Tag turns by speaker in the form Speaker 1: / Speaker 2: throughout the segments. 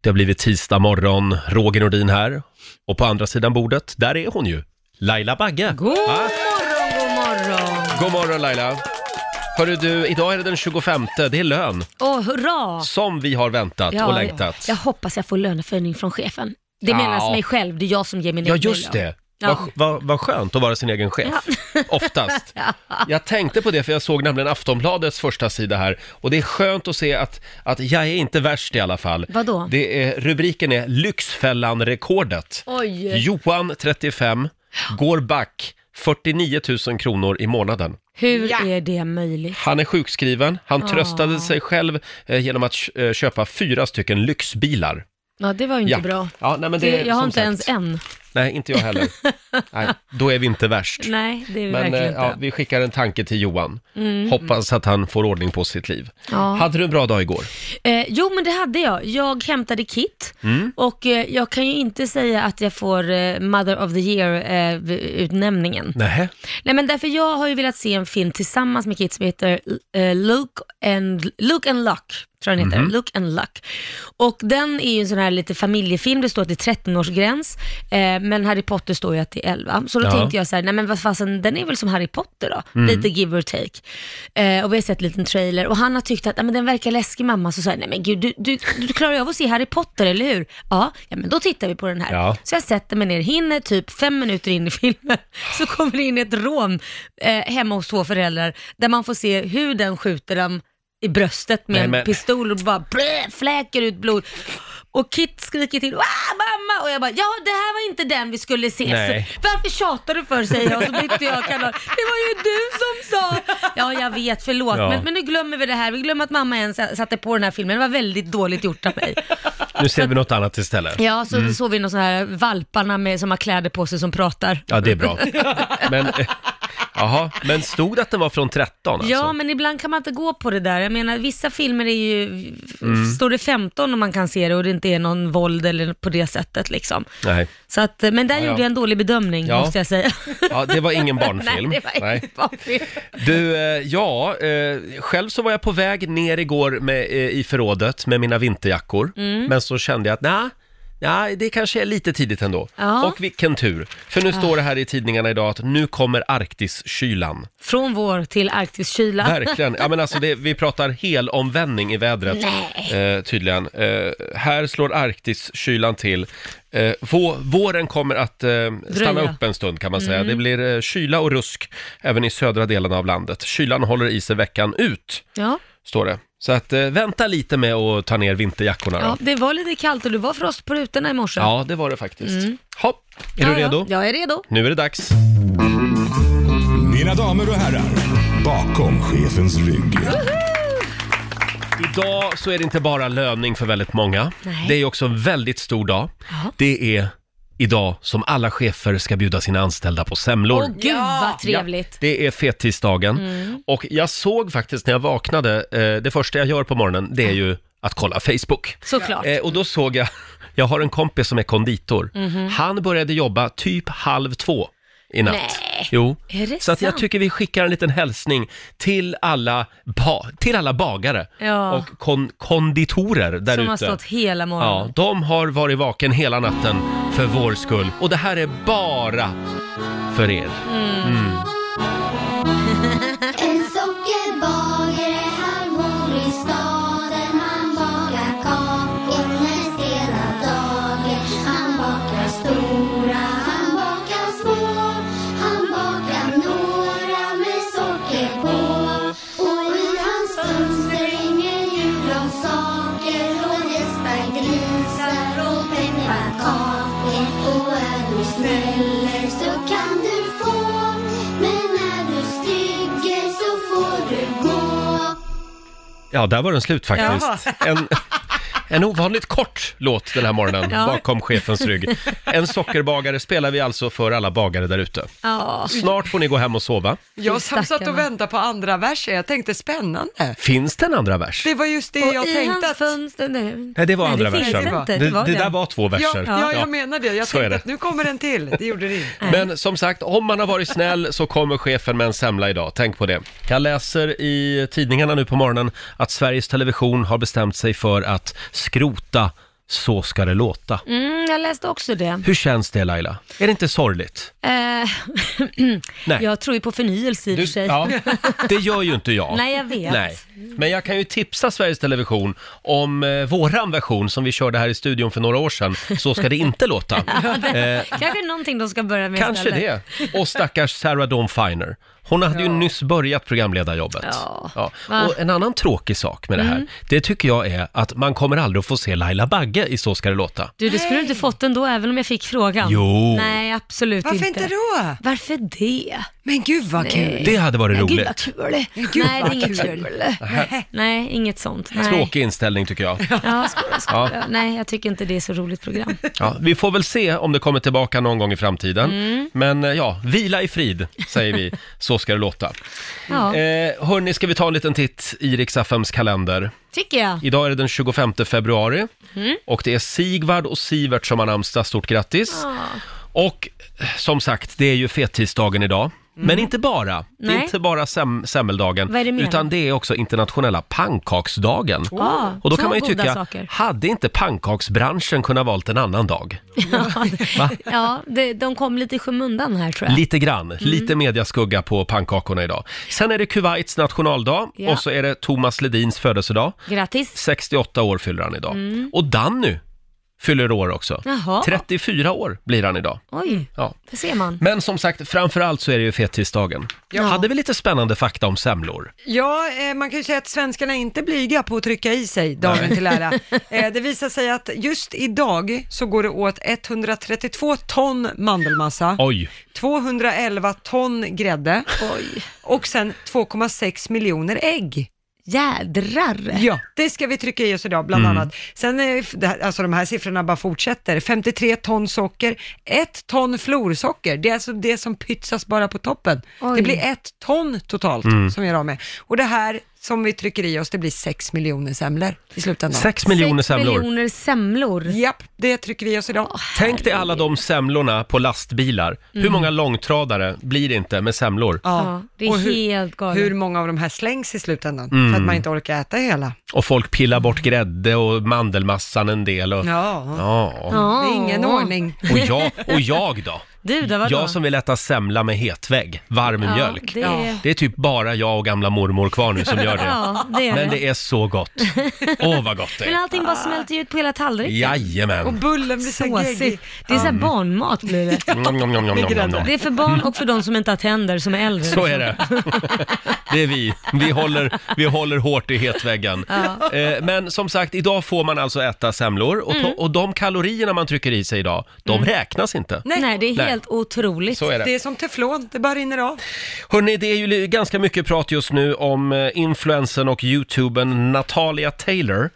Speaker 1: Det har blivit tisdag morgon, Roger Nordin här. Och på andra sidan bordet, där är hon ju, Laila Bagge.
Speaker 2: God
Speaker 1: Va?
Speaker 2: morgon, god morgon!
Speaker 1: God morgon Laila! Hörru du, idag är det den 25, det är lön.
Speaker 2: Åh, hurra!
Speaker 1: Som vi har väntat och längtat.
Speaker 2: Jag, jag hoppas jag får löneförhöjning från chefen. Det
Speaker 1: Ja.
Speaker 2: menas mig själv, det är jag som ger min
Speaker 1: Ja,
Speaker 2: egen
Speaker 1: just
Speaker 2: lön.
Speaker 1: det.
Speaker 2: Ja.
Speaker 1: Vad vad- vad skönt att vara sin egen chef, oftast. Jag tänkte på det för jag såg nämligen Aftonbladets första sida här och det är skönt att se att, att jag är inte värst i alla fall.
Speaker 2: Vadå?
Speaker 1: Det är, rubriken är Lyxfällan-rekordet.
Speaker 2: Oj!
Speaker 1: Johan, 35, går back 49 000 kronor i månaden.
Speaker 2: Hur är det möjligt?
Speaker 1: Han är sjukskriven, han
Speaker 2: Ah.
Speaker 1: tröstade sig själv eh, genom att eh, köpa fyra stycken lyxbilar.
Speaker 2: Ja, det var ju inte bra.
Speaker 1: Ja, nej, men det,
Speaker 2: Det,
Speaker 1: är
Speaker 2: jag har
Speaker 1: som
Speaker 2: inte
Speaker 1: sagt-
Speaker 2: ens en.
Speaker 1: Nej, inte jag heller. nej, då är vi inte värst.
Speaker 2: Nej, det är vi
Speaker 1: Men eh,
Speaker 2: verkligen
Speaker 1: ja,
Speaker 2: inte.
Speaker 1: vi skickar en tanke till Johan.
Speaker 2: Mm.
Speaker 1: Hoppas att han får ordning på sitt liv.
Speaker 2: Ja.
Speaker 1: Hade du en bra dag igår?
Speaker 2: Eh, jo, men det hade jag. Jag hämtade Kit
Speaker 1: Mm.
Speaker 2: och eh, jag kan ju inte säga att jag får eh, Mother of the eh, Year-utnämningen.
Speaker 1: Nej.
Speaker 2: Nej men därför jag har ju velat se en film tillsammans med Kit som heter eh, Luke, and, Luke and Luck. Tror jag den heter.
Speaker 3: Mhm.
Speaker 2: Luke and Luck. Och den är ju en sån här lite familjefilm, det står att det är 13-årsgräns, eh, men Harry Potter står ju att det är 11. Så då
Speaker 3: Ja.
Speaker 2: tänkte jag så här, nej men vad fasen, den är väl som Harry Potter då?
Speaker 3: Mm.
Speaker 2: Lite give or take. Eh, och vi har sett en liten trailer och han har tyckt att, nej men den verkar läskig mamma, så sa jag, nej men gud, du, du, du klarar ju av att se Harry Potter, eller hur? Ja, ja men då tittar vi på den här.
Speaker 3: Ja.
Speaker 2: Så jag sätter mig ner, hinner typ fem minuter in i filmen, så kommer det in ett rån eh, hemma hos två föräldrar, där man får se hur den skjuter dem i bröstet med
Speaker 3: Nej,
Speaker 2: en
Speaker 3: men-
Speaker 2: pistol och bara blä, fläker ut blod. Och Kit skriker till, ah, mamma! Och jag bara, ja det här var inte den vi skulle se.
Speaker 3: Nej.
Speaker 2: Så, Varför tjatar du för, säger jag, och så bytte jag kanal. Det var ju du som sa! Ja, jag vet, förlåt.
Speaker 1: Ja.
Speaker 2: Men, men nu glömmer vi det här. Vi glömmer att mamma ens satte på den här filmen. Det var väldigt dåligt gjort av mig.
Speaker 1: Nu ser vi något annat istället.
Speaker 2: Ja, så
Speaker 1: Mm.
Speaker 2: såg vi någon sån här valparna med, som har kläder på sig som pratar.
Speaker 1: Ja, det är bra. Men, eh, jaha, men stod det att den var från 13 alltså?
Speaker 2: Ja, men ibland kan man inte gå på det där. Jag menar, vissa filmer är ju,
Speaker 1: Mm.
Speaker 2: står det 15 om man kan se det och det inte är någon våld eller på det sättet liksom.
Speaker 1: Nej.
Speaker 2: Så att, men där
Speaker 1: Ja, ja.
Speaker 2: gjorde jag en dålig bedömning
Speaker 1: Ja.
Speaker 2: måste jag säga.
Speaker 1: Ja, det var ingen barnfilm.
Speaker 2: Nej, det var ingen barnfilm.
Speaker 1: Du, eh, ja, eh, själv så var jag på väg ner igår med, eh, i förrådet med mina vinterjackor.
Speaker 3: Mm.
Speaker 1: Men så kände jag att nej, nej, det kanske är lite tidigt ändå.
Speaker 2: Ja.
Speaker 1: Och vilken tur, för nu
Speaker 2: Ja.
Speaker 1: står det här i tidningarna idag att nu kommer Arktiskylan.
Speaker 2: Från vår till arktisk kyla.
Speaker 1: Verkligen. Ja, men alltså det, vi pratar helomvändning i vädret eh, tydligen. Eh, här slår Arktiskylan till. Eh, vå, våren kommer att eh, stanna upp en stund kan man säga.
Speaker 2: Mm.
Speaker 1: Det blir eh, kyla och rusk även i södra delen av landet. Kylan håller i sig veckan ut,
Speaker 2: Ja.
Speaker 1: står det. Så att eh, vänta lite med att ta ner vinterjackorna då.
Speaker 2: ja, det var lite kallt och det var frost på rutorna i morse.
Speaker 1: Ja, det var det faktiskt.
Speaker 2: Mm.
Speaker 1: Hopp, är du
Speaker 2: Ja, ja.
Speaker 1: redo?
Speaker 2: Jag är redo.
Speaker 1: Nu är det dags.
Speaker 4: Mina damer och herrar, bakom chefens rygg.
Speaker 1: Idag så är det inte bara löning för väldigt många.
Speaker 4: Nej.
Speaker 1: Det är också en väldigt stor dag.
Speaker 4: Ja.
Speaker 1: Det är idag som alla chefer ska bjuda sina anställda på semlor.
Speaker 2: Åh gud vad trevligt.
Speaker 1: Ja, det är fettisdagen.
Speaker 2: Mm.
Speaker 1: Och jag såg faktiskt när jag vaknade, eh, det första jag gör på morgonen, det är ju att kolla Facebook.
Speaker 2: Såklart.
Speaker 1: Eh, och då såg jag, jag har en kompis som är konditor.
Speaker 2: Mhm.
Speaker 1: Han började jobba typ halv två i natt.
Speaker 2: Nej.
Speaker 1: Jo.
Speaker 2: Är det
Speaker 1: Så att jag
Speaker 2: sant?
Speaker 1: tycker vi skickar en liten hälsning till alla, ba, till alla bagare
Speaker 2: Ja.
Speaker 1: och kon, konditorer där
Speaker 2: Som
Speaker 1: ute.
Speaker 2: har stått hela
Speaker 1: Ja,
Speaker 2: morgonen.
Speaker 1: de har varit vaken hela natten för vår skull. Och det här är bara för er.
Speaker 3: Mm.
Speaker 1: Mm.
Speaker 3: En sockerbagare han bor i staden Han bakar kakor mest hela dagen Han bakar stora, han bakar små Han bakar några med socker på Och i hans fönster hänger julgranssaker Och hästar, grisar och pepparkakor Och är du snäller så kan du få Men när du stiger så får du gå
Speaker 1: Ja, där var den slut faktiskt. En, en ovanligt kort låt den här morgonen,
Speaker 2: Ja.
Speaker 1: bakom chefens rygg. En sockerbagare spelar vi alltså för alla bagare där ute.
Speaker 2: Ja.
Speaker 1: Snart får ni gå hem och sova.
Speaker 5: Jag satt och väntade på andra versen, jag tänkte spännande.
Speaker 1: Finns det en andra vers?
Speaker 5: Det var just det
Speaker 2: Och
Speaker 5: jag
Speaker 2: i
Speaker 5: tänkte
Speaker 2: hans
Speaker 5: att...
Speaker 2: fönster nu.
Speaker 1: Nej, det var andra
Speaker 5: finns
Speaker 1: versen.
Speaker 5: inte.
Speaker 1: Det, det där var två verser.
Speaker 5: Ja, ja, jag menar det. Jag
Speaker 1: Så är
Speaker 5: tänkte
Speaker 1: det.
Speaker 5: att nu kommer en till. Det gjorde det inte.
Speaker 1: Men som sagt, om man har varit snäll så kommer chefen med en semla idag. Tänk på det. Jag läser i tidningarna nu på morgonen att Sveriges Television har bestämt sig för att skrota Så ska det låta.
Speaker 2: Mm, jag läste också det.
Speaker 1: Hur känns det Laila? Är det inte sorgligt?
Speaker 2: Eh,
Speaker 1: Nej.
Speaker 2: jag tror ju på förnyelse i och för sig.
Speaker 1: ja, det gör ju inte jag.
Speaker 2: Nej, jag vet.
Speaker 1: Nej. Men jag kan ju tipsa Sveriges Television om eh, våran version som vi körde här i studion för några år sedan. Så ska det inte låta. Eh,
Speaker 2: Kanske någonting de ska börja med
Speaker 1: kanske
Speaker 2: istället.
Speaker 1: det. Och stackars Sarah Dawn Finer. Hon hade ju nyss börjat programledarjobbet.
Speaker 2: Ja. Va? Mm.
Speaker 1: Och en annan tråkig sak med det här, det tycker jag är att man kommer aldrig att få se Laila Bagge i Så ska det låta.
Speaker 2: Du, det skulle du inte fått ändå, även om jag fick frågan.
Speaker 1: Jo.
Speaker 2: Nej, absolut
Speaker 5: Varför inte då?
Speaker 2: Varför det?
Speaker 5: Men gud vad kul.
Speaker 1: Det hade varit
Speaker 2: Gud alltså, vad
Speaker 1: roligt.
Speaker 2: kul.
Speaker 5: gud,
Speaker 2: Nej, det är
Speaker 5: vad
Speaker 2: inget
Speaker 5: kul.
Speaker 2: kul. Nej, inget sånt. Nej.
Speaker 1: Tråkig inställning tycker jag.
Speaker 2: Ja, skoja, skoja. Nej, jag tycker inte det är så roligt program.
Speaker 1: Ja, vi får väl se om det kommer tillbaka någon gång i framtiden.
Speaker 2: Mm.
Speaker 1: Men eh, ja, vila i frid, säger vi. Så ska det låta.
Speaker 2: Ja,
Speaker 1: Eh, hörni, ska vi ta en liten titt i Riksaffems kalender?
Speaker 2: tycker jag.
Speaker 1: Idag är det den 25 februari
Speaker 2: Mm.
Speaker 1: och det är Sigvard och Sivert som har namnsdag. Stort grattis! Och eh, som sagt, det är ju fettisdagen idag. Men inte bara. Det är
Speaker 2: Mm. Nej.
Speaker 1: inte bara sem- semmeldagen.
Speaker 2: Vad är det mer?
Speaker 1: utan det är också internationella pannkaksdagen.
Speaker 2: Ah,
Speaker 1: och då
Speaker 2: så
Speaker 1: kan man ju
Speaker 2: goda
Speaker 1: tycka,
Speaker 2: saker.
Speaker 1: hade inte pannkaksbranschen kunnat valt en annan dag?
Speaker 2: Ja, det, de kom lite i skymundan här tror jag.
Speaker 1: Lite grann, lite mediaskugga på pannkakorna idag. Sen är det Kuwaits nationaldag
Speaker 2: Ja.
Speaker 1: och så är det Thomas Ledins födelsedag.
Speaker 2: Grattis.
Speaker 1: 68 år fyller han idag. Och Danny fyller år också.
Speaker 2: Mm. Jaha.
Speaker 1: 34 år blir han idag.
Speaker 2: Oj,
Speaker 1: Ja.
Speaker 2: det ser man.
Speaker 1: Men som sagt, framför allt så är det ju fettisdagen. Hade vi lite spännande fakta om semlor?
Speaker 5: Ja, eh, man kan ju säga att svenskarna är inte blyga på att trycka i sig dagen till ära. Eh, det visar sig att just idag så går det åt 132 ton mandelmassa,
Speaker 1: Oj,
Speaker 5: 211 ton grädde
Speaker 2: Oj.
Speaker 5: och sen 2,6 miljoner ägg.
Speaker 2: Jädrar.
Speaker 5: Ja, det ska vi trycka i oss idag bland annat. Sen, eh, f- det här- alltså de här siffrorna bara fortsätter. 53 ton socker, 1 ton florsocker. Det är alltså det som pytsas bara på toppen.
Speaker 2: Oj.
Speaker 5: Det blir 1 ton totalt som vi gör av med. Och det här som vi trycker i oss, det blir 6 miljoner semlor i slutändan.
Speaker 1: sex miljoner
Speaker 2: Sex
Speaker 1: semlor.
Speaker 2: miljoner semlor.
Speaker 5: Japp, det trycker vi i oss idag.
Speaker 1: Tänk dig alla de semlorna på lastbilar.
Speaker 2: Mm.
Speaker 1: Hur många långtradare blir det inte med semlor?
Speaker 2: Ja, det är
Speaker 5: Och hur,
Speaker 2: helt galet.
Speaker 5: hur många av de här slängs i slutändan? För att man inte orkar äta hela.
Speaker 1: Och folk pillar bort grädde och mandelmassan en del. Och...
Speaker 5: Ja,
Speaker 1: ja.
Speaker 2: Ja.
Speaker 5: det är ingen ordning.
Speaker 1: Och jag, och jag då?
Speaker 2: Du då, vadå?
Speaker 1: Jag som vill äta semla med hetvägg, varm
Speaker 2: Ja,
Speaker 1: mjölk.
Speaker 2: det-
Speaker 1: Ja. Det är typ bara jag och gamla mormor kvar nu som gör det.
Speaker 2: Ja, det är
Speaker 1: Men
Speaker 2: det.
Speaker 1: det är så gott. Åh, vad gott det
Speaker 2: Men
Speaker 1: är.
Speaker 2: allting bara smälter ju ut på hela tallriken.
Speaker 5: Och
Speaker 1: Jajamän.
Speaker 5: bullen blir så geggig.
Speaker 2: Såsigt. Det är såhär
Speaker 1: Mm.
Speaker 2: barnmat blir det.
Speaker 1: Nom, nom, nom, nom, nom, nom, nom.
Speaker 2: Det är för barn och för de som inte har tänder, som är äldre.
Speaker 1: Så är det. Det är vi. Vi håller, vi håller hårt i hetväggen. Eh, Men som sagt, idag får man alltså äta semlor och,
Speaker 2: Mm.
Speaker 1: to- och de kalorierna man trycker i sig idag, de räknas inte.
Speaker 2: Nej, det är
Speaker 1: Nej.
Speaker 2: helt otroligt.
Speaker 1: Så är det.
Speaker 5: Det är som teflon, det bara rinner av.
Speaker 1: Hörni, det är ju li- ganska mycket prat just nu om eh, influensen och youtubern Natalia Taylor.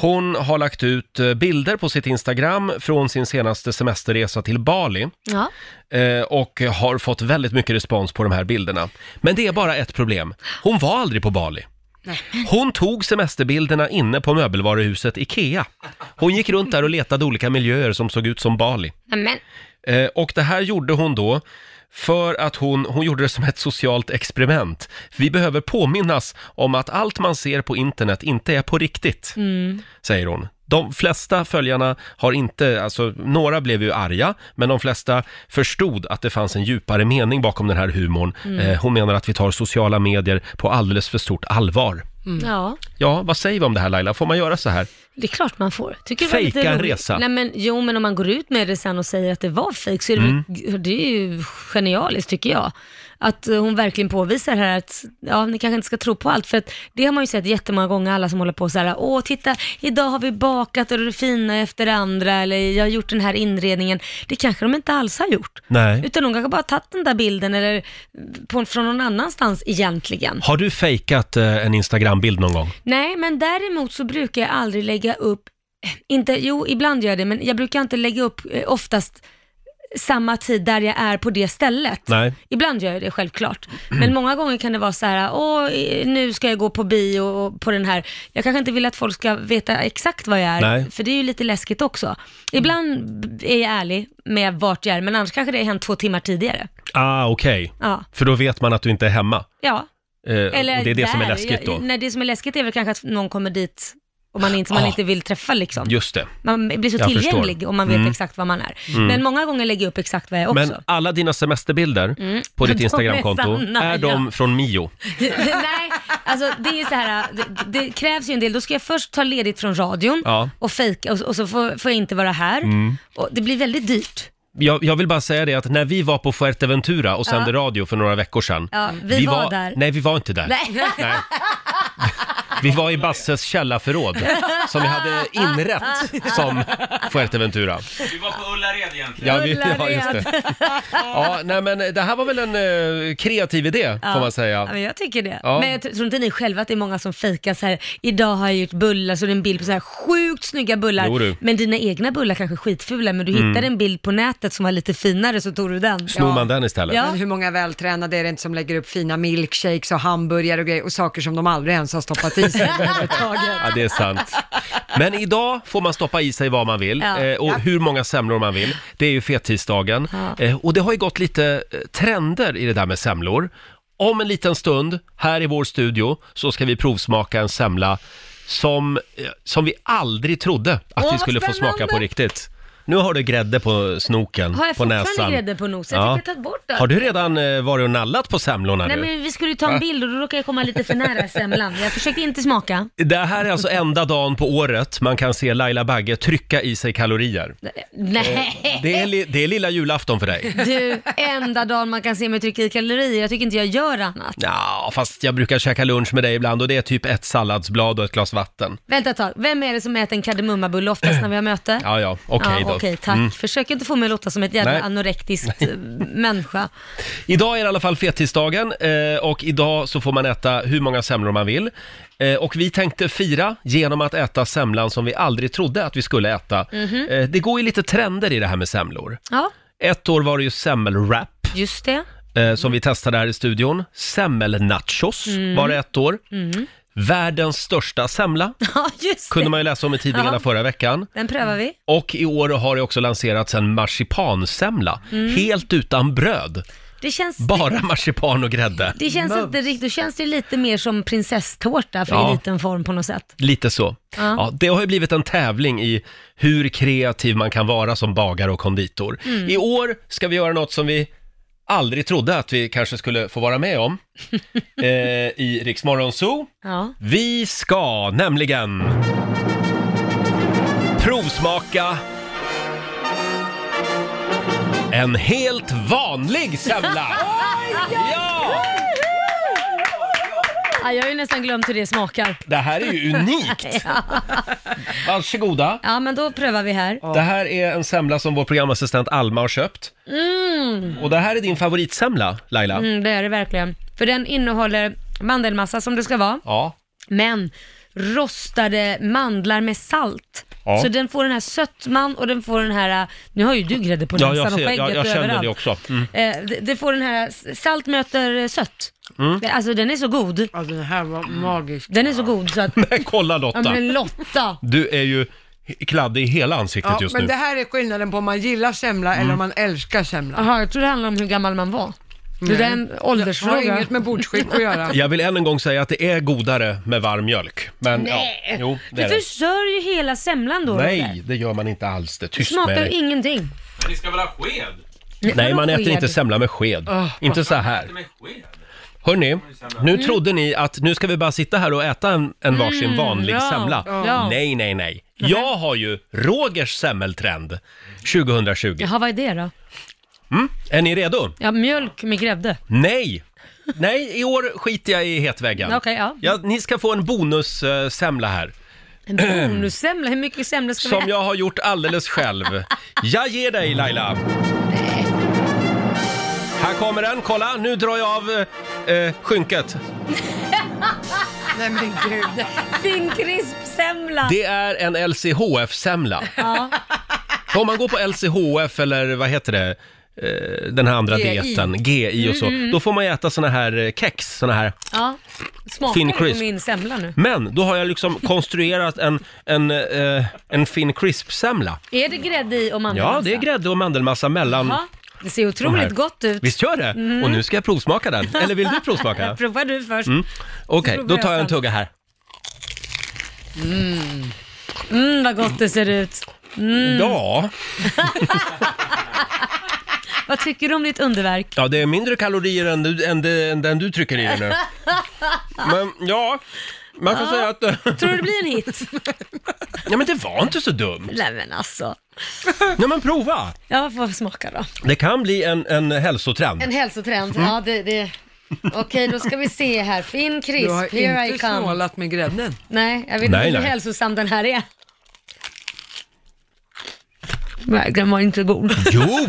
Speaker 1: Hon har lagt ut eh, bilder på sitt Instagram från sin senaste semesterresa till Bali
Speaker 2: Ja.
Speaker 1: eh, och har fått väldigt mycket respons på de här bilderna. Men det är bara ett problem. Hon var aldrig på Bali. Hon tog semesterbilderna inne på möbelvaruhuset Ikea. Hon gick runt där och letade olika miljöer som såg ut som Bali.
Speaker 2: Men,
Speaker 1: Eh, och det här gjorde hon då för att hon, hon gjorde det som ett socialt experiment. Vi behöver påminnas om att allt man ser på internet inte är på riktigt, säger hon. De flesta följarna har inte, alltså några blev ju arga, men de flesta förstod att det fanns en djupare mening bakom den här humorn.
Speaker 2: Mm.
Speaker 1: Eh, hon menar att vi tar sociala medier på alldeles för stort allvar.
Speaker 5: Mm.
Speaker 2: ja.
Speaker 1: Ja, vad säger vi om det här Laila? Får man göra så här?
Speaker 2: Det är klart man får. Tycker det var lite
Speaker 1: Fejka en
Speaker 2: roligt.
Speaker 1: resa.
Speaker 2: Nej, men, jo, men om man går ut med det sen och säger att det var fejk så är det,
Speaker 1: Mm.
Speaker 2: väl, det är ju genialiskt tycker jag. Att eh, hon verkligen påvisar här att, ja, ni kanske inte ska tro på allt, för att det har man ju sett jättemånga gånger, alla som håller på så här, åh, titta, idag har vi bakat och det fina efter det andra, eller jag har gjort den här inredningen. Det kanske de inte alls har gjort.
Speaker 1: Nej.
Speaker 2: Utan de kanske bara har tagit den där bilden, eller eh, på, från någon annanstans egentligen.
Speaker 1: Har du fejkat eh, en Instagram-bild någon gång?
Speaker 2: Nej, men däremot så brukar jag aldrig lägga upp, inte, jo ibland gör jag det, men jag brukar inte lägga upp eh, oftast samma tid där jag är på det stället.
Speaker 1: Nej.
Speaker 2: Ibland gör jag det självklart, men många gånger kan det vara så här, åh eh, nu ska jag gå på bio och på den här. Jag kanske inte vill att folk ska veta exakt vad jag är,
Speaker 1: Nej.
Speaker 2: för det är ju lite läskigt också. Ibland b- är jag ärlig med vart jag är, men annars kanske det har hänt två timmar tidigare.
Speaker 1: Ah, okej.
Speaker 2: Ja,
Speaker 1: För då vet man att du inte är hemma.
Speaker 2: ja.
Speaker 1: Eh, och det är det som är
Speaker 2: där.
Speaker 1: läskigt då.
Speaker 2: Jag, nej, det som är läskigt är väl kanske att någon kommer dit och man, är inte, som man
Speaker 1: Ja.
Speaker 2: inte vill träffa liksom.
Speaker 1: Just det.
Speaker 2: Man blir så
Speaker 1: Jag förstår.
Speaker 2: tillgänglig om man vet
Speaker 1: Mm.
Speaker 2: exakt var man är.
Speaker 1: Mm.
Speaker 2: Men många gånger lägger jag upp exakt vad jag är också.
Speaker 1: Men alla dina semesterbilder
Speaker 2: Mm.
Speaker 1: på ditt
Speaker 2: De är
Speaker 1: Instagramkonto,
Speaker 2: sanna,
Speaker 1: är de
Speaker 2: ja.
Speaker 1: från Mio?
Speaker 2: Nej, alltså det är ju så här, det, det krävs ju en del. Då ska jag först ta ledigt från radion
Speaker 1: Ja.
Speaker 2: och fejka och, och så får, får jag inte vara här.
Speaker 1: Mm.
Speaker 2: Och det blir väldigt dyrt.
Speaker 1: Jag, jag vill bara säga det att när vi var på Fuerteventura och sände radio för några veckor sedan.
Speaker 2: Ja, vi var där.
Speaker 1: Nej, vi var inte där.
Speaker 2: Nej.
Speaker 1: Vi var i Basses källarförråd som vi hade inrett som Fuerteventura.
Speaker 6: Vi var på Ullared egentligen.
Speaker 1: Ja, vi, ja, just det. Ja, nej, men det här var väl en eh, kreativ idé
Speaker 2: Ja.
Speaker 1: får man säga.
Speaker 2: Ja, men jag tycker det.
Speaker 1: Ja.
Speaker 2: Men jag t- tror inte ni själva att det är många som fejkar så här, idag har jag gjort bullar, så är det en bild på så här sjukt snygga bullar.
Speaker 1: Jo, du.
Speaker 2: Men dina egna bullar kanske är skitfula, men du
Speaker 1: Mm.
Speaker 2: hittade en bild på nätet som var lite finare så tog du den.
Speaker 1: Snor man den istället?
Speaker 2: Ja.
Speaker 5: Men hur många vältränade är det inte som lägger upp fina milkshakes och hamburgare och grejer och saker som de aldrig ens har stoppat i sig överhuvudtaget?
Speaker 1: Ja, det är sant. Men idag får man stoppa i sig vad man vill
Speaker 5: Ja.
Speaker 1: eh, och
Speaker 5: Ja.
Speaker 1: hur många semlor man vill. Det är ju fettisdagen. Eh, Och det har ju gått lite eh, trender i det där med semlor. Om en liten stund, här i vår studio, så ska vi provsmaka en semla som, eh, som vi aldrig trodde att
Speaker 2: Åh,
Speaker 1: vi
Speaker 2: vad
Speaker 1: skulle få
Speaker 2: spännande!
Speaker 1: smaka på riktigt. Nu har du grädde på snoken,
Speaker 2: Har jag
Speaker 1: på
Speaker 2: fortfarande
Speaker 1: näsan.
Speaker 2: grädde på nosen?
Speaker 1: Ja.
Speaker 2: Jag tycker jag tagit bort den.
Speaker 1: Har du redan eh, varit och nallat på semlorna
Speaker 2: Nej
Speaker 1: nu?
Speaker 2: men vi skulle ju ta
Speaker 1: Va?
Speaker 2: en bild och då råkade jag komma lite för nära semlan. Jag försökte inte smaka.
Speaker 1: Det här är alltså enda dagen på året man kan se Laila Bagge trycka i sig kalorier.
Speaker 2: Nej.
Speaker 1: Eh, Det är, li- det är lilla julafton för dig.
Speaker 2: Du, enda dagen man kan se mig trycka i kalorier. Jag tycker inte jag gör annat.
Speaker 1: Ja, fast jag brukar käka lunch med dig ibland och det är typ ett salladsblad och ett glas vatten.
Speaker 2: Vänta ett tag, vem är det som äter en kardemummabulle oftast när vi har möte?
Speaker 1: Ja, ja, okej
Speaker 2: ja,
Speaker 1: då.
Speaker 2: okej, tack.
Speaker 1: Mm.
Speaker 2: Försök inte få mig att låta som ett jävla
Speaker 1: Nej.
Speaker 2: anorektiskt eh, människa.
Speaker 1: Idag är det i alla fall fettisdagen eh, och idag så får man äta hur många semlor man vill. Eh, Och vi tänkte fira genom att äta semlan som vi aldrig trodde att vi skulle äta.
Speaker 2: Mhm.
Speaker 1: Eh, Det går ju lite trender i det här med semlor.
Speaker 2: Ja,
Speaker 1: Ett år var det ju semmelwrap.
Speaker 2: just det.
Speaker 1: eh, som vi testade här i studion. Semmelnachos
Speaker 2: Mm.
Speaker 1: var det ett år.
Speaker 2: Mm.
Speaker 1: Världens största semla
Speaker 2: Ja, just
Speaker 1: kunde
Speaker 2: det.
Speaker 1: man ju läsa om i tidningarna
Speaker 2: Ja.
Speaker 1: förra veckan.
Speaker 2: Den prövar vi.
Speaker 1: Och i år har det också lanserats en marsipansemla,
Speaker 2: Mm.
Speaker 1: helt utan bröd.
Speaker 2: Det känns,
Speaker 1: Bara marsipan och grädde.
Speaker 2: det känns inte riktigt, då känns det lite mer som prinsesstårta för
Speaker 1: Ja.
Speaker 2: i liten form på något sätt.
Speaker 1: Lite så.
Speaker 2: Ja.
Speaker 1: Ja, det har ju blivit en tävling i hur kreativ man kan vara som bagare och konditor.
Speaker 2: Mm.
Speaker 1: I år ska vi göra något som vi aldrig trodde att vi kanske skulle få vara med om eh, i Riksmorgon Zoo.
Speaker 2: Ja.
Speaker 1: Vi ska nämligen provsmaka en helt vanlig semla! Ja!
Speaker 2: ja! Jag har ju nästan glömt hur det smakar.
Speaker 1: Det här är ju unikt!
Speaker 2: Ja.
Speaker 1: Varsågoda!
Speaker 2: ja, men då prövar vi här.
Speaker 1: Det här är en semla som vår programassistent Alma har köpt.
Speaker 2: Mm.
Speaker 1: Och det här är din favoritsemla, Laila.
Speaker 2: Mm, det är det verkligen. För den innehåller mandelmassa som det ska vara,
Speaker 1: Ja.
Speaker 2: men rostade mandlar med salt.
Speaker 1: Ja.
Speaker 2: Så den får den här sötman och den får den här, äh, nu har ju du grädde på näsan
Speaker 1: ja, jag,
Speaker 2: och
Speaker 1: ser,
Speaker 2: skägget
Speaker 1: jag, jag
Speaker 2: och
Speaker 1: känner
Speaker 2: överallt.
Speaker 1: det också. Mm.
Speaker 2: Eh, det, det får den här, s- salt möter eh, sött.
Speaker 1: Mm.
Speaker 2: Det- Alltså den är så god.
Speaker 5: Ja, den här var magisk.
Speaker 2: Den är så god så att,
Speaker 1: Men kolla
Speaker 2: ja
Speaker 1: Lotta,
Speaker 2: men Lotta.
Speaker 1: du är ju kladdig i hela ansiktet
Speaker 5: Ja,
Speaker 1: just nu.
Speaker 5: men
Speaker 1: Mm.
Speaker 5: det här är skillnaden på om man gillar semla eller om man älskar semla.
Speaker 2: Jaha, jag tror det handlar om hur gammal man var. Det där är en åldersfråga.
Speaker 5: Det har inget med bordsskick att göra.
Speaker 1: Jag vill än en gång säga att det är godare med varm mjölk. Men, Ja,
Speaker 2: Nej.
Speaker 1: jo, det är
Speaker 2: Du
Speaker 1: det.
Speaker 2: förstör ju hela semlan då. Robert.
Speaker 1: Nej, det gör man inte alls. Det är
Speaker 2: Det
Speaker 1: tyst med
Speaker 2: smakar ju
Speaker 1: dig.
Speaker 2: ingenting.
Speaker 6: Men ni ska väl ha sked?
Speaker 1: Nej, man äter
Speaker 2: sked?
Speaker 1: inte semla med sked.
Speaker 2: Åh.
Speaker 1: inte så här.
Speaker 6: Med sked?
Speaker 1: Hörni, nu
Speaker 2: Mm.
Speaker 1: trodde ni att nu ska vi bara sitta här och äta en, en varsin
Speaker 2: Mm,
Speaker 1: vanlig
Speaker 2: ja,
Speaker 1: semla.
Speaker 2: ja.
Speaker 1: Nej, nej, nej. Jag har ju Rogers semmeltrend 2020.
Speaker 2: Jaha, vad är det då?
Speaker 1: Mm? Är ni redo?
Speaker 2: Ja, mjölk med grädde.
Speaker 1: Nej! Nej, i år skiter jag i hetväggen.
Speaker 2: Okej, ja.
Speaker 1: ni ska få en bonussemla här.
Speaker 2: En bonussemla, hur mycket semla ska
Speaker 1: Som
Speaker 2: vi
Speaker 1: jag har gjort alldeles själv. Jag ger dig Laila. Här kommer den, kolla, nu drar jag av eh, skynket.
Speaker 5: Nej men gud.
Speaker 2: Fin krispsemla.
Speaker 1: Det är en LCHF-semla.
Speaker 2: Ja.
Speaker 1: Om man går på LCHF eller vad heter det, eh, den här andra
Speaker 2: GI.
Speaker 1: dieten, GI och så,
Speaker 2: Mm, mm.
Speaker 1: då får man ju äta såna här eh, kex, såna här.
Speaker 2: ja. Smakar
Speaker 1: Fin
Speaker 2: det på
Speaker 1: crisp.
Speaker 2: min semla nu?
Speaker 1: Men då har jag liksom konstruerat en, en, eh, en fin crisp-semla.
Speaker 2: Är det grädde i och mandelmassa?
Speaker 1: Ja, det är grädde och mandelmassa mellan
Speaker 2: Ja, det ser
Speaker 1: de
Speaker 2: otroligt
Speaker 1: här.
Speaker 2: gott ut.
Speaker 1: Visst gör det?
Speaker 2: Mm.
Speaker 1: Och nu ska jag provsmaka den. Eller vill du provsmaka?
Speaker 2: Prova du först.
Speaker 1: Mm. Okej,
Speaker 2: Så provar
Speaker 1: då tar
Speaker 2: jag
Speaker 1: jag en
Speaker 2: sen.
Speaker 1: tugga här.
Speaker 2: Mm, vad gott det ser ut.
Speaker 1: Ja.
Speaker 2: Vad tycker du om ditt underverk?
Speaker 1: ja, det är mindre kalorier än, du, än, det- än den du trycker i dig nu. Men ja, man kan säga att...
Speaker 2: Tror du det blir en hit?
Speaker 1: Ja, men det var inte så dumt.
Speaker 2: Nej men alltså.
Speaker 1: Nej, men prova.
Speaker 2: Jag får smaka då.
Speaker 1: Det kan bli en, en hälsotrend.
Speaker 2: En hälsotrend.
Speaker 1: Mm.
Speaker 2: Ja, det, det. Okej, då ska vi se här. Finn
Speaker 5: Du
Speaker 2: crisp,
Speaker 5: har
Speaker 2: here I
Speaker 5: inte
Speaker 2: come.
Speaker 5: snålat med grädden.
Speaker 2: Nej, jag vet
Speaker 1: Nej,
Speaker 2: inte hur
Speaker 1: nej.
Speaker 2: hälsosam den här är. Nej, den var inte god.
Speaker 1: Jo!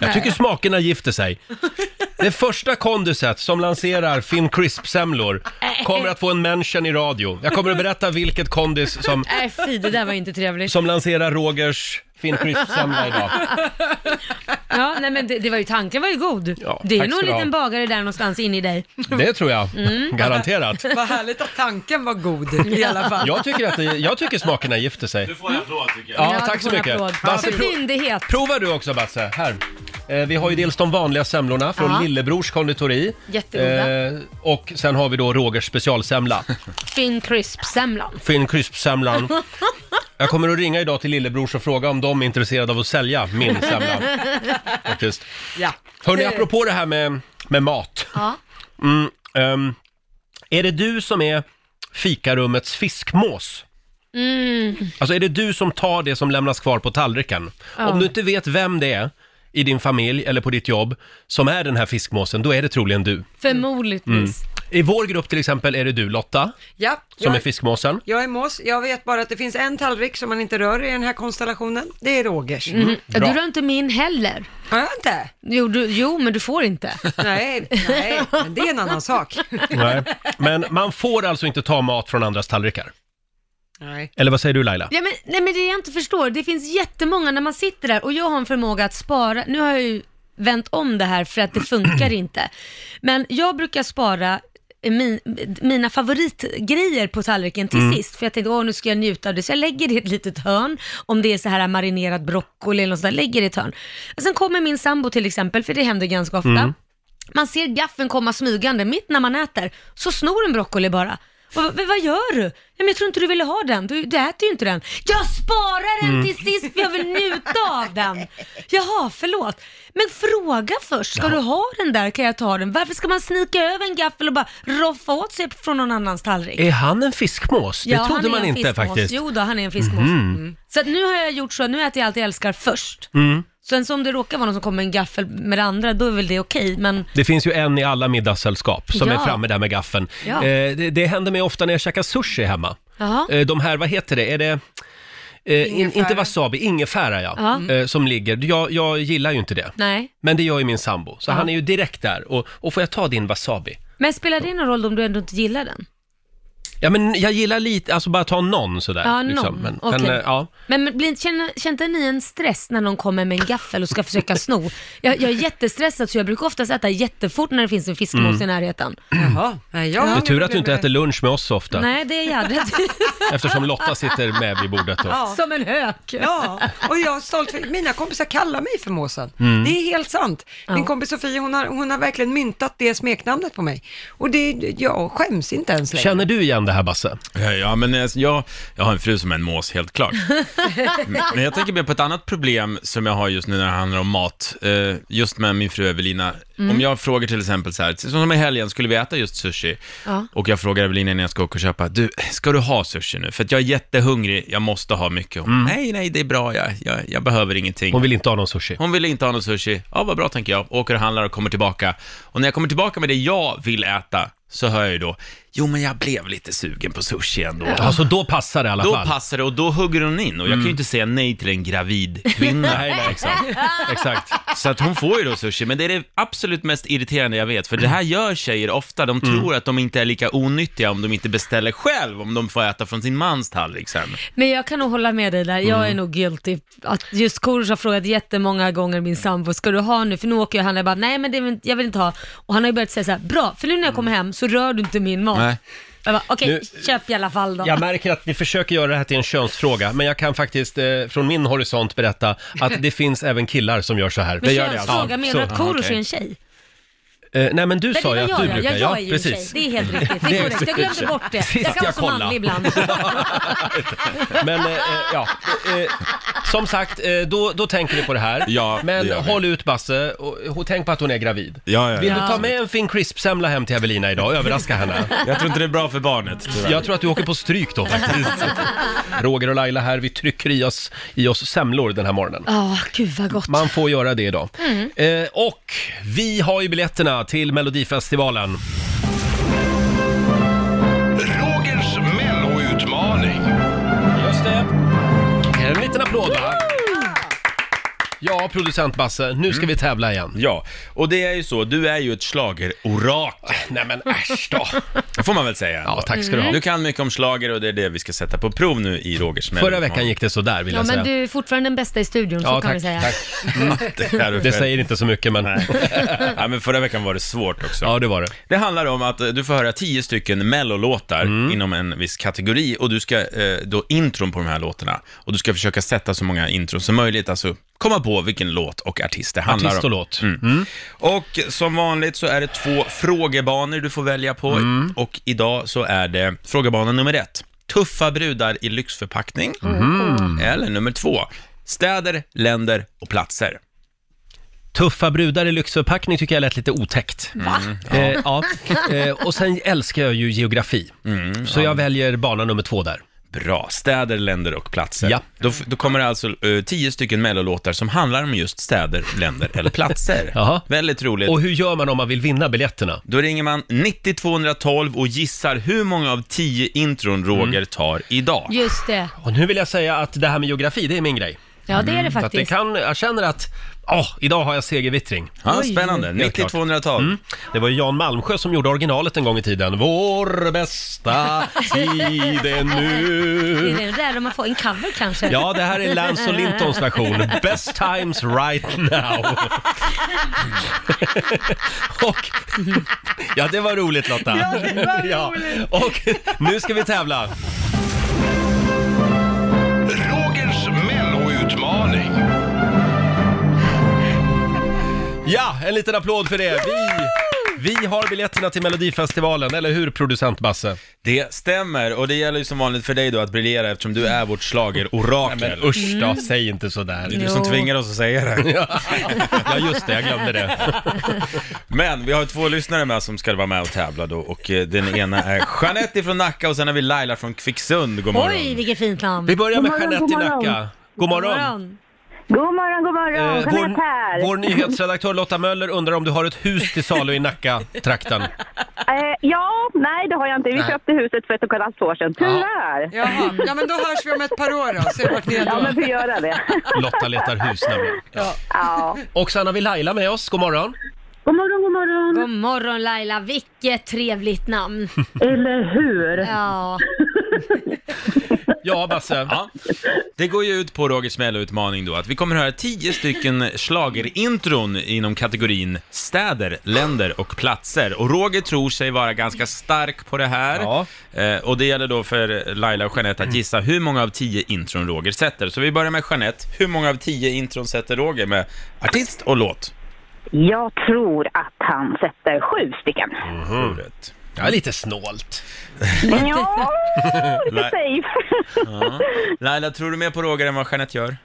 Speaker 1: Jag tycker smakerna gifter sig. Det första kondiset som lanserar Finn Crisp-semlor kommer att få en mention i radio. Jag kommer att berätta vilket kondis som,
Speaker 2: Nej, fy, det där var inte trevligt.
Speaker 1: som lanserar Rogers Finn Crisp-semla idag.
Speaker 2: Ja, nej men det, det var ju, tanken var ju god.
Speaker 1: Ja,
Speaker 2: det är
Speaker 1: tack
Speaker 2: nog
Speaker 1: ska
Speaker 2: en
Speaker 1: du ha.
Speaker 2: liten bagare där någonstans inne i dig.
Speaker 1: Det tror jag. Garanterat.
Speaker 5: Vad härligt att tanken var god i alla fall.
Speaker 1: Jag tycker, att det, jag tycker smakerna gifter sig.
Speaker 6: Du får en applåd tycker jag.
Speaker 1: Ja,
Speaker 2: du
Speaker 1: tack så
Speaker 2: får en
Speaker 1: mycket.
Speaker 2: applåd.
Speaker 1: Basse,
Speaker 2: För
Speaker 1: pro-
Speaker 2: fyndighet.
Speaker 1: Prova du också Basse, här. Eh, Vi har ju dels de vanliga semlorna från
Speaker 2: Ja.
Speaker 1: Lillebrors konditori.
Speaker 2: Jättegoda.
Speaker 1: Eh, och sen har vi då Rogers specialsemla.
Speaker 2: Finn crisp-semlan.
Speaker 1: Finn Crisp-semlan. Jag kommer att ringa idag till Lillebrors och fråga om de är intresserade av att sälja min semla. Faktiskt.
Speaker 5: Ja.
Speaker 1: Hörni, apropå det här med, med mat.
Speaker 2: Ja.
Speaker 1: Mm, ehm, är det du som är fikarummets fiskmås?
Speaker 2: Mm.
Speaker 1: Alltså är det du som tar det som lämnas kvar på tallriken? Om du inte vet vem det är i din familj eller på ditt jobb som är den här fiskmåsen, då är det troligen du.
Speaker 2: Förmodligtvis.
Speaker 1: I vår grupp till exempel är det du Lotta,
Speaker 5: Ja,
Speaker 1: som
Speaker 5: jag,
Speaker 1: är fiskmåsen.
Speaker 5: jag är mås. Jag vet bara att det finns en tallrik som man inte rör i den här konstellationen. Det är Rogers.
Speaker 2: Ja,
Speaker 1: Mm. Bra.
Speaker 2: Du rör inte min heller.
Speaker 5: Har jag inte?
Speaker 2: Jo, du, jo, men du får inte.
Speaker 5: Nej, nej, men det är en annan sak.
Speaker 1: Nej. Men man får alltså inte ta mat från andras tallrikar.
Speaker 5: Nej.
Speaker 1: Eller vad säger du Laila?
Speaker 2: Ja, men, nej men det jag inte förstår, det finns jättemånga när man sitter där och jag har en förmåga att spara, nu har jag ju vänt om det här för att det funkar inte. Men jag brukar spara min, mina favoritgrejer på tallriken till sist, för jag tänkte åh nu ska jag njuta av det, så jag lägger det i ett litet hörn, om det är så här marinerad broccoli eller något sånt där, lägger det i ett hörn. Sen kommer min sambo till exempel, för det händer ganska ofta, man ser gaffeln komma smygande mitt när man äter, så snor en broccoli bara. Och, vad, vad gör du? Ja, men jag tror inte du ville ha den, du, du äter ju inte den. Jag sparar
Speaker 1: Mm.
Speaker 2: den till sist för jag vill njuta av den. Jaha, förlåt. Men fråga först, ska du ha den där kan jag ta den? Varför ska man snika över en gaffel och bara roffa åt sig från någon annans tallrik?
Speaker 1: Är han en fiskmås? Eh, Det
Speaker 2: Ja, han
Speaker 1: trodde
Speaker 2: är
Speaker 1: man
Speaker 2: en
Speaker 1: inte
Speaker 2: fiskmås.
Speaker 1: faktiskt. Mhm.
Speaker 2: Jo då, han är en fiskmås. Mm. Så att nu har jag gjort så, nu äter jag allt jag älskar först.
Speaker 1: Mm.
Speaker 2: Sen så om det råkar vara någon som kommer med en gaffel med det andra, då är väl det okej, men
Speaker 1: Det finns ju en i alla middagssällskap som
Speaker 2: Ja.
Speaker 1: är framme där med gaffeln.
Speaker 2: Ja.
Speaker 1: Eh, det, det händer mig ofta när jag käkar sushi hemma.
Speaker 2: jaha.
Speaker 1: Eh, de här, vad heter det? Är det eh, in,
Speaker 5: Ingefära.
Speaker 1: inte wasabi, ingefära ja,
Speaker 2: Ja.
Speaker 1: Eh, som ligger. Jag, jag gillar ju inte det.
Speaker 2: Nej.
Speaker 1: Men det gör ju min sambo, så han är ju direkt där. Och, och får jag ta din wasabi?
Speaker 2: Men spelar det någon roll om du ändå inte gillar den?
Speaker 1: Ja men jag gillar lite, alltså bara ta någon sådär.
Speaker 2: Ja, någon.
Speaker 1: liksom. Men,
Speaker 2: Okej.
Speaker 1: men, eh, ja.
Speaker 2: Men men blir, känner, känner inte ni en stress när någon kommer med en gaffel och ska försöka sno? Jag, jag är jättestressad så jag brukar oftast äta jättefort när det finns en fiskmås
Speaker 1: Mm.
Speaker 2: i närheten.
Speaker 5: Jaha. Nej, jag
Speaker 1: Det är tur
Speaker 5: har
Speaker 1: att du
Speaker 5: problem
Speaker 1: inte
Speaker 5: med
Speaker 1: äter lunch med oss så ofta,
Speaker 2: Nej, det är jädrigt.
Speaker 1: eftersom Lotta sitter med vid bordet då.
Speaker 5: Ja.
Speaker 2: Som en hök.
Speaker 5: Ja, och jag är stolt för, mina kompisar kallar mig för måsen.
Speaker 1: Mm.
Speaker 5: Det är helt sant. Min kompis Sofie, hon har, hon har verkligen myntat det smeknamnet på mig. Och det, jag skäms inte ens längre.
Speaker 1: Känner du igen det här Basse?
Speaker 6: Ja, men eh, jag, jag har en fru som är en mås, helt klart. Men- Men jag tänker mer på ett annat problem som jag har just nu när det handlar om mat, eh, just med min fru Evelina. Om jag frågar till exempel så här, som i helgen skulle vi äta just sushi,
Speaker 2: Ja.
Speaker 6: och jag frågar Evelina när jag ska åka och köpa, du, ska du ha sushi nu? För att jag är jättehungrig, jag måste ha mycket. Hon, Nej, nej, det är bra, jag, jag, jag behöver ingenting.
Speaker 1: Hon vill inte ha någon sushi.
Speaker 6: Hon ville inte ha någon sushi. Ja, vad bra tänker jag. Åker och handlar och kommer tillbaka. Och när jag kommer tillbaka med det jag vill äta, så hör jag ju då, jo men jag blev lite sugen på sushi ändå.
Speaker 1: Alltså då passar det i alla
Speaker 6: Då
Speaker 1: fall.
Speaker 6: passar det och då hugger hon in och jag kan ju inte säga nej till en gravid
Speaker 1: Nej,
Speaker 6: kvinna.
Speaker 1: nej, exakt. exakt.
Speaker 6: så att hon får ju då sushi, men det är det absolut mest irriterande jag vet. För det här gör tjejer ofta, de tror att de inte är lika onyttiga om de inte beställer själv, om de får äta från sin liksom. mans tallrik sen.
Speaker 2: Men jag kan nog hålla med dig där,
Speaker 1: Mm.
Speaker 2: jag är nog guilty. Att just Korosh har frågat jättemånga gånger min sambo, ska du ha nu? För nu åker jag och handlar, jag bara, nej men det, vill- jag vill inte ha. Och han har ju börjat säga så här, bra, för nu när jag kommer hem så rör du inte min mat.
Speaker 6: Nej.
Speaker 2: Jag bara, okej,
Speaker 1: Nu-
Speaker 2: köp i alla fall då.
Speaker 1: Jag märker att vi försöker göra det här till en könsfråga, men jag kan faktiskt eh, från min horisont berätta att det alltså. finns även killar som gör så här.
Speaker 2: Men
Speaker 1: gör
Speaker 2: könsfråga, menar du att Korosh
Speaker 6: okej.
Speaker 2: är en tjej?
Speaker 1: Eh, nej men du
Speaker 2: Nej, det
Speaker 1: sa ju
Speaker 2: var
Speaker 1: att
Speaker 2: jag,
Speaker 1: du
Speaker 2: ja.
Speaker 1: brukar,
Speaker 2: jag, jag är ju
Speaker 1: precis.
Speaker 2: tjej. Det är helt riktigt. Det är korrekt. Jag glömde bort det.
Speaker 1: Sist
Speaker 2: jag kan
Speaker 1: jag
Speaker 2: vara så
Speaker 1: kollade.
Speaker 2: manlig ibland.
Speaker 1: Men eh, eh, ja, eh, som sagt, eh, då, då tänker vi på det här.
Speaker 6: Ja,
Speaker 1: men
Speaker 6: det gör vi.
Speaker 1: håll ut Basse, och, och tänk på att hon är gravid.
Speaker 6: Ja, ja,
Speaker 1: Vill
Speaker 6: ja.
Speaker 1: du ta med en fin krispsemla hem till Evelina idag och överraska henne?
Speaker 6: Jag tror inte det är bra för barnet, tyvärr.
Speaker 1: Jag tror att du åker på stryk då faktiskt. Roger och Laila här, vi trycker i oss, i oss semlor den här morgonen.
Speaker 2: Ja, gud vad gott.
Speaker 1: Man får göra det idag. Eh, och vi har ju biljetterna till Melodifestivalen.
Speaker 4: Rogers melloutmaning.
Speaker 1: Just det. En liten applåd va? Ja, producent Basse, nu ska vi tävla igen.
Speaker 6: Ja, och det är ju så, du är ju ett schlagerorakel,
Speaker 1: Nej men äsch då.
Speaker 6: det får man väl säga. ändå.
Speaker 1: Mm. Ja, tack ska du ha.
Speaker 6: Du kan mycket om schlager och det är det vi ska sätta på prov nu i Rogers
Speaker 1: Förra veckan gick det sådär vill
Speaker 2: Ja,
Speaker 1: jag säga.
Speaker 2: men du är fortfarande den bästa i studion, så
Speaker 1: alltså. Ja,
Speaker 2: kan
Speaker 1: tack,
Speaker 2: vi säga.
Speaker 1: tack.
Speaker 6: det. Är du
Speaker 1: Det
Speaker 6: själv.
Speaker 1: säger inte så mycket men...
Speaker 6: ja, men förra veckan var det svårt också.
Speaker 1: Ja, det var det.
Speaker 6: Det handlar om att eh, du får höra tio stycken mellolåtar
Speaker 1: Mm.
Speaker 6: inom en viss kategori och du ska eh, då intron på de här låtarna och du ska försöka sätta så många intron som möjligt, alltså komma på vilken låt och artist det handlar
Speaker 1: Artist
Speaker 6: om.
Speaker 1: och låt.
Speaker 6: Mm. Och som vanligt så är det två frågebanor du får välja på
Speaker 1: Mm.
Speaker 6: och idag så är det frågebana nummer ett, tuffa brudar i lyxförpackning,
Speaker 1: Mhm.
Speaker 6: eller nummer två, städer, länder och platser.
Speaker 1: Tuffa brudar i lyxförpackning tycker jag lät lite otäckt. Va? Eh, ja. Mm. Eh, och sen älskar jag ju geografi. så jag väljer bana nummer två där.
Speaker 6: Bra. Städer, länder och platser.
Speaker 1: Ja.
Speaker 6: Då, f- då kommer det alltså eh, tio stycken mellolåtar som handlar om just städer, länder eller platser.
Speaker 1: Jaha.
Speaker 6: Väldigt roligt.
Speaker 1: Och hur gör man om man vill vinna biljetterna?
Speaker 6: Då ringer man 90-212 och gissar hur många av tio intron
Speaker 1: Mm.
Speaker 6: Roger tar idag.
Speaker 2: Just det.
Speaker 1: Och nu vill jag säga att det här med geografi, det är min grej.
Speaker 2: Ja, det är det
Speaker 1: Mm, Så att det
Speaker 2: faktiskt.
Speaker 1: kan, jag känner att, åh, idag har jag segervittring.
Speaker 6: Ja,
Speaker 2: Oj.
Speaker 6: spännande.
Speaker 1: Helt klart. Mm.
Speaker 6: 90-212.
Speaker 1: Det var ju Jan Malmsjö som gjorde originalet en gång i tiden. Vår bästa tid är
Speaker 2: Det
Speaker 1: nu.
Speaker 2: är det där om man får en cover kanske.
Speaker 1: Ja, det här är Lance och Lintons version. Best times right now. Och, ja, det var roligt Lotta. Ja, det var roligt. Och nu ska vi tävla.
Speaker 4: Rogers melloutmaning.
Speaker 1: Ja, en liten applåd för det. Vi, vi har biljetterna till Melodifestivalen, eller hur producent Basse?
Speaker 6: Det stämmer, och det gäller ju som vanligt för dig då att briljera eftersom du är vårt schlagerorakel.
Speaker 1: usch
Speaker 7: Mm.
Speaker 1: då, säg inte sådär.
Speaker 6: Det är du som
Speaker 2: Jo.
Speaker 6: tvingar oss att säga det.
Speaker 1: Ja just det, jag glömde det.
Speaker 6: Men vi har två lyssnare med som ska vara med och tävla då och eh, den ena är Jeanette från Nacka och sen har vi Laila från Kvicksund. God morgon.
Speaker 2: Oj, vilket fint namn.
Speaker 1: Vi börjar med
Speaker 7: God morgon,
Speaker 1: Jeanette i
Speaker 7: god morgon.
Speaker 1: Nacka. God morgon.
Speaker 7: God morgon, god morgon!
Speaker 1: Eh,
Speaker 7: Jeanette här.
Speaker 1: vår, vår nyhetsredaktör Lotta Möller undrar om du har ett hus till salu i Nacka-trakten.
Speaker 7: Eh, ja, nej det har jag inte. Vi
Speaker 1: Nej.
Speaker 7: köpte huset för ett och ett halvt år sedan, tyvärr. Ja,
Speaker 5: Jaha, ja men då hörs vi om ett par år då, ser vart ni är då.
Speaker 7: men vi göra det.
Speaker 1: Lotta letar hus nämligen.
Speaker 7: ja.
Speaker 1: Och sen har vi Laila med oss, god morgon.
Speaker 7: God morgon, god morgon!
Speaker 2: God morgon Laila, vilket trevligt namn.
Speaker 7: Eller hur?
Speaker 2: Ja,
Speaker 1: Ja, Basse.
Speaker 6: Ja. Det går ju ut på Rogers Mello-utmaning då att vi kommer höra tio stycken schlagerintron inom kategorin städer, länder och platser. Och Roger tror sig vara ganska stark på det här.
Speaker 1: Ja. Mm.
Speaker 6: Eh, och det gäller då för Laila och Jeanette att gissa hur många av tio intron Roger sätter. Så vi börjar med Jeanette. Hur många av tio intron sätter Roger med artist och låt?
Speaker 7: Jag tror att han sätter sju stycken.
Speaker 1: Mm.
Speaker 6: Sju rätt.
Speaker 1: Ja, lite snålt.
Speaker 7: Ja, lite
Speaker 6: Nej.
Speaker 7: safe.
Speaker 6: Ja. Laila, tror du mer på Roger än vad Jeanette gör?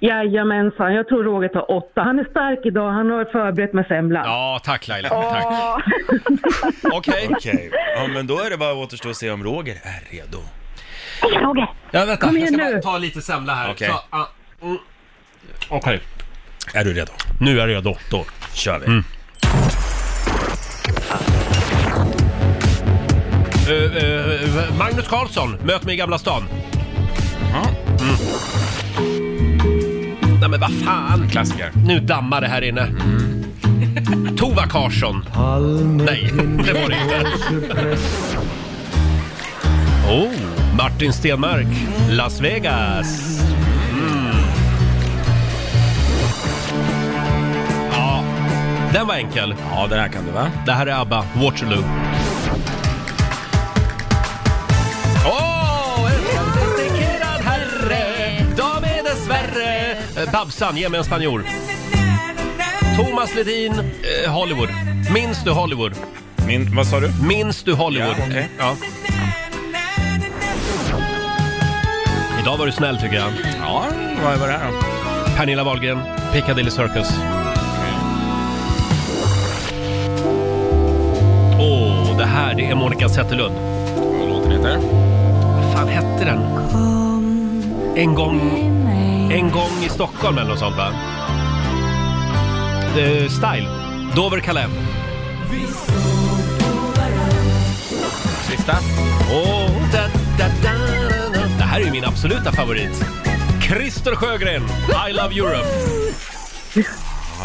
Speaker 8: Jajamensan, jag tror Roger tar åtta. Han är stark idag, han har förberett med semlan.
Speaker 1: Ja, tack Laila. Tack.
Speaker 7: Ja.
Speaker 1: Okej.
Speaker 6: Okej. Ja, men då är det bara att återstå och se om Roger är redo.
Speaker 7: Hej Roger!
Speaker 1: Ja, vänta.
Speaker 8: Kom
Speaker 1: Jag ska
Speaker 8: igen
Speaker 1: bara
Speaker 8: nu.
Speaker 1: ta lite semla här.
Speaker 6: Okej.
Speaker 1: Så, ah, mm. Okej.
Speaker 6: Är du redo?
Speaker 1: Nu är jag redo.
Speaker 6: Då kör vi.
Speaker 1: Mm. Eh, eh, Magnus Carlsson, möt mig i Gamla stan. Mm.
Speaker 6: Ja,
Speaker 1: Nej men vad fan.
Speaker 6: klassiker.
Speaker 1: Nu dammar det här inne. Tova Karsson. Nej, det var det inte. Oh, Martin Stenmark, Las Vegas. Mm. Ja, den var enkel.
Speaker 6: Ja, den här kan du va?
Speaker 1: Det här är ABBA, Waterloo. Åh, en sofistikerad herre, de är dessvärre... Eh, Babsan, ge mig en spanjor. Thomas Ledin, eh, Hollywood. Minns du Hollywood?
Speaker 6: Min, vad sa du?
Speaker 1: Minns du Hollywood?
Speaker 6: Ja, okej.
Speaker 1: ja. Idag var du snäll tycker jag.
Speaker 6: Ja, vad var det här då?
Speaker 1: Pernilla Wahlgren, Piccadilly Circus. Åh, det här det är Monica Zetterlund.
Speaker 6: Vad låten heter?
Speaker 1: Vad fan hette den? En gång... En gång i Stockholm eller något sånt va? Eh, style. Dover Calais.
Speaker 6: Sista?
Speaker 1: Åh, da, da, da, da, da. Det här är ju min absoluta favorit. Christer Sjögren, I Love Europe.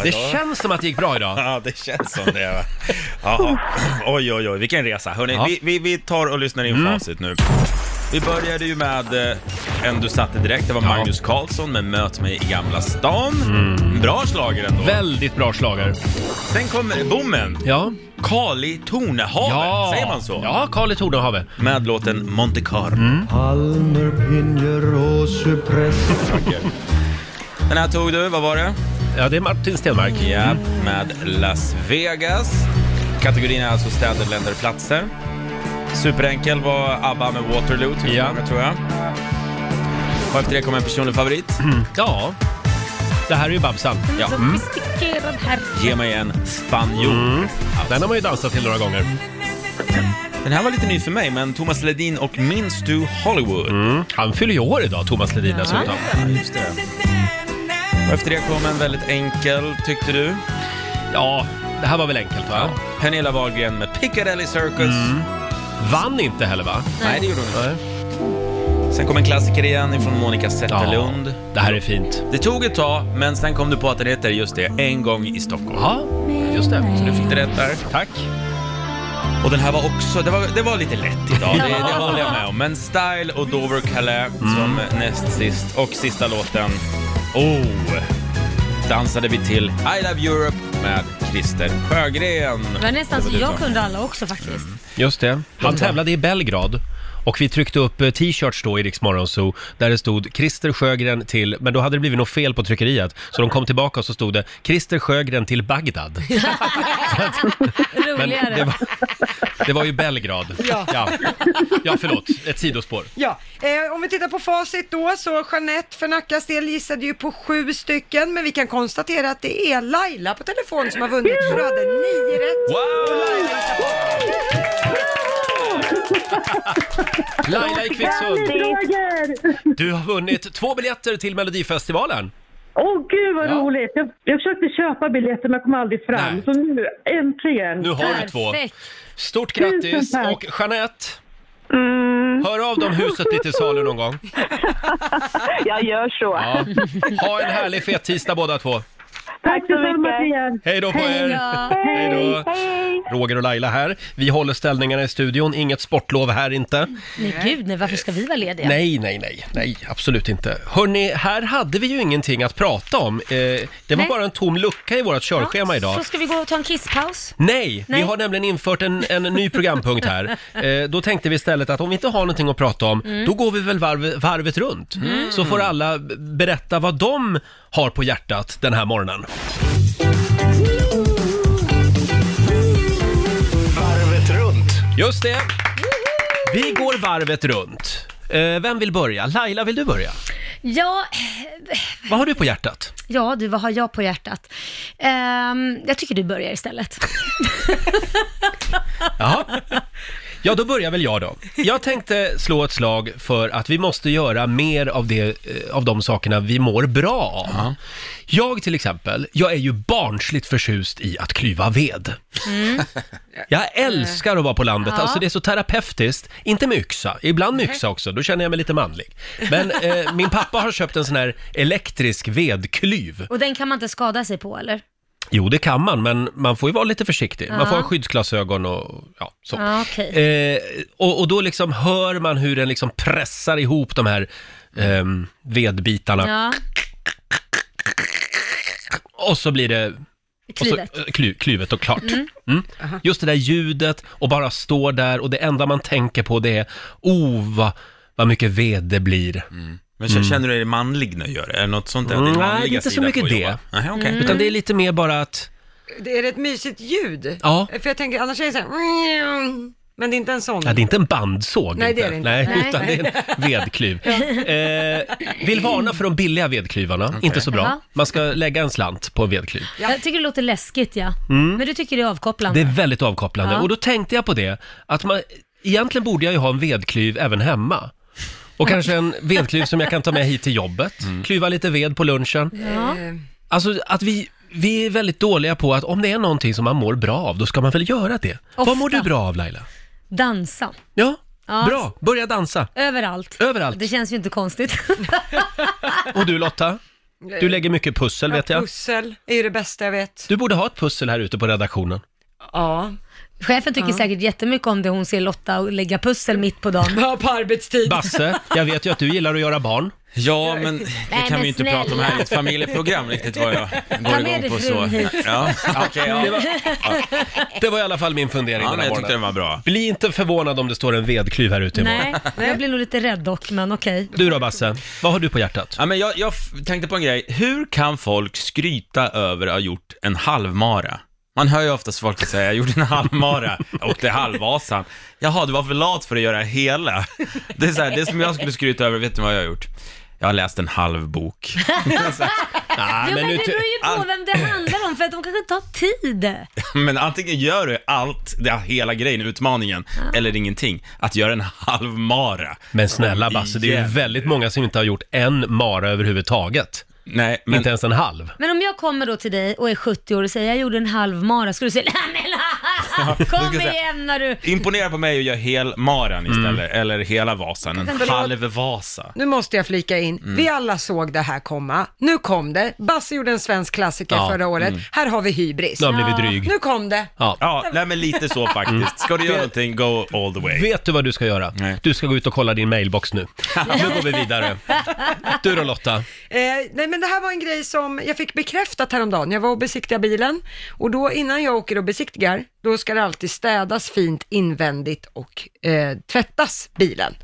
Speaker 1: Det känns som att det gick bra idag.
Speaker 6: Ja, det känns som det. Va? Jaha. Oj, oj, oj, vilken resa. Hörrni,
Speaker 1: Ja.
Speaker 6: vi, vi, vi tar och lyssnar in facit nu. Vi började ju med eh, en du satte direkt. Det var
Speaker 1: Ja.
Speaker 6: Magnus Carlsson med Möt mig i Gamla stan. Bra slager ändå.
Speaker 1: Väldigt bra schlager.
Speaker 6: Sen kommer bommen.
Speaker 1: Ja.
Speaker 6: Kali Tornehave,
Speaker 1: ja.
Speaker 6: säger man så?
Speaker 1: Ja, Karli Tordenhave.
Speaker 6: Med låten Monte Carlo.
Speaker 9: Palmer, pinjer, rosepress
Speaker 6: Den här tog du, vad var det?
Speaker 1: Ja, det är Martin Stenmark.
Speaker 6: Ja, med Las Vegas. Kategorin är alltså städer, länder, platser. Superenkel var ABBA med Waterloo, tyckte
Speaker 1: Ja.
Speaker 6: många, tror jag. Och efter det kom en personlig favorit.
Speaker 1: Ja. Det här är ju Babsan.
Speaker 6: Ja.
Speaker 1: Mm.
Speaker 2: Sofistikerad herre.
Speaker 6: Ge mig en spanjor.
Speaker 1: Den har man ju dansat till några gånger.
Speaker 6: Den här var lite ny för mig, men Thomas Ledin och Minns du Hollywood?
Speaker 1: Mm. Han fyller ju år idag, Thomas Ledin dessutom.
Speaker 6: Mm. Ja, just det. Och efter det kom en väldigt enkel, tyckte du.
Speaker 1: Ja, det här var väl enkelt va?
Speaker 6: Pernilla Wahlgren med Piccadilly Circus.
Speaker 1: Vann inte heller va?
Speaker 6: Nej, det gjorde hon inte. Sen kom en klassiker igen ifrån Monica Zetterlund.
Speaker 1: Det här är fint.
Speaker 6: Det tog ett tag, men sen kom du på att den heter just det, En gång i Stockholm.
Speaker 1: Ja, just det.
Speaker 6: Så du fick det rätt där.
Speaker 1: Tack.
Speaker 6: Och den här var också, det var, det var lite lätt idag, det, det håller jag med om. Men Style och Dover Calais
Speaker 1: Mm.
Speaker 6: som näst sist. Och sista låten, oh, dansade vi till I Love Europe med Christer Sjögren.
Speaker 2: Det var nästan så
Speaker 6: du
Speaker 2: jag
Speaker 6: som-
Speaker 2: kunde alla också faktiskt.
Speaker 1: Just det. Han tävlade i Belgrad. Och vi tryckte upp eh, t-shirts då i Rix Morgon Zoo där det stod Christer Sjögren till, men då hade det blivit något fel på tryckeriet. Så de kom tillbaka och så stod det Christer Sjögren till Bagdad. Men
Speaker 2: Roligare.
Speaker 1: det var, det var ju Belgrad.
Speaker 5: Ja.
Speaker 1: ja. Ja, förlåt. Ett sidospår.
Speaker 5: Ja, eh, om vi tittar på facit då så Jeanette för Nackas del gissade ju på sju stycken men vi kan konstatera att det är Laila på telefon som har vunnit för du hade nio rätt.
Speaker 1: Laila i Kvicksund,
Speaker 8: Roger!
Speaker 1: du har vunnit två biljetter till Melodifestivalen.
Speaker 8: Åh gud vad
Speaker 1: Ja.
Speaker 8: roligt! Jag, jag försökte köpa biljetter men jag kom aldrig fram.
Speaker 1: Nej.
Speaker 8: Så nu, äntligen!
Speaker 1: Nu har du två.
Speaker 2: Perfekt.
Speaker 1: Stort grattis
Speaker 8: Tusen tack.
Speaker 1: och Jeanette, hör av dig om huset blir till salu någon gång.
Speaker 7: Jag gör så.
Speaker 1: Ja. Ha en härlig fet tisdag båda två.
Speaker 8: Tack
Speaker 7: så
Speaker 8: detsamma
Speaker 7: mycket.
Speaker 8: till er!
Speaker 1: Hej då på er! Hej då! Roger och Laila här. Vi håller ställningarna i studion, inget sportlov här inte.
Speaker 2: Nej gud, nej, varför ska vi vara lediga?
Speaker 1: Nej, nej, nej, nej, absolut inte. Hörni, här hade vi ju ingenting att prata om. Eh, det var
Speaker 2: Nej.
Speaker 1: bara en tom lucka i vårt
Speaker 2: Ja,
Speaker 1: körschema idag.
Speaker 2: Så ska vi gå och ta en kisspaus.
Speaker 1: Nej,
Speaker 2: Nej.
Speaker 1: vi har nämligen infört en, en ny programpunkt här. Eh, då tänkte vi istället att om vi inte har någonting att prata om, då går vi väl varv, varvet runt. Mm. Så får alla b- berätta vad de har på hjärtat den här morgonen.
Speaker 4: Varvet runt.
Speaker 1: Just det! Vi går varvet runt. Eh, vem vill börja? Laila, vill du börja?
Speaker 2: Ja,
Speaker 1: Vad har du på hjärtat?
Speaker 2: ja du, vad har jag på hjärtat? Ehm, jag tycker du börjar istället.
Speaker 1: Jaha. Ja, då börjar väl jag då. Jag tänkte slå ett slag för att vi måste göra mer av, det, eh, av de sakerna vi mår bra av. Jag till exempel, jag är ju barnsligt förtjust i att klyva ved. Jag älskar att vara på landet,
Speaker 2: Mm. Ja.
Speaker 1: alltså det är så terapeutiskt. Inte med yxa, ibland med yxa också, då känner jag mig lite manlig. Men eh, min pappa har köpt en sån här elektrisk vedklyv.
Speaker 2: Och den kan man inte skada sig på eller?
Speaker 1: Jo, det kan man, men man får ju vara lite försiktig. Man
Speaker 2: Ja.
Speaker 1: får ha skyddsglasögon och ja, så.
Speaker 2: Ja, okej.
Speaker 1: Eh, och, och då liksom hör man hur den liksom pressar ihop de här ehm, vedbitarna
Speaker 2: Ja,
Speaker 1: och så blir det och så,
Speaker 2: klivet.
Speaker 1: eh, klu, kluvet och klart. Mm. Just det där ljudet och bara
Speaker 2: Mm.
Speaker 1: stå där och det enda man tänker på det är oh vad, vad mycket ved det blir.
Speaker 6: Men k- känner du dig manlig när du gör det? Är det något sånt? där?
Speaker 1: Mm,
Speaker 6: Din
Speaker 1: nej,
Speaker 6: manliga
Speaker 1: det är inte så
Speaker 6: sida
Speaker 1: mycket
Speaker 6: får
Speaker 1: det.
Speaker 6: jobba. Nej, okej.
Speaker 2: Mm.
Speaker 1: Utan det är lite mer bara att...
Speaker 5: Det är ett mysigt ljud. Eh,
Speaker 1: Ja.
Speaker 5: För jag tänker, annars är det så här... Men det är inte en sån.
Speaker 1: Ja, det är inte en bandsåg.
Speaker 5: Nej, det är det inte.
Speaker 1: Nej,
Speaker 2: Nej.
Speaker 1: utan det är en vedklyv. Eh, vill varna för de billiga vedklyvarna. Inte så bra.
Speaker 2: Jaha.
Speaker 1: Man ska lägga en slant på en vedklyv.
Speaker 2: Jag tycker det låter läskigt ja. Men du tycker det
Speaker 1: Mm.
Speaker 2: är
Speaker 1: Det
Speaker 2: avkopplande?
Speaker 1: är väldigt avkopplande.
Speaker 2: Ja.
Speaker 1: Och då tänkte jag på det, att man, egentligen borde jag ju ha en vedklyv även hemma. Och kanske en vedklyv som jag kan ta med hit till jobbet.
Speaker 6: Mm.
Speaker 1: Klyva lite ved på lunchen.
Speaker 2: Ja.
Speaker 1: Alltså att vi, vi är väldigt dåliga på att om det är någonting som man mår bra av, då ska man väl göra det.
Speaker 2: Ofta.
Speaker 1: Vad mår du bra av Laila?
Speaker 2: Dansa.
Speaker 1: Ja,
Speaker 2: Ja.
Speaker 1: bra. Börja dansa.
Speaker 2: Överallt.
Speaker 1: Överallt.
Speaker 2: Det känns ju inte konstigt.
Speaker 1: Och du Lotta? Du lägger mycket pussel vet jag.
Speaker 5: Pussel är ju det bästa jag vet.
Speaker 1: Du borde ha ett pussel här ute på redaktionen.
Speaker 5: Ja.
Speaker 2: Chefen tycker säkert jättemycket om det hon ser Lotta och lägga pussel mitt på dagen.
Speaker 5: Ja, på arbetstid.
Speaker 1: Basse, jag vet ju att du gillar att göra barn.
Speaker 6: Ja, men det kan
Speaker 2: men
Speaker 6: vi ju inte prata om här i ett familjeprogram riktigt vad jag går
Speaker 2: med
Speaker 6: igång
Speaker 2: dig
Speaker 6: på så.
Speaker 2: frun hit.
Speaker 6: Ja, okej,
Speaker 1: Det
Speaker 6: ja.
Speaker 1: var, det var i alla fall min fundering
Speaker 6: ja
Speaker 1: den
Speaker 6: men
Speaker 1: här
Speaker 6: jag tyckte den
Speaker 1: morgonen.
Speaker 6: var bra.
Speaker 1: Bli inte förvånad om det står en vedklyv här ute imorgon.
Speaker 2: Nej, jag blir nog lite rädd dock, men okej.
Speaker 1: Du då Basse, vad har du på hjärtat?
Speaker 6: Ja, men jag, jag f- tänkte på en grej. Hur kan folk skryta över att ha gjort en halvmara? Man hör ju oftast folk säga, jag gjorde en halvmara, jag åkte halvvasan. Jaha, du var för lat för att göra hela. Det är så här, det som jag skulle skryta över, vet du vad jag har gjort? Jag har läst en halv bok.
Speaker 1: Nej,
Speaker 2: Ja, men,
Speaker 1: nu
Speaker 2: det
Speaker 1: ty-
Speaker 2: beror ju på vem det handlar om, för att de kanske inte har tid.
Speaker 6: Men antingen gör du allt, det här, hela grejen, utmaningen, eller ingenting. Att göra en halvmara.
Speaker 1: men snälla Basse, det är ju
Speaker 6: Igen.
Speaker 1: väldigt många som inte har gjort en mara överhuvudtaget.
Speaker 6: Nej, men...
Speaker 1: Inte ens en halv.
Speaker 2: Men om jag kommer då till dig och är 70 år och säger jag gjorde en halv mara, skulle du säga nej men
Speaker 6: jag
Speaker 2: kom
Speaker 6: ska säga-
Speaker 2: igen när du...
Speaker 6: Imponera på mig och gör hel maran istället,
Speaker 1: Mm.
Speaker 6: eller hela Vasan. En
Speaker 5: Förlåt.
Speaker 6: halv Vasa.
Speaker 5: Nu måste jag flika in. Vi alla såg det här komma. Nu kom det. Basse gjorde en svensk klassiker
Speaker 1: Ja,
Speaker 5: förra året. Här har vi hybris.
Speaker 1: Nu har han blivit dryg.
Speaker 5: Nu kom det.
Speaker 1: Ja.
Speaker 6: Ja, nej men lite
Speaker 1: Mm.
Speaker 6: så faktiskt. Ska du göra någonting, go all the way.
Speaker 1: Vet du vad du ska göra?
Speaker 6: Nej.
Speaker 1: Du ska gå ut och kolla din mailbox nu. Nu går vi vidare. Du då Lotta?
Speaker 5: Eh, nej men det här var en grej som jag fick bekräftat häromdagen. Jag var och besiktigade bilen och då innan jag åker och besiktigar, då ska det alltid städas fint invändigt och eh, tvättas bilen.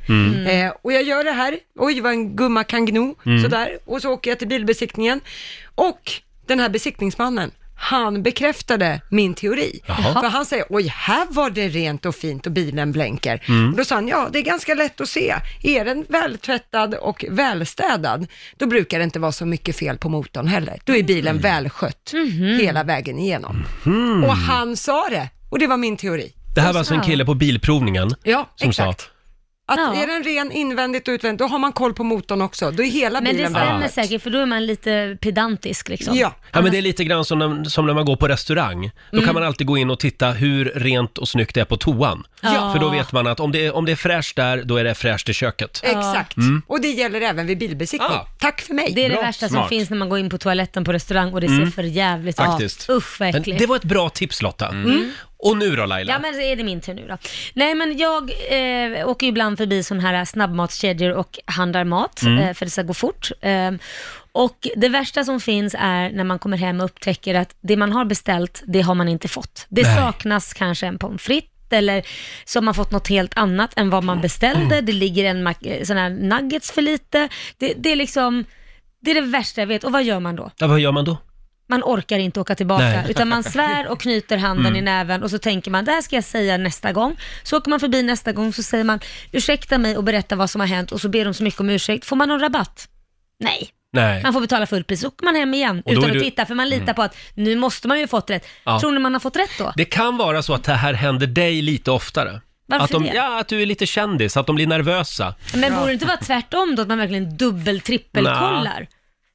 Speaker 5: Eh, och jag gör det här, oj vad en gumma kan gno, sådär. Och så åker jag till bilbesiktningen och den här besiktningsmannen, han bekräftade min teori.
Speaker 1: Jaha.
Speaker 5: För han säger, oj här var det rent och fint och bilen blänker.
Speaker 1: Mm.
Speaker 5: Och då sa han, ja det är ganska lätt att se. Är den vältvättad och välstädad, då brukar det inte vara så mycket fel på motorn heller. Då är
Speaker 1: Mm.
Speaker 5: bilen välskött
Speaker 2: Mhm.
Speaker 5: hela vägen igenom.
Speaker 1: Mhm.
Speaker 5: Och han sa det, och det var min teori.
Speaker 1: Det här var alltså en kille på bilprovningen
Speaker 5: Ja,
Speaker 1: som sa
Speaker 5: exakt. Att
Speaker 2: Ja.
Speaker 5: är den ren invändigt och utvändigt, då har man koll på motorn också. Då är hela
Speaker 2: Men det
Speaker 5: bilen välskött.
Speaker 2: stämmer säkert, för då är man lite pedantisk liksom.
Speaker 5: Ja.
Speaker 1: Ja, men det är lite grann som när, som när man går på restaurang. Då
Speaker 2: Mm.
Speaker 1: kan man alltid gå in och titta hur rent och snyggt det är på toan.
Speaker 2: Ja.
Speaker 1: För då vet man att om det, är, om det är fräscht där, då är det fräscht i köket.
Speaker 5: Exakt.
Speaker 1: Mm.
Speaker 5: Och det gäller även vid bilbesiktning.
Speaker 1: Ah.
Speaker 5: Tack för mig.
Speaker 2: Det är
Speaker 1: Bra,
Speaker 2: det värsta
Speaker 6: smart. Mm.
Speaker 2: som finns när man går in på toaletten på restaurang och det ser för jävligt ut.
Speaker 1: Faktiskt.
Speaker 2: Ja, usch vad
Speaker 1: Men
Speaker 2: äckligt. Mm.
Speaker 1: det var ett bra tips Lotta. Och nu då Laila?
Speaker 2: Ja men är det min tur nu då? Nej men jag eh, åker ju ibland förbi sådana här eh, snabbmatskedjor och handlar mat
Speaker 1: Mm.
Speaker 2: eh, för det ska gå fort. Eh, och det värsta som finns är när man kommer hem och upptäcker att det man har beställt, det har man inte fått. Det
Speaker 1: Nej.
Speaker 2: saknas kanske en pommes frites eller så har man fått något helt annat än vad man beställde.
Speaker 1: Mm.
Speaker 2: Det ligger en mac- eh, sån här nuggets för lite. Det, det är liksom, det är det värsta jag vet. Och vad gör man då?
Speaker 1: Ja, vad gör man då?
Speaker 2: man orkar inte åka tillbaka,
Speaker 1: Nej. Mm.
Speaker 2: utan man svär och knyter handen i näven och så tänker man, det här ska jag säga nästa gång. Så åker man förbi nästa gång så säger man, ursäkta mig och berätta vad som har hänt och så ber de så mycket om ursäkt. Får man någon rabatt? Nej,
Speaker 1: Nej.
Speaker 2: man får betala fullt pris. Så åker man hem igen
Speaker 1: då
Speaker 2: utan
Speaker 1: är
Speaker 2: att
Speaker 1: du- Mm.
Speaker 2: titta, för man litar på att nu måste man ju ha fått rätt.
Speaker 1: Ja.
Speaker 2: Tror ni man har fått rätt då?
Speaker 1: Det kan vara så att det här händer dig lite oftare.
Speaker 2: Varför
Speaker 1: att de,
Speaker 2: det?
Speaker 1: Ja, att du är lite kändis, att de blir nervösa.
Speaker 2: Men borde det inte vara tvärtom då, att man verkligen dubbel trippelkollar?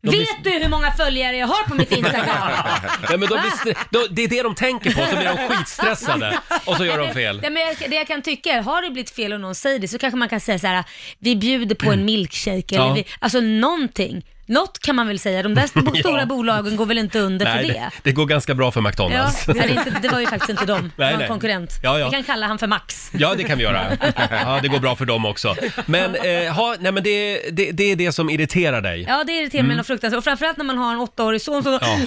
Speaker 1: De blir-
Speaker 2: Vet du hur många följare jag har på mitt Instagram?
Speaker 1: Ja, men de blir, stre- då- det är det de tänker på, så blir de skitstressade och så gör de fel.
Speaker 2: Nej, men jag, det jag kan tycka är, har det blivit fel och någon säger det så kanske man kan säga så här, vi bjuder på en milkshake eller
Speaker 1: Mm. Ja.
Speaker 2: vi, alltså någonting. Något kan man väl säga, de där st- stora bolagen går väl inte under
Speaker 1: Nej,
Speaker 2: för det.
Speaker 1: det, det går ganska bra för
Speaker 2: Ja,
Speaker 1: McDonalds.
Speaker 2: nej, det, är inte, det var ju faktiskt inte dem, det
Speaker 1: Nej,
Speaker 2: var en
Speaker 1: nej.
Speaker 2: konkurrent.
Speaker 1: Ja, ja.
Speaker 2: Vi kan kalla han för Max.
Speaker 1: Ja, det kan vi göra. Ja, det går bra för dem också. Men, eh, ha, nej, men det, det, det är det som irriterar dig.
Speaker 2: Ja, det irriterar mig något fruktansvärt. Och framförallt när man har en åttaårig son som
Speaker 1: Mm. Ja.
Speaker 2: och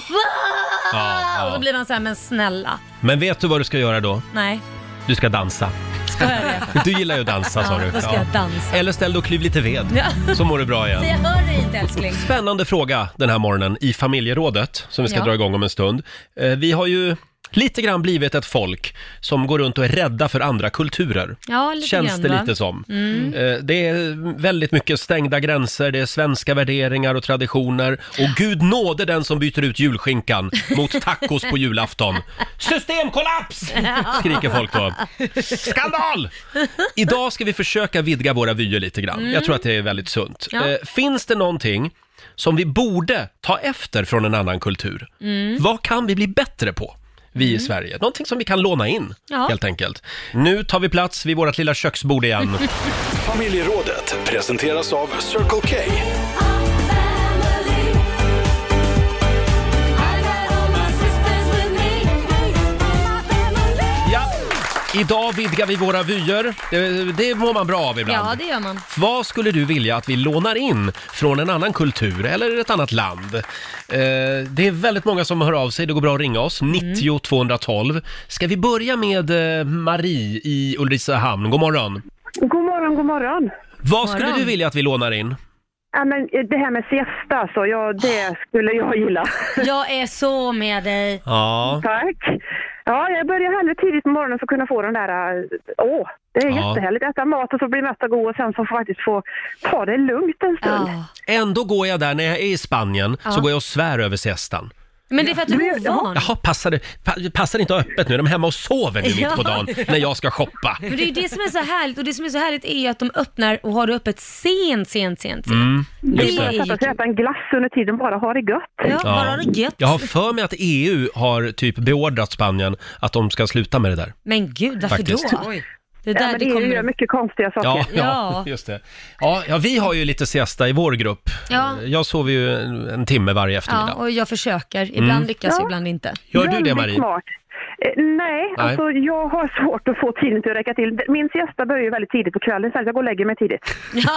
Speaker 1: Ja,
Speaker 2: då
Speaker 1: ja.
Speaker 2: blir man så här, men snälla,
Speaker 1: Men vet du vad du ska göra då?
Speaker 2: nej.
Speaker 1: Du ska dansa.
Speaker 2: Ska jag höra det?
Speaker 1: Du gillar ju att dansa sa
Speaker 2: Ja,
Speaker 1: du.
Speaker 2: då ska jag dansa.
Speaker 1: Eller ställ dig och klyv lite ved,
Speaker 2: Ja.
Speaker 1: så mår du bra igen.
Speaker 2: Så jag hör dig inte älskling.
Speaker 1: Spännande fråga den här morgonen i familjerådet som vi ska
Speaker 2: Ja.
Speaker 1: dra igång om en stund. Eh, Vi har ju lite grann blivit ett folk som går runt och är rädda för andra kulturer.
Speaker 2: Ja, lite
Speaker 1: Känns
Speaker 2: grann,
Speaker 1: det
Speaker 2: va? Mm.
Speaker 1: lite som. Eh, Det är väldigt mycket stängda gränser, det är svenska värderingar och traditioner och gud nåde den som byter ut julskinkan mot tacos på julafton. Systemkollaps! Skriker folk då. Skandal! Idag ska vi försöka vidga våra vyer lite grann. Jag tror att det är väldigt sunt.
Speaker 2: Mm. Ja.
Speaker 1: Eh, finns det någonting som vi borde ta efter från en annan kultur?
Speaker 2: Mm.
Speaker 1: Vad kan vi bli bättre på? Vi i Sverige. Någonting som vi kan låna in,
Speaker 2: Ja.
Speaker 1: helt enkelt. Nu tar vi plats vid vårt lilla köksbord igen.
Speaker 4: Familjerådet presenteras av Circle K.
Speaker 1: ja. Idag vidgar vi våra vyer. Det, det mår man bra av ibland.
Speaker 2: Ja, det gör man.
Speaker 1: Vad skulle du vilja att vi lånar in från en annan kultur eller ett annat land? Eh, det är väldigt många som hör av sig, det går bra att ringa oss, 90 212. Ska vi börja med eh, Marie i Ulricehamn, god morgon.
Speaker 8: God morgon, god morgon.
Speaker 1: Vad skulle
Speaker 2: morgon.
Speaker 1: du vilja att vi lånar in?
Speaker 8: Ja, men eh, det här med siesta, så ja, det skulle jag gilla.
Speaker 2: Jag är så med dig.
Speaker 1: Ja,
Speaker 8: Tack. Ja, jag börjar hellre tidigt på morgonen för att kunna få den där... eh, Åh, det är
Speaker 1: Ja.
Speaker 8: jättehärligt. Äta mat och så bli mätt och god och sen så får faktiskt få ta det lugnt en stund.
Speaker 2: Ja.
Speaker 1: ändå går jag där när jag är i Spanien, så
Speaker 2: Ja.
Speaker 1: går jag och svär över siestan.
Speaker 2: Men det är för att du är
Speaker 8: Men-
Speaker 2: ovan.
Speaker 1: Jaha, passar det, pa, passar det inte öppet nu? De är hemma och sover nu mitt på
Speaker 2: Ja.
Speaker 1: dagen när jag ska shoppa.
Speaker 2: Men det är ju det som är så härligt och det som är så härligt är ju att de öppnar och har det öppet sent, sent, sent. Det
Speaker 1: Mm, Just
Speaker 2: är
Speaker 1: det.
Speaker 2: ju typ-
Speaker 8: Sätta sig och äta en glass under tiden, bara ha det gött.
Speaker 2: Ja, bara ha det gött.
Speaker 1: Jag har för mig att EU har typ beordrat Spanien att de ska sluta med det där.
Speaker 2: Men gud, varför
Speaker 1: Faktiskt.
Speaker 2: då?
Speaker 5: Oj.
Speaker 2: Det
Speaker 8: Ja,
Speaker 2: där,
Speaker 8: men
Speaker 2: det
Speaker 8: EU
Speaker 2: kommer...
Speaker 8: gör mycket konstiga saker.
Speaker 1: Ja, ja,
Speaker 2: Ja.
Speaker 1: just det. Ja, ja, vi har ju lite siesta i vår grupp.
Speaker 2: Ja.
Speaker 1: Jag sover ju en, en timme varje
Speaker 2: Ja,
Speaker 1: eftermiddag.
Speaker 2: och jag försöker.
Speaker 1: Mm.
Speaker 2: Ibland lyckas,
Speaker 8: Ja.
Speaker 2: ibland inte.
Speaker 1: Gör du det
Speaker 8: Väldigt
Speaker 1: Marie?
Speaker 8: Smart. Eh, nej,
Speaker 1: Nej.
Speaker 8: alltså jag har svårt att få tiden till att räcka till. Min siesta börjar ju väldigt tidigt på kvällen, så jag går och lägger mig tidigt.
Speaker 2: Ja.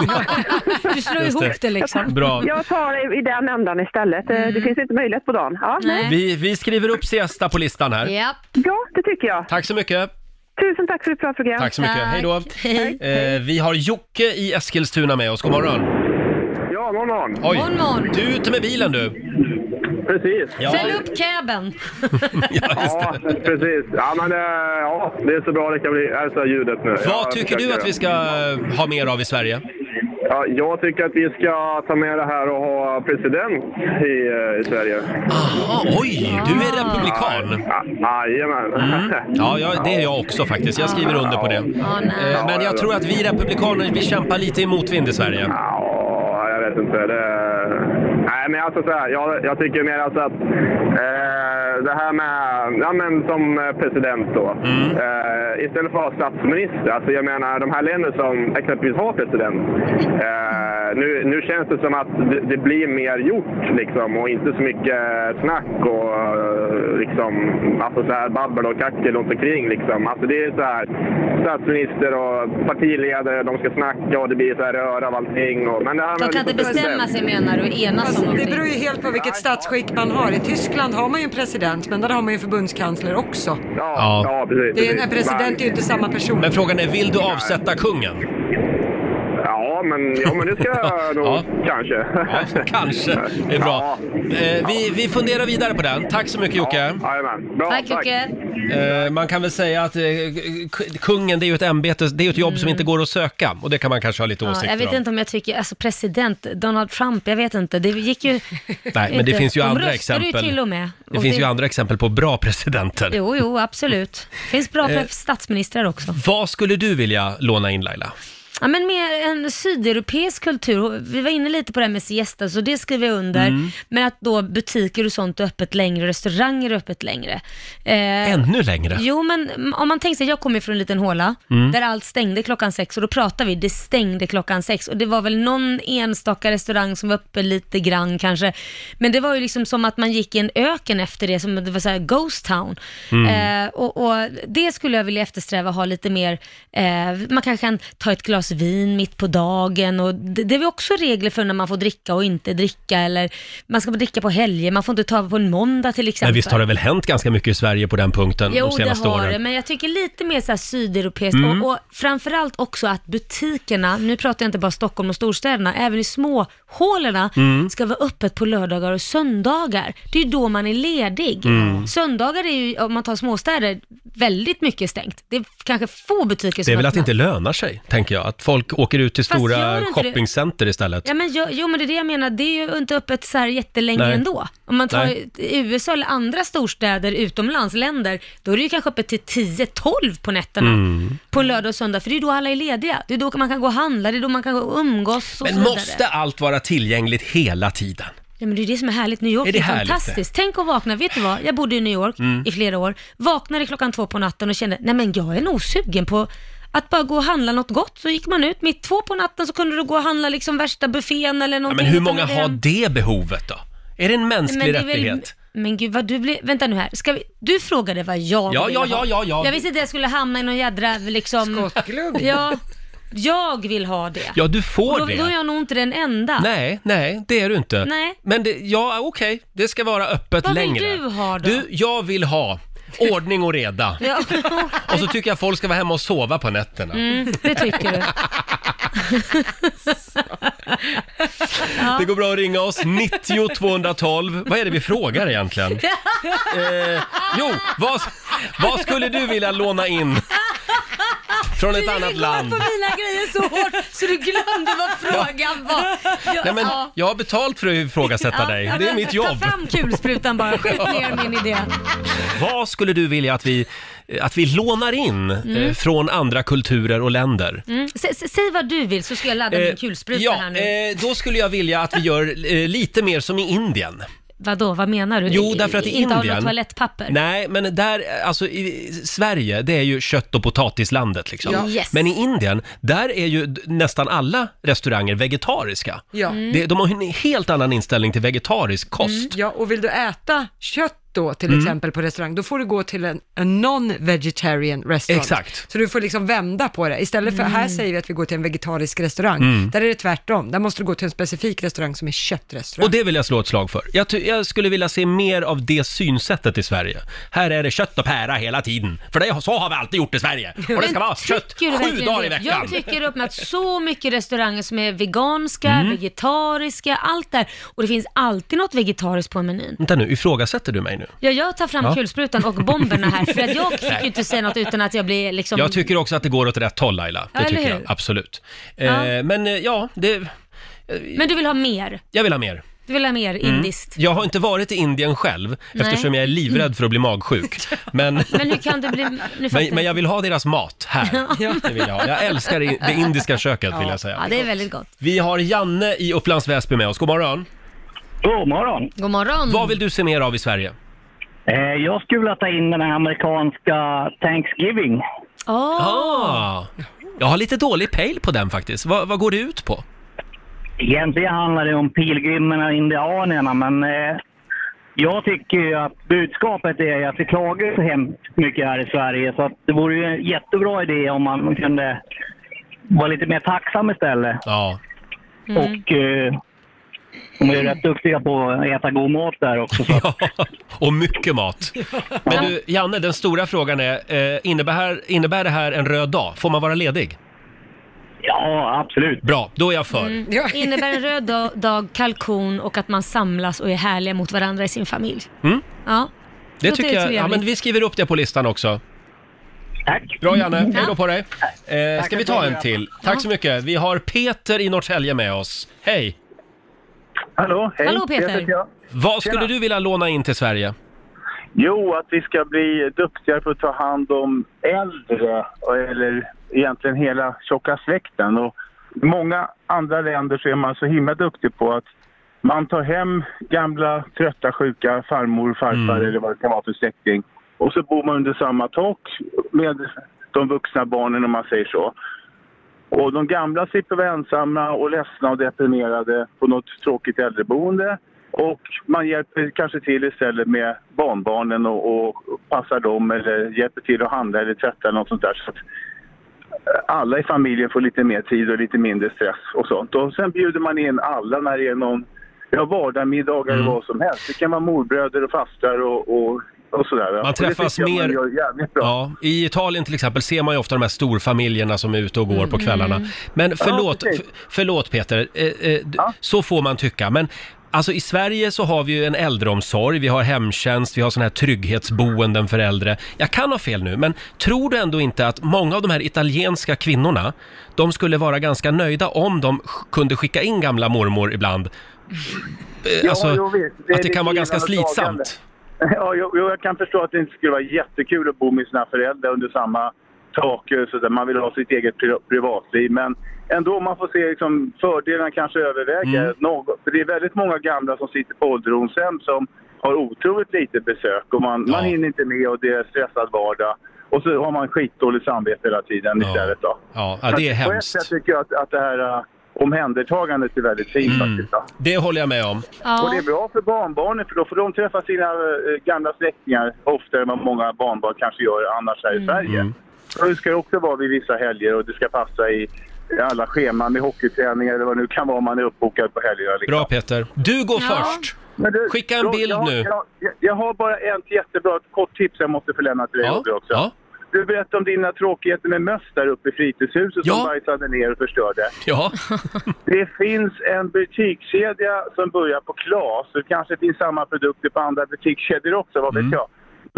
Speaker 2: Du slår
Speaker 1: Just det.
Speaker 2: ihop det liksom.
Speaker 1: Bra.
Speaker 8: Jag tar det i den ändan istället. Eh,
Speaker 1: Mm.
Speaker 8: Det finns inte möjlighet på dagen. Ja, nej.
Speaker 1: Vi, vi skriver upp siesta på listan här.
Speaker 2: Japp.
Speaker 8: ja det tycker jag.
Speaker 1: Tack så mycket.
Speaker 8: Tusen tack för ett bra program.
Speaker 1: Tack så mycket.
Speaker 2: Tack.
Speaker 1: Hej då.
Speaker 2: Hej.
Speaker 1: Eh, vi har Jocke i Eskilstuna med oss. God morgon.
Speaker 4: Ja, god morgon.
Speaker 1: Oj.
Speaker 2: God morgon.
Speaker 1: Du är ute med bilen du.
Speaker 4: Precis.
Speaker 1: Ja,
Speaker 2: Fäll upp caben.
Speaker 1: ja just
Speaker 4: Ja,
Speaker 1: det.
Speaker 4: precis. Ja, men eh, ja, det är så bra det kan bli. Alltså ljudet nu.
Speaker 1: Vad
Speaker 4: Jag
Speaker 1: tycker du
Speaker 4: försöker.
Speaker 1: att vi ska ha mer av i Sverige?
Speaker 4: Ja, jag tycker att vi ska ta med det här och ha president i, eh, i Sverige.
Speaker 1: Aha, Ah, oj, du är republikan.
Speaker 4: Ja, Jajamän.
Speaker 1: Mm. Ja, ja, det är jag också faktiskt. Jag skriver under på det.
Speaker 2: Ja, nej.
Speaker 1: Eh, Men jag tror att vi republikaner, vi kämpar lite i motvind i Sverige.
Speaker 4: Ja, jag vet inte. Det... Nej, men alltså så här, jag, jag tycker mer alltså att eh, det här med, ja men som eh, president då. Eh, istället för att vara statsminister, alltså jag menar de här länder som exempelvis har president. Eh, nu, nu känns det som att det, det blir mer gjort liksom och inte så mycket snack och eh, liksom, alltså så här babbel och kackel runt omkring liksom. Alltså det är så här, statsminister och partiledare, de ska snacka och det blir så här röra av allting. Och, men det här
Speaker 2: De
Speaker 4: med
Speaker 2: kan inte
Speaker 4: liksom
Speaker 2: bestämma
Speaker 4: president-
Speaker 2: sig menar du och enas om
Speaker 5: Fast det beror
Speaker 2: någonting.
Speaker 5: ju helt på vilket statsskick man har. I Tyskland har man ju en president, men där har man ju en förbundskansler också.
Speaker 4: Ja,
Speaker 1: Ja.
Speaker 4: ja. precis.
Speaker 5: Det är,
Speaker 4: precis.
Speaker 5: en president är ju inte samma person.
Speaker 1: Men frågan är, vill du avsätta kungen?
Speaker 4: Men- Ja, men, ja, men det ska jag nog
Speaker 1: Ja.
Speaker 4: kanske.
Speaker 1: Ja, kanske. Det är bra. Eh, Vi, vi funderar vidare på den. Tack så mycket Jocke.
Speaker 4: Ja, jajamän. Bra,
Speaker 2: Tack Jocke.
Speaker 1: Eh, Man kan väl säga att eh, k- kungen, det är ju ett ämbete, det är ju ett jobb som inte går att söka. Och det kan man kanske ha lite
Speaker 2: Mm. Ja,
Speaker 1: åsikter
Speaker 2: jag vet
Speaker 1: om.
Speaker 2: inte om jag tycker, alltså president, Donald Trump, jag vet inte. Det gick ju...
Speaker 1: Nej, men det finns ju
Speaker 2: De
Speaker 1: andra
Speaker 2: röstade ju
Speaker 1: exempel.
Speaker 2: till och med.
Speaker 1: Det
Speaker 2: Och
Speaker 1: finns ju andra exempel på bra presidenter.
Speaker 2: Jo, jo, absolut. Det finns bra
Speaker 1: Eh.
Speaker 2: för statsministrar också.
Speaker 1: Vad skulle du vilja låna in Laila?
Speaker 2: Ja, men mer en sydeuropeisk kultur. Vi var inne lite på det här med siesta, så det skriver jag under.
Speaker 1: Mm.
Speaker 2: Men att då butiker och sånt är öppet längre, restauranger är öppet längre. Eh,
Speaker 1: Ännu längre? Mm.
Speaker 2: Jo, men mm, om man tänker sig, jag kommer från en liten håla där allt stängde klockan sex och då pratade vi, det stängde klockan sex och det var väl någon enstaka restaurang som var uppe lite grann kanske. Men det var ju liksom som att man gick i en öken efter det, som att det var så här ghost town.
Speaker 1: Mm.
Speaker 2: Eh, och, och det skulle jag vilja eftersträva, ha lite mer, eh, man kanske kan ta ett glas glas vin mitt på dagen och det, det är väl också regler för när man får dricka och inte dricka eller man ska få dricka på helger, man får inte ta på en måndag till exempel.
Speaker 1: Men visst har det väl hänt ganska mycket i Sverige på den punkten
Speaker 2: Jo,
Speaker 1: de senaste
Speaker 2: det har
Speaker 1: åren? Mm.
Speaker 2: det, men jag tycker lite mer så här sydeuropeiskt och, och framförallt också att butikerna, nu pratar jag inte bara Stockholm och storstäderna, även i småhålorna
Speaker 1: Mm.
Speaker 2: ska vara öppet på lördagar och söndagar. Det är ju då man är ledig.
Speaker 1: Mm.
Speaker 2: Söndagar är ju, om man tar småstäder, väldigt mycket stängt. Det är kanske få butiker som
Speaker 1: Det är väl att det
Speaker 2: öppnar.
Speaker 1: inte lönar sig, tänker jag. Att folk åker ut till
Speaker 2: Fast gör
Speaker 1: stora
Speaker 2: inte det?
Speaker 1: shoppingcenter istället.
Speaker 2: Ja, men jo, jo, men det är det jag menar. Det är ju inte öppet så här jättelänge
Speaker 1: Nej.
Speaker 2: ändå. Om man tar
Speaker 1: Nej.
Speaker 2: i USA eller andra storstäder utomlands, länder, då är det ju kanske öppet till 10-12 på nätterna.
Speaker 1: Mm.
Speaker 2: På en lördag och söndag, för det är då alla är lediga. Det är då man kan gå och handla, det är då man kan gå och umgås och
Speaker 1: Men
Speaker 2: så vidare.
Speaker 1: måste allt vara tillgängligt hela tiden?
Speaker 2: Ja, men det är det som är härligt. New York
Speaker 1: Är
Speaker 2: är,
Speaker 1: det Mm. härligt
Speaker 2: fantastiskt. Tänk att vakna. Vet du vad? Jag bodde i New York i flera år. Vaknade klockan två på natten och kände, nej men jag är nog sugen på att bara gå och handla något gott. Så gick man ut mitt två på natten så kunde du gå och handla liksom värsta buffén eller
Speaker 1: Ja,
Speaker 2: någonting.
Speaker 1: men hur
Speaker 2: utan
Speaker 1: många
Speaker 2: att det-
Speaker 1: har det behovet då? Är det en mänsklig
Speaker 2: det är väl-
Speaker 1: rättighet?
Speaker 2: men gud vad du blir, vänta nu här, ska vi, du frågade vad jag
Speaker 1: Ja,
Speaker 2: ville
Speaker 1: ja,
Speaker 2: ha.
Speaker 1: ja, ja, ja.
Speaker 2: Jag visste inte jag skulle hamna i någon jädra liksom...
Speaker 5: Skottglugg.
Speaker 2: Ja, jag vill ha det.
Speaker 1: Ja, du får
Speaker 2: då,
Speaker 1: det.
Speaker 2: då är jag nog inte den enda.
Speaker 1: Nej, nej, det är du inte.
Speaker 2: Nej.
Speaker 1: Men det, ja, okej, det ska vara öppet
Speaker 2: Vad vill
Speaker 1: längre.
Speaker 2: du ha då?
Speaker 1: Du, jag vill ha ordning och reda.
Speaker 2: Ja,
Speaker 1: Och så tycker jag folk ska vara hemma och sova på nätterna.
Speaker 2: mm, det tycker du.
Speaker 1: Det går bra att ringa oss, 90 212. Vad är det vi frågar egentligen? Eh, jo, vad, vad skulle du vilja låna in från ett annat land?
Speaker 2: på mina grejer så hårt så du glömde vad frågan var. Ja,
Speaker 1: Nej, men
Speaker 2: ja.
Speaker 1: jag har betalt för att ifrågasätta
Speaker 2: Ja,
Speaker 1: dig.
Speaker 2: ja,
Speaker 1: Det är
Speaker 2: men
Speaker 1: mitt jobb.
Speaker 2: Ta fram kulsprutan bara, skjut ner min idé.
Speaker 1: Vad skulle du vilja att vi, att vi lånar in eh, från andra kulturer och länder?
Speaker 2: Mm. S- s- Säg vad du vill så ska jag ladda
Speaker 1: Eh,
Speaker 2: min kulspruta
Speaker 1: ja,
Speaker 2: här nu.
Speaker 1: eh, då skulle jag vilja att vi gör eh, lite mer som i Indien.
Speaker 2: Vadå, vad menar du?
Speaker 1: Jo, därför att i
Speaker 2: Inte Inte
Speaker 1: Indien-
Speaker 2: av toalettpapper?
Speaker 1: Nej, men där, alltså i Sverige, det är ju kött och potatislandet liksom.
Speaker 2: Ja. Yes.
Speaker 1: Men i Indien, där är ju d- nästan alla restauranger vegetariska.
Speaker 5: Ja.
Speaker 2: Mm.
Speaker 1: Det, de har ju en helt annan inställning till vegetarisk kost.
Speaker 5: ja, och vill du äta kött då till
Speaker 1: Mm.
Speaker 5: exempel på restaurang, då får du gå till en, en non-vegetarian restaurant.
Speaker 1: Exakt.
Speaker 5: Så du får liksom vända på det. Istället för, här säger vi att vi går till en vegetarisk restaurang,
Speaker 1: Mm.
Speaker 5: där är det tvärtom. Där måste du gå till en specifik restaurang som är köttrestaurang.
Speaker 1: Och det vill jag slå ett slag för. Jag, ty- jag skulle vilja se mer av det synsättet i Sverige. Här är det kött och pära hela tiden. För det, så har vi alltid gjort i Sverige. Och det ska vara kött
Speaker 2: Tycker du
Speaker 1: sju
Speaker 2: verkligen
Speaker 1: dagar
Speaker 2: det?
Speaker 1: i veckan.
Speaker 2: Jag tycker upp med att så mycket restauranger som är veganska,
Speaker 1: Mm.
Speaker 2: vegetariska, allt där. Och det finns alltid något vegetariskt på menyn.
Speaker 1: Vänta nu, ifrågasätter du mig nu?
Speaker 2: Ja, jag tar fram kulsprutan och bomberna här för att jag fick ju inte säga något utan att jag blir liksom...
Speaker 1: Jag tycker också att det går åt rätt håll Laila. Det
Speaker 2: Ja, eller
Speaker 1: tycker jag,
Speaker 2: hur?
Speaker 1: absolut. Eh,
Speaker 2: Ja.
Speaker 1: men eh, ja, det,
Speaker 2: Men du vill ha mer?
Speaker 1: jag vill ha mer.
Speaker 2: Du vill ha mer
Speaker 1: Mm.
Speaker 2: indiskt?
Speaker 1: Jag har inte varit i Indien själv eftersom jag är livrädd för att bli magsjuk. Men,
Speaker 2: Men hur kan du bli... Nu fattar
Speaker 1: men, men jag vill ha deras mat här. Det vill jag, ha. jag älskar i- det indiska köket vill jag
Speaker 2: Ja,
Speaker 1: säga.
Speaker 2: det är väldigt gott.
Speaker 1: Vi har Janne i Upplands Väsby med oss. God morgon.
Speaker 10: God morgon.
Speaker 2: God morgon.
Speaker 1: Vad vill du se mer av i Sverige?
Speaker 10: Eh, jag skulle vilja ta in den här amerikanska Thanksgiving.
Speaker 2: Åh,
Speaker 1: Ah, jag har lite dålig pejl på den faktiskt. Vad, vad går det ut på?
Speaker 10: Egentligen handlar det om pilgrimerna och indianerna, men eh, jag tycker ju att budskapet är att vi klagar så hemskt mycket här i Sverige, så att det vore ju en jättebra idé om man kunde vara lite mer tacksam istället.
Speaker 1: Ja,
Speaker 2: Mm.
Speaker 10: Och eh, de är ju rätt duktiga på att äta god mat där också. Så.
Speaker 1: Ja, och mycket mat. Men du, Janne, den stora frågan är, eh, innebär, här, innebär det här en röd dag? Får man vara ledig?
Speaker 10: Ja, absolut.
Speaker 1: Bra, då är jag för.
Speaker 2: Mm,
Speaker 5: Ja.
Speaker 2: Innebär en röd da- dag kalkon och att man samlas och är härliga mot varandra i sin familj?
Speaker 1: Mm.
Speaker 2: Ja.
Speaker 1: Det
Speaker 2: låter
Speaker 1: tycker jag, ja,
Speaker 2: trevligt.
Speaker 1: men vi skriver upp det på listan också.
Speaker 10: Tack.
Speaker 2: Mm,
Speaker 1: Bra Janne, hej då på dig. Eh, ska
Speaker 10: Tackar
Speaker 1: vi ta
Speaker 10: så
Speaker 1: en
Speaker 10: mycket.
Speaker 1: till? Tack så mycket. Vi har Peter i Norrtälje med oss. Hej!
Speaker 11: Hallå, hej.
Speaker 2: Hallå, Peter.
Speaker 11: heter jag.
Speaker 1: Vad skulle
Speaker 11: Tjena.
Speaker 1: du vilja låna in till Sverige?
Speaker 11: Jo, att vi ska bli duktigare på att ta hand om äldre, eller egentligen hela tjocka släkten. Och I många andra länder så är man så himla duktig på att man tar hem gamla, trötta, sjuka farmor, farfar
Speaker 1: Mm.
Speaker 11: eller vad det kan vara för släkting. Och så bor man under samma tak med de vuxna barnen om man säger så. Och de gamla slipper vara ensamma och ledsna och deprimerade på något tråkigt äldreboende. Och man hjälper kanske till istället med barnbarnen och, och passar dem eller hjälper till att handla eller tvätta eller något sånt där. Så att eh, alla i familjen får lite mer tid och lite mindre stress och sånt. Och sen bjuder man in alla när det är någon, ja vardagsmiddagar
Speaker 1: Mm.
Speaker 11: eller vad som helst. Det kan vara morbröder och fastrar och, och, och sådär.
Speaker 1: Man träffas
Speaker 11: och det tycker
Speaker 1: mer...
Speaker 11: jag Man gör jävligt bra.
Speaker 1: Ja, I Italien till exempel ser man ju ofta de här storfamiljerna som är ute och går på kvällarna. Men förlåt,
Speaker 11: Mm. Ja,
Speaker 1: f-
Speaker 11: precis.
Speaker 1: förlåt Peter, eh, eh, d- så får man tycka. Men alltså i Sverige så har vi ju en äldreomsorg, vi har hemtjänst, vi har sådana här trygghetsboenden för äldre. Jag kan ha fel nu, men tror du ändå inte att många av de här italienska kvinnorna, de skulle vara ganska nöjda om de sk- kunde skicka in gamla mormor ibland? Eh,
Speaker 11: Ja,
Speaker 1: Alltså,
Speaker 11: jo, visst. är
Speaker 1: att det
Speaker 11: lite
Speaker 1: kan vara ganska
Speaker 11: givande och
Speaker 1: slitsamt.
Speaker 11: tagande. Ja, jo, jo, jag kan förstå att det inte skulle vara jättekul att bo med sina föräldrar under samma tak. eh, Så där man vill ha sitt eget pri- privatliv. Men ändå, man får se liksom, fördelarna kanske överväger.
Speaker 12: Mm.
Speaker 11: Något. För det är väldigt många gamla som sitter på ålderdomshem som har otroligt lite besök. Och man, man hinner inte med och det är stressad vardag. Och så har man skitdåligt samvete hela tiden
Speaker 1: Ja.
Speaker 11: istället. Då.
Speaker 1: Ja, ja,
Speaker 11: Så
Speaker 1: det är
Speaker 11: att På ett
Speaker 1: hemskt.
Speaker 11: sätt tycker jag att, att det här eh, omhändertagandet är väldigt fint
Speaker 1: Mm.
Speaker 11: faktiskt. Då.
Speaker 1: Det håller jag med om.
Speaker 11: Och det är bra för barnbarnen för då får de träffa sina eh, gamla släktingar oftare än vad många barnbarn kanske gör annars här i Sverige.
Speaker 1: Mm.
Speaker 11: Och det ska ju också vara vid vissa helger och det ska passa i i alla scheman med hockeyträningar eller vad det nu kan vara man är uppbokad på helgerna. Liksom.
Speaker 1: Bra Peter. Du går först.
Speaker 11: Men du,
Speaker 1: Skicka en
Speaker 11: jag-
Speaker 1: bild
Speaker 11: jag, har-
Speaker 1: nu.
Speaker 11: Jag, jag, jag har bara ett jättebra kort tips jag måste få lämna till dig Roger, också. Du berättade om dina tråkigheter med möss där uppe i fritidshuset som bajsade ner och förstörde.
Speaker 1: Ja.
Speaker 11: Det finns en butikskedja som börjar på Klas. Det kanske finns samma produkter på andra butikskedjor också, vad vet jag.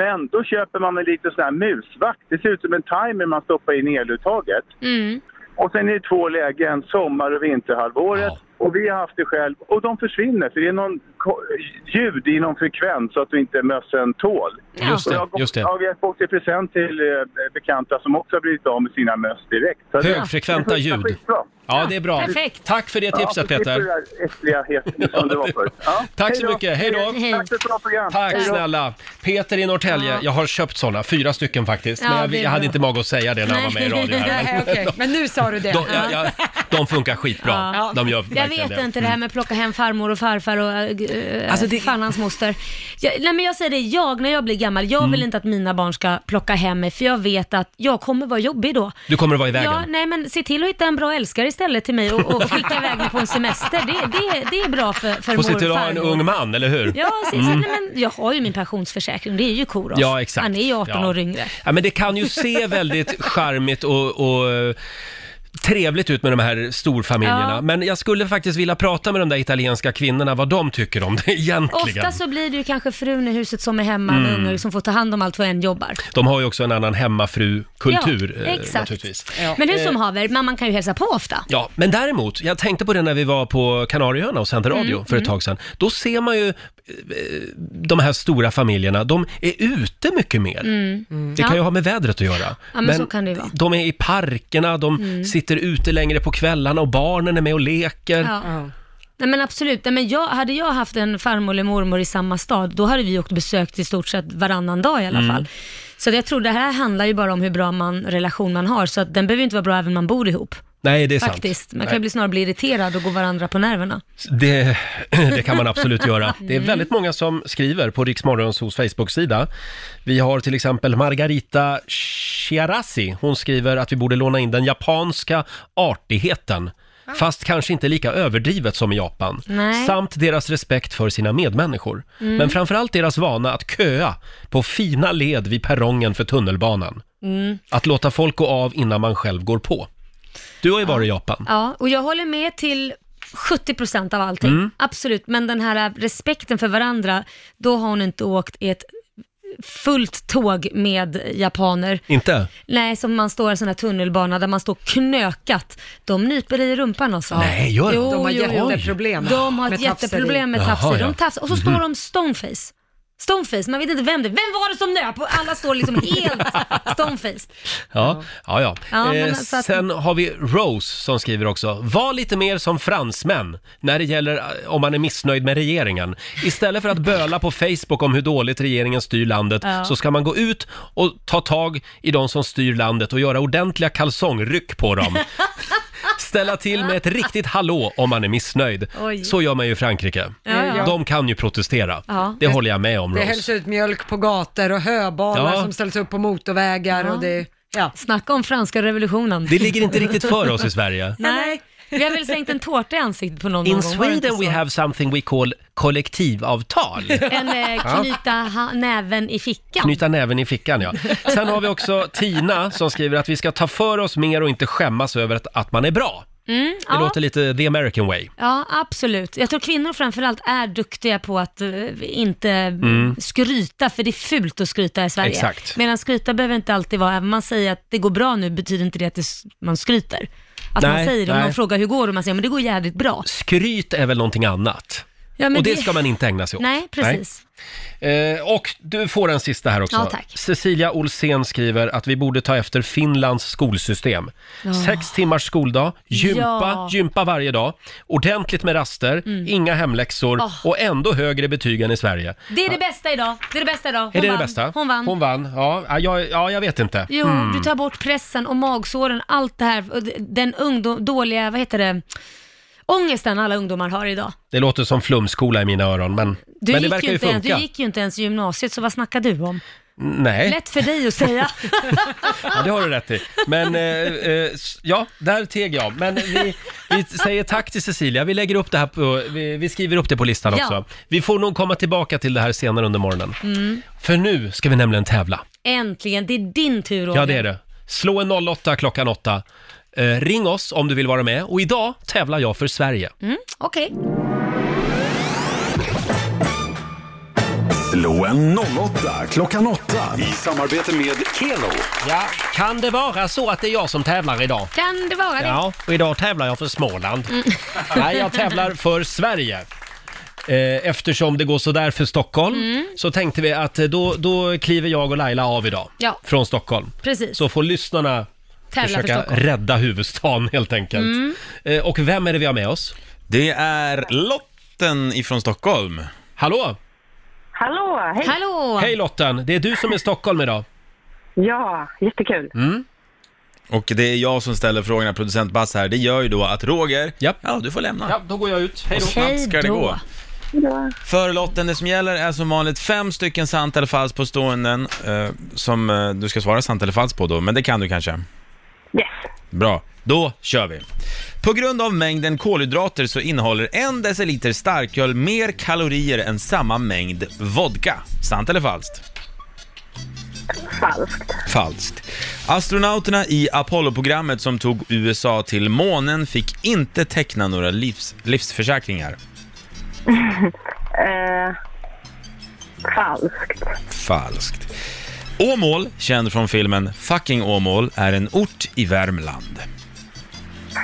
Speaker 11: Men då köper man en liten sån här musvakt. Det ser ut som en timer man stoppar in i eluttaget.
Speaker 3: Mm.
Speaker 11: Och sen är det två lägen, sommar och vinterhalvåret. Och vi har haft det själv. Och de försvinner, för det är någon ko- ljud i någon frekvens så att inte mössen tål.
Speaker 1: Just det,
Speaker 11: Och jag har gått-
Speaker 1: just det.
Speaker 11: Ja, vi har fått i present till eh, bekanta som också har blivit av med sina möss direkt. Så att-
Speaker 1: Högfrekventa
Speaker 11: det funkar
Speaker 1: ljud.
Speaker 11: skitbra.
Speaker 1: Ja, det är bra.
Speaker 11: Perfekt.
Speaker 1: Tack för det
Speaker 11: Ja,
Speaker 1: tipset
Speaker 11: precis,
Speaker 1: Peter.
Speaker 11: för det där äckliga het- som det var förut. Ja,
Speaker 1: Tack så
Speaker 11: hej då.
Speaker 1: mycket. Hej då.
Speaker 11: Tack för ett bra program.
Speaker 1: Tack
Speaker 11: Hej då.
Speaker 1: snälla. Peter i Norrtälje, jag har köpt sådana, fyra stycken faktiskt.
Speaker 5: Ja,
Speaker 1: men jag,
Speaker 5: det är
Speaker 1: jag hade
Speaker 5: bra.
Speaker 1: inte mag att säga det när jag var med i radio här.
Speaker 5: Nej,
Speaker 1: Men
Speaker 5: okej. Men nu sa du det.
Speaker 1: de, jag, jag, de funkar skitbra.
Speaker 2: Ja.
Speaker 1: De gör
Speaker 2: jag
Speaker 1: verkligen
Speaker 2: vet
Speaker 1: det. Mm.
Speaker 2: inte det här med att plocka hem farmor och farfar och äh,
Speaker 1: Alltså,
Speaker 2: fan hans moster. Jag, nej men jag säger det, jag när jag blir gammal, jag
Speaker 1: Mm.
Speaker 2: vill inte att mina barn ska plocka hem mig för jag vet att jag kommer vara jobbig då.
Speaker 1: Du kommer att vara i vägen.
Speaker 2: Ja, nej men se till att hitta en bra älskare istället till mig och, och skicka iväg mig på en semester. Det, det, det är bra för, för
Speaker 1: Får
Speaker 2: mor
Speaker 1: se
Speaker 2: och
Speaker 1: till att ha en
Speaker 2: farmor.
Speaker 1: ung man, eller hur?
Speaker 2: Ja, så, så,
Speaker 1: Mm.
Speaker 2: nej, men jag har ju min pensionsförsäkring, det är ju Korosh.
Speaker 1: Ja, exakt.
Speaker 2: Han är ju 18
Speaker 1: Ja.
Speaker 2: år yngre.
Speaker 1: Ja, men det kan ju se väldigt charmigt och, och eh, trevligt ut med de här storfamiljerna.
Speaker 2: Ja.
Speaker 1: Men jag skulle faktiskt vilja prata med de där italienska kvinnorna, vad de tycker om det egentligen.
Speaker 2: Ofta så blir det ju kanske frun i huset som är hemma med
Speaker 1: Mm.
Speaker 2: ungar som får ta hand om allt vad en jobbar.
Speaker 1: De har ju också en annan hemmafru-kultur
Speaker 2: Ja,
Speaker 1: eh,
Speaker 2: exakt.
Speaker 1: naturligtvis.
Speaker 2: Men hur som
Speaker 1: Eh,
Speaker 2: haver, mamman kan ju hälsa på ofta.
Speaker 1: Ja, men däremot, jag tänkte på det när vi var på Kanarieöarna och sände radio
Speaker 2: Mm,
Speaker 1: för ett
Speaker 2: mm.
Speaker 1: tag sedan. Då ser man ju eh, de här stora familjerna, de är ute mycket mer.
Speaker 2: Mm.
Speaker 1: Det kan ju ha med vädret att göra.
Speaker 2: men så kan det ju vara.
Speaker 1: de är i parkerna, de
Speaker 2: Mm.
Speaker 1: sitter ute längre på kvällarna och barnen är med och leker.
Speaker 2: Ja. Nej men absolut, Nej, men jag, hade jag haft en farmor eller mormor i samma stad, då hade vi åkt besökt i stort sett varannan dag i alla
Speaker 1: Mm.
Speaker 2: fall. Så jag tror det här handlar ju bara om hur bra man, relation man har, så att den behöver ju inte vara bra även om man bor ihop.
Speaker 1: Nej, det är
Speaker 2: Faktiskt.
Speaker 1: sant.
Speaker 2: Man kan ju
Speaker 1: Nej.
Speaker 2: bli snarare bli irriterad och gå varandra på nerverna.
Speaker 1: Det, det kan man absolut göra. Det är
Speaker 2: Mm.
Speaker 1: väldigt många som skriver på Riksmorgonsos Facebook-sida. Vi har till exempel Margarita Chiarassi. Hon skriver att vi borde låna in den japanska artigheten. Fast kanske inte lika överdrivet som i Japan.
Speaker 3: Nej.
Speaker 1: Samt deras respekt för sina medmänniskor.
Speaker 3: Mm.
Speaker 1: Men framförallt deras vana att köa på fina led vid perrongen för tunnelbanan.
Speaker 2: Mm.
Speaker 1: Att låta folk gå av innan man själv går på. Du har ju varit i Japan.
Speaker 2: Ja, och jag håller med till 70% av allting.
Speaker 1: Mm.
Speaker 2: Absolut, men den här respekten för varandra, då har hon inte åkt i ett fullt tåg med japaner.
Speaker 1: Inte?
Speaker 2: Nej, som man står i en sån här tunnelbana där man står knökat. De nyper i rumpan alltså.
Speaker 1: Nej, gör de?
Speaker 2: Jo,
Speaker 5: De har
Speaker 2: jo, jo.
Speaker 5: jätteproblem
Speaker 2: De har
Speaker 5: med
Speaker 2: ett
Speaker 5: tafseri.
Speaker 2: jätteproblem med
Speaker 1: Jaha,
Speaker 2: tafseri.
Speaker 1: ja.
Speaker 2: De tafsar och så står
Speaker 1: Mhm.
Speaker 2: de stoneface. Stoneface, man vet inte vem det är. Vem var det som nöp? Och alla står liksom helt stoneface.
Speaker 1: Ja, ja, ja.
Speaker 2: Ja, men
Speaker 1: eh,
Speaker 2: alltså att-
Speaker 1: Sen har vi Rose som skriver också. Var lite mer som fransmän när det gäller eh, om man är missnöjd med regeringen. Istället för att böla på Facebook om hur dåligt regeringen styr landet
Speaker 2: Ja.
Speaker 1: så ska man gå ut och ta tag i de som styr landet och göra ordentliga kalsongryck på dem. Ställa till med ett riktigt hallå om man är missnöjd.
Speaker 5: Oj.
Speaker 1: Så gör man ju i Frankrike.
Speaker 5: Ja, ja.
Speaker 1: De kan ju protestera.
Speaker 5: Ja.
Speaker 1: Det håller jag med om
Speaker 5: Det
Speaker 1: Rose.
Speaker 5: hälls ut mjölk på gator och höbalar
Speaker 1: Ja.
Speaker 5: som ställs upp på motorvägar och det är Ja.
Speaker 2: Snacka om franska revolutionen.
Speaker 1: Det ligger inte riktigt för oss i Sverige.
Speaker 2: Nej, vi har väl slängt en tårta i ansiktet på någon någon
Speaker 1: In
Speaker 2: gång, var det inte
Speaker 1: Sweden we
Speaker 2: så?
Speaker 1: have something we call kollektivavtal.
Speaker 2: En eh,
Speaker 1: Ja.
Speaker 2: knyta ha- näven i fickan.
Speaker 1: Knyta näven i fickan, ja. Sen har vi också Tina som skriver att vi ska ta för oss mer och inte skämmas över att, att man är bra.
Speaker 2: Mm,
Speaker 1: Det
Speaker 2: ja.
Speaker 1: låter lite the American way.
Speaker 2: Ja, absolut. Jag tror kvinnor framförallt är duktiga på att eh, inte
Speaker 1: Mm.
Speaker 2: skryta, för det är fult att skryta i Sverige.
Speaker 1: Exakt.
Speaker 2: Medan skryta behöver inte alltid vara, även om man säger att det går bra nu, betyder inte det att det, s- man skryter. Att man
Speaker 1: Nej,
Speaker 2: säger det, om
Speaker 1: nej.
Speaker 2: man frågar hur går det, och man säger men det går jävligt bra.
Speaker 1: Skryt är väl någonting annat.
Speaker 2: Ja, men
Speaker 1: och det,
Speaker 2: det-
Speaker 1: ska man inte ägna sig åt.
Speaker 2: Nej, precis.
Speaker 1: Nej. Eh, och du får en sista här också.
Speaker 2: Ja, tack.
Speaker 1: Cecilia Olsén skriver att vi borde ta efter Finlands skolsystem.
Speaker 2: Ja.
Speaker 1: Sex timmars skoldag, gympa,
Speaker 2: Ja. Mm.
Speaker 1: gympa varje dag, ordentligt med raster, inga hemläxor
Speaker 2: Ah.
Speaker 1: och ändå högre betyg än i Sverige.
Speaker 2: Det är det bästa idag. Det är det bästa idag. Hon
Speaker 1: är det
Speaker 2: vann.
Speaker 1: det bästa?
Speaker 2: Hon vann.
Speaker 1: Hon vann. Ja, ja, jag, ja jag vet inte.
Speaker 2: Jo,
Speaker 1: Mm.
Speaker 2: du tar bort pressen och magsåren, allt det här, och d- den ungdom, dåliga, vad heter det, ångesten alla ungdomar har idag.
Speaker 1: Det låter som flumskola i mina öron, men,
Speaker 2: Du,
Speaker 1: men det
Speaker 2: gick
Speaker 1: verkar
Speaker 2: ju
Speaker 1: ju
Speaker 2: inte ens,
Speaker 1: funka. Eh.
Speaker 2: du gick ju inte ens i gymnasiet, så vad snackar du om?
Speaker 1: Nej.
Speaker 2: Lätt för dig att säga.
Speaker 1: Ja, det har du rätt i. Men eh, eh, s- ja, där teg jag. Men vi, vi säger tack till Cecilia. Vi lägger upp det här på, vi, vi skriver upp det på listan
Speaker 2: Ja.
Speaker 1: också. Vi får nog komma tillbaka till det här senare under morgonen.
Speaker 2: Mm.
Speaker 1: För nu ska vi nämligen tävla.
Speaker 2: Äntligen, det är din tur Roger.
Speaker 1: Ja, det är det. Slå en 08 klockan 8. Eh, ring oss om du vill vara med. Och idag tävlar jag för Sverige.
Speaker 2: Mm, Okej.
Speaker 12: Slå en 08 klockan 8 i samarbete med Keno.
Speaker 1: Ja, kan det vara så att det är jag som tävlar idag?
Speaker 2: Kan det vara det?
Speaker 1: Ja, och idag tävlar jag för Småland.
Speaker 2: Mm.
Speaker 1: Nej, jag tävlar för Sverige. Eh, Eftersom det går sådär för Stockholm
Speaker 2: Mm.
Speaker 1: så tänkte vi att eh, då, då kliver jag och Laila av idag
Speaker 2: Ja.
Speaker 1: från Stockholm.
Speaker 2: Precis.
Speaker 1: Så får lyssnarna
Speaker 2: Tävla för
Speaker 1: försöka
Speaker 2: Stockholm.
Speaker 1: rädda huvudstaden helt enkelt.
Speaker 2: Mm.
Speaker 1: Eh, Och vem är det vi har med oss?
Speaker 6: Det är Lotten ifrån Stockholm.
Speaker 1: Hallå!
Speaker 13: Hallå, hej!
Speaker 2: Hallå!
Speaker 1: Hej Lotten, det är du som är i Stockholm idag.
Speaker 13: Ja, jättekul.
Speaker 6: Och det är jag som ställer frågorna, producent Bass här. Det gör ju då att Roger, ja du får lämna.
Speaker 1: Ja, då går jag ut. Hej
Speaker 6: då.
Speaker 1: då.
Speaker 6: snabbt ska det gå. För lotten, det som gäller är som vanligt fem stycken sant eller falskt påståenden eh, som eh, du ska svara sant eller falskt på då, men det kan du kanske? Yes. Bra, då kör vi. På grund av mängden kolhydrater så innehåller en deciliter starköl mer kalorier än samma mängd vodka. Sant eller falskt?
Speaker 13: Falskt.
Speaker 6: Falskt. Astronauterna i Apollo-programmet som tog USA till månen fick inte teckna några livs- livsförsäkringar.
Speaker 13: eh, falskt.
Speaker 6: Falskt. Åmål, känd från filmen Fucking Åmål, är en ort i Värmland.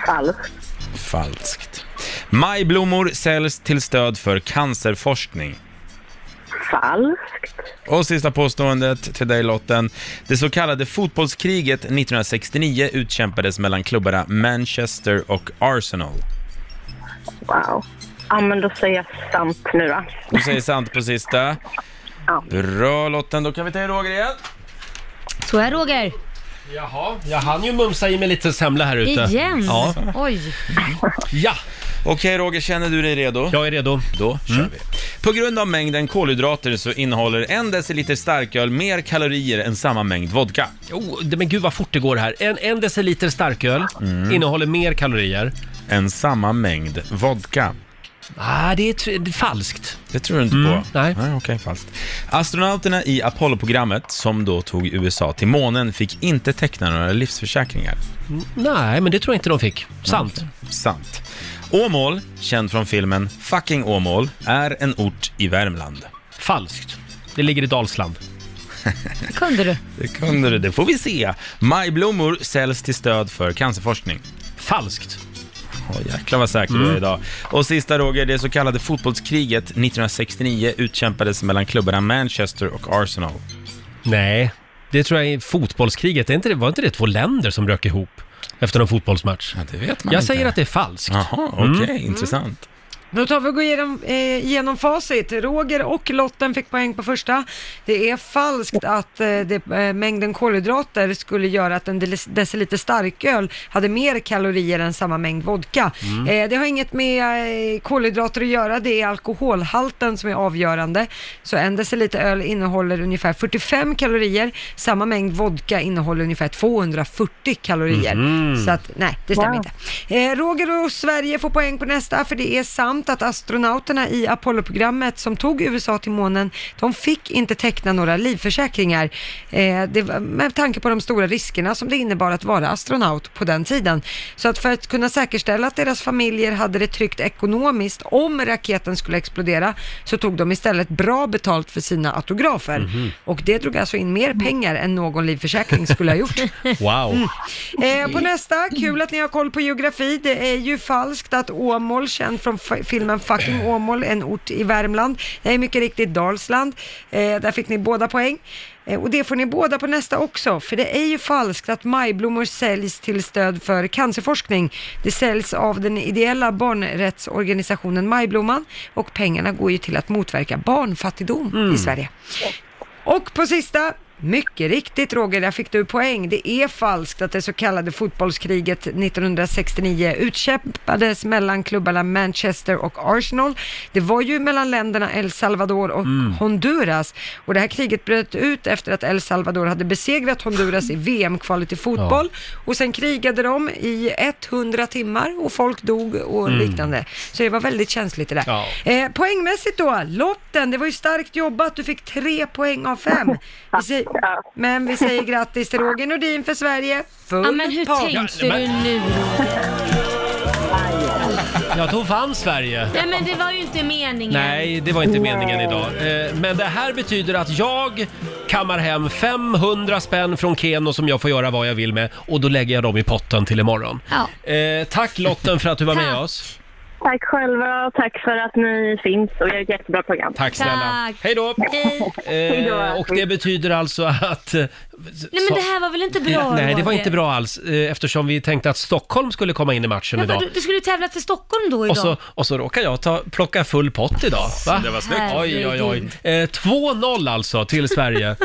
Speaker 13: Falskt.
Speaker 6: Falskt. Majblommor säljs till stöd för cancerforskning.
Speaker 13: Falskt.
Speaker 6: Och sista påståendet till dig Lotten. Det så kallade fotbollskriget 1969 utkämpades mellan klubbarna Manchester och Arsenal.
Speaker 13: Wow. Ja, men då säger jag sant nu då.
Speaker 6: Du säger sant på sista. Bra Lotten, då kan vi ta in Roger igen.
Speaker 2: Så är Roger.
Speaker 1: Jaha, jag hann ju mumsa i mig lite semla här ute.
Speaker 2: Igen?
Speaker 1: Ja.
Speaker 2: Oj.
Speaker 1: ja.
Speaker 6: Okej Roger, känner du dig redo?
Speaker 1: Jag är redo.
Speaker 6: Då kör vi. På grund av mängden kolhydrater så innehåller en deciliter starköl mer kalorier än samma mängd vodka.
Speaker 1: Oh, det- men gud vad fort det går här. En, en deciliter starköl
Speaker 6: Mm.
Speaker 1: innehåller mer kalorier.
Speaker 6: Än samma mängd vodka.
Speaker 1: Ah, det är, tr- det är falskt.
Speaker 6: Det tror du inte
Speaker 1: Mm,
Speaker 6: på? Nej. Okej, falskt. Astronauterna i Apollo-programmet, som då tog USA till månen, fick inte teckna några livsförsäkringar.
Speaker 1: Nej, men det tror jag inte de fick. Sant.
Speaker 6: Mm. Sant. Åmål, känd från filmen Fucking Åmål, är en ort i Värmland.
Speaker 1: Falskt. Det ligger i Dalsland.
Speaker 2: Kunde du?
Speaker 6: Det kunde du, det får vi se. Majblommor säljs till stöd för cancerforskning.
Speaker 1: Falskt.
Speaker 6: Oh, jäklar vad säker du är
Speaker 1: Mm.
Speaker 6: idag. Och sista Roger, det så kallade fotbollskriget 1969 utkämpades mellan klubbarna Manchester och Arsenal.
Speaker 1: Nej, det tror jag är fotbollskriget. Det är inte, det- var inte det två länder som rök ihop efter en fotbollsmatch?
Speaker 6: Ja, det vet
Speaker 1: jag säger att det är falskt.
Speaker 6: Jaha, okej,
Speaker 1: Mm.
Speaker 6: intressant.
Speaker 5: Då tar vi och går igenom, eh, igenom facit. Roger och Lotten fick poäng på första. Det är falskt att eh, det, eh, mängden kolhydrater skulle göra att en del- deciliter starköl hade mer kalorier än samma mängd vodka.
Speaker 6: Mm.
Speaker 5: Eh, det har inget med eh, kolhydrater att göra, det är alkoholhalten som är avgörande. Så en deciliter öl innehåller ungefär 45 kalorier, samma mängd vodka innehåller ungefär 240 kalorier.
Speaker 6: Mhm.
Speaker 5: Så att, nej, det stämmer
Speaker 6: Wow.
Speaker 5: inte. Eh, Roger och Sverige får poäng på nästa, för det är sant att astronauterna i Apollo-programmet som tog USA till månen, de fick inte teckna några livförsäkringar. Eh, det var, med tanke på de stora riskerna som det innebar att vara astronaut på den tiden. Så att för att kunna säkerställa att deras familjer hade det tryggt ekonomiskt om raketen skulle explodera, så tog de istället bra betalt för sina autografer.
Speaker 6: Mhm.
Speaker 5: Och det drog alltså in mer pengar än någon livförsäkring skulle ha gjort.
Speaker 14: Wow.
Speaker 6: Mm.
Speaker 5: Eh, på nästa, kul att ni har koll på geografi. Det är ju falskt att Åmål, känd från f- filmen Fucking Åmål, en ort i Värmland, det är mycket riktigt Dalsland. Eh, där fick ni båda poäng. Eh, och det får ni båda på nästa också, för det är ju falskt att majblommor säljs till stöd för cancerforskning. Det säljs av den ideella barnrättsorganisationen Majblomman och pengarna går ju till att motverka barnfattigdom i Sverige. Och på sista, mycket riktigt Roger, där fick du poäng. Det är falskt att det så kallade fotbollskriget 1969 utkämpades mellan klubbarna Manchester och Arsenal. Det var ju mellan länderna El Salvador och
Speaker 6: Mm.
Speaker 5: Honduras. Och det här kriget bröt ut efter att El Salvador hade besegrat Honduras i VM-kvalet i fotboll. Och sen krigade de i 100 timmar och folk dog och
Speaker 6: Mm.
Speaker 5: liknande. Så det var väldigt känsligt det där.
Speaker 6: Ja.
Speaker 5: Eh, poängmässigt då, Lotten, det var ju starkt jobbat. Du fick tre poäng av fem. Vi säger, men vi säger grattis till Roger Nordin för Sverige. Full
Speaker 2: Ja, men hur
Speaker 5: pott.
Speaker 2: tänkte du nu Roger?
Speaker 1: Jag tog vann Sverige.
Speaker 2: Nej men det var ju inte meningen.
Speaker 1: Nej, det var inte meningen idag. Eh, Men det här betyder att jag kammar hem 500 spänn från Keno som jag får göra vad jag vill med och då lägger jag dem i potten till imorgon.
Speaker 2: Ja.
Speaker 1: Eh, Tack Lotten för att du var med oss.
Speaker 8: Tack själva och tack för att ni finns och gör ett jättebra program.
Speaker 1: Tack snälla. Hej då!
Speaker 8: Hej då.
Speaker 1: Eh, Och det betyder alltså att... Nej
Speaker 2: Nej men det här var väl inte bra
Speaker 1: Nej, det var
Speaker 2: Roger?
Speaker 1: inte bra alls eh, eftersom vi tänkte att Stockholm skulle komma in i matchen
Speaker 2: Men
Speaker 1: idag.
Speaker 2: vad, du, du skulle ju tävlat för Stockholm då idag.
Speaker 1: Och så, och så råkar jag ta, plocka full pott idag. Va?
Speaker 2: Det var snyggt.
Speaker 1: Oj, oj, oj. Eh, 2-0 alltså till Sverige.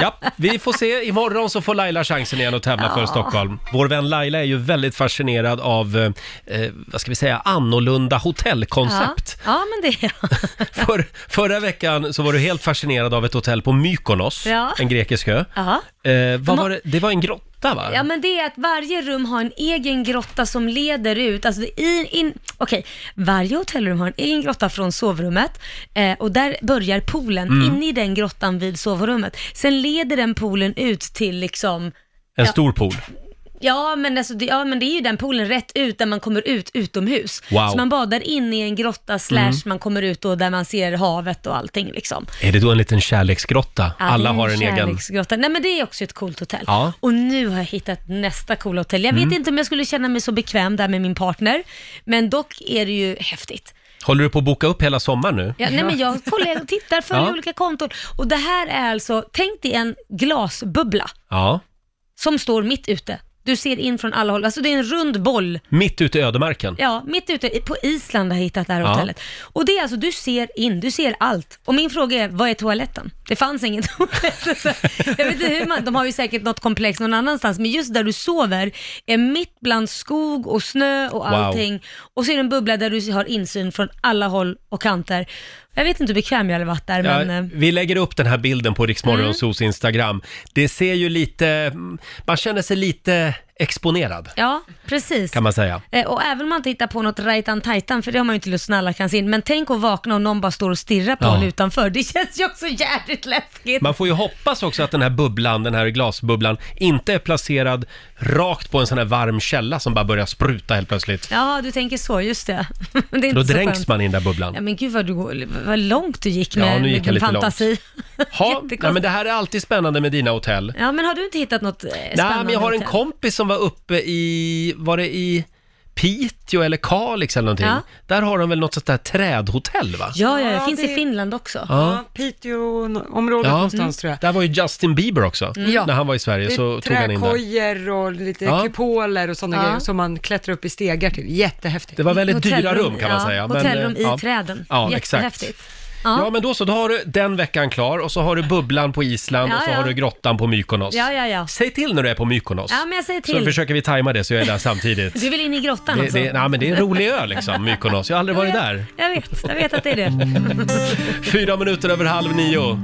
Speaker 1: ja, vi får se. Imorgon så får Laila chansen igen att tävla för
Speaker 14: Ja.
Speaker 1: Stockholm. Vår vän Laila är ju väldigt fascinerad av, eh, vad ska vi säga, annorlunda hotellkoncept.
Speaker 2: Ja. ja, men det är jag.
Speaker 1: För, förra veckan så var du helt fascinerad av ett hotell på Mykonos,
Speaker 2: Ja.
Speaker 1: en grekisk ö.
Speaker 2: Ja.
Speaker 1: Eh, vad
Speaker 2: Ma-
Speaker 1: var det? det var en grotta va?
Speaker 2: Ja men det är att varje rum har en egen grotta som leder ut, alltså det är in, in, okej, varje hotellrum har en egen grotta från sovrummet eh, och där börjar poolen,
Speaker 1: Mm.
Speaker 2: inne i den grottan vid sovrummet. Sen leder den poolen ut till liksom,
Speaker 1: En
Speaker 2: ja,
Speaker 1: stor pool.
Speaker 2: Ja men, alltså, det, ja men det är ju den poolen rätt ut där man kommer ut utomhus.
Speaker 1: Wow.
Speaker 2: Så man badar in i en grotta slash
Speaker 1: Mm.
Speaker 2: man kommer ut då där man ser havet och allting liksom.
Speaker 1: Är det då en liten kärleksgrotta?
Speaker 2: Ja,
Speaker 1: Alla
Speaker 2: det är
Speaker 1: har en egen.
Speaker 2: kärleksgrotta. Nej men det är också ett coolt hotell.
Speaker 1: Ja.
Speaker 2: Och nu har jag hittat nästa coola hotell. Jag
Speaker 1: Mm.
Speaker 2: vet inte om jag skulle känna mig så bekväm där med min partner, men dock är det ju häftigt.
Speaker 1: Håller du på att boka upp hela sommaren nu?
Speaker 2: Ja, nej men jag kollar och tittar, följer
Speaker 1: Ja.
Speaker 2: olika konton. Och det här är alltså, tänk dig en glasbubbla
Speaker 1: Ja.
Speaker 2: som står mitt ute. Du ser in från alla håll, alltså det är en rund boll.
Speaker 1: Mitt ute i ödemarken.
Speaker 2: Ja, mitt ute i- på Island har jag hittat det här
Speaker 1: Ja.
Speaker 2: hotellet. Och det är alltså, du ser in, du ser allt. Och min fråga är, vad är toaletten? Det fanns ingen toalett. Så jag vet inte hur man, de har ju säkert något komplex någon annanstans, men just där du sover är mitt bland skog och snö och
Speaker 6: Wow.
Speaker 2: allting. Och så är det en bubbla där du har insyn från alla håll och kanter. Jag vet inte hur bekväm jag hade varit där,
Speaker 1: Ja,
Speaker 2: men... eh, Mm.
Speaker 1: vi lägger upp den här bilden på Riksmorgonsos Instagram. Det ser ju lite, man känner sig lite exponerad
Speaker 2: Ja, precis.
Speaker 1: kan man säga.
Speaker 2: Eh, Och även om man inte hittar på något rajtan tajtan, för det har man ju inte lust när alla kan se in, men tänk att vakna och någon bara står och stirrar på
Speaker 1: Ja.
Speaker 2: en utanför. Det känns ju också jävligt läskigt.
Speaker 1: Man får ju hoppas också att den här bubblan, den här glasbubblan, inte är placerad rakt på en sån här varm källa som bara börjar spruta helt plötsligt.
Speaker 2: Ja, du tänker så, just det. det är inte
Speaker 1: Då
Speaker 2: så
Speaker 1: dränks
Speaker 2: skönt.
Speaker 1: man i den där
Speaker 2: Ja,
Speaker 1: bubblan.
Speaker 2: men gud vad, du går, vad långt du gick
Speaker 1: Ja,
Speaker 2: med,
Speaker 1: nu gick jag
Speaker 2: med din
Speaker 1: lite
Speaker 2: fantasi.
Speaker 1: Ha, ja, men det här är alltid spännande med dina hotell.
Speaker 2: Ja, men har du inte hittat något eh, spännande?
Speaker 1: Nej, men jag har en
Speaker 2: hotell?
Speaker 1: kompis som var uppe i, var det i Piteå eller Kalix eller någonting.
Speaker 2: Ja.
Speaker 1: Där har de väl något sånt där trädhotell va?
Speaker 2: Ja, ja, det
Speaker 5: Ja,
Speaker 2: finns
Speaker 5: det-
Speaker 2: i Finland också.
Speaker 1: Ja.
Speaker 5: Piteå-området
Speaker 2: Mm.
Speaker 5: någonstans tror jag.
Speaker 1: Där var ju Justin Bieber också.
Speaker 5: Mm. Ja.
Speaker 1: När han var i Sverige
Speaker 5: Det är
Speaker 1: så tog han in det.
Speaker 5: Träkojor och lite
Speaker 1: Ja.
Speaker 5: kupoler och sådana
Speaker 2: Ja.
Speaker 5: grejer som man klättrar upp i stegar till. Jättehäftigt.
Speaker 1: Det var väldigt dyra rum kan man
Speaker 2: ja,
Speaker 1: säga.
Speaker 2: hotellrum
Speaker 1: eh,
Speaker 2: i träden.
Speaker 1: Ja, exakt.
Speaker 2: Jättehäftigt.
Speaker 1: Ja.
Speaker 2: Ja.
Speaker 1: men då så, då har du den veckan klar och så har du bubblan på Island och
Speaker 2: Ja,
Speaker 1: så
Speaker 2: ja.
Speaker 1: har du grottan på Mykonos.
Speaker 2: Ja, ja, ja.
Speaker 1: Säg till när du är på Mykonos.
Speaker 2: Ja, men jag säger
Speaker 1: Så
Speaker 2: till.
Speaker 1: försöker vi tajma det så jag är där samtidigt.
Speaker 2: Du vill in i grottan
Speaker 1: det,
Speaker 2: alltså?
Speaker 1: det, nej, men det är en rolig ö liksom, Mykonos. Jag har aldrig varit där.
Speaker 2: Jag vet, jag vet att det är det.
Speaker 1: Fyra minuter över halv nio.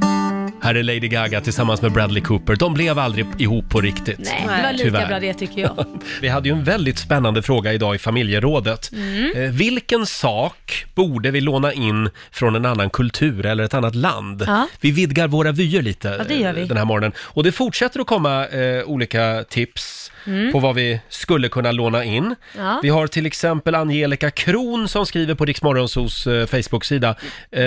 Speaker 1: Här är Lady Gaga tillsammans med Bradley Cooper. De blev aldrig ihop på riktigt.
Speaker 2: Nej, det var lika
Speaker 1: Tyvärr.
Speaker 2: bra det tycker jag.
Speaker 1: Vi hade ju en väldigt spännande fråga idag i familjerådet.
Speaker 2: Mm.
Speaker 1: Eh, vilken sak borde vi låna in från en annan kultur eller ett annat land?
Speaker 2: Ja.
Speaker 1: Vi vidgar våra vyer lite
Speaker 2: Ja, det gör vi.
Speaker 1: eh, den här morgonen. Och det fortsätter att komma eh, olika tips
Speaker 2: Mm.
Speaker 1: på vad vi skulle kunna låna in.
Speaker 2: Ja.
Speaker 1: Vi har till exempel Angelica Kron som skriver på Riksmorgonsos eh, Facebook-sida. Eh,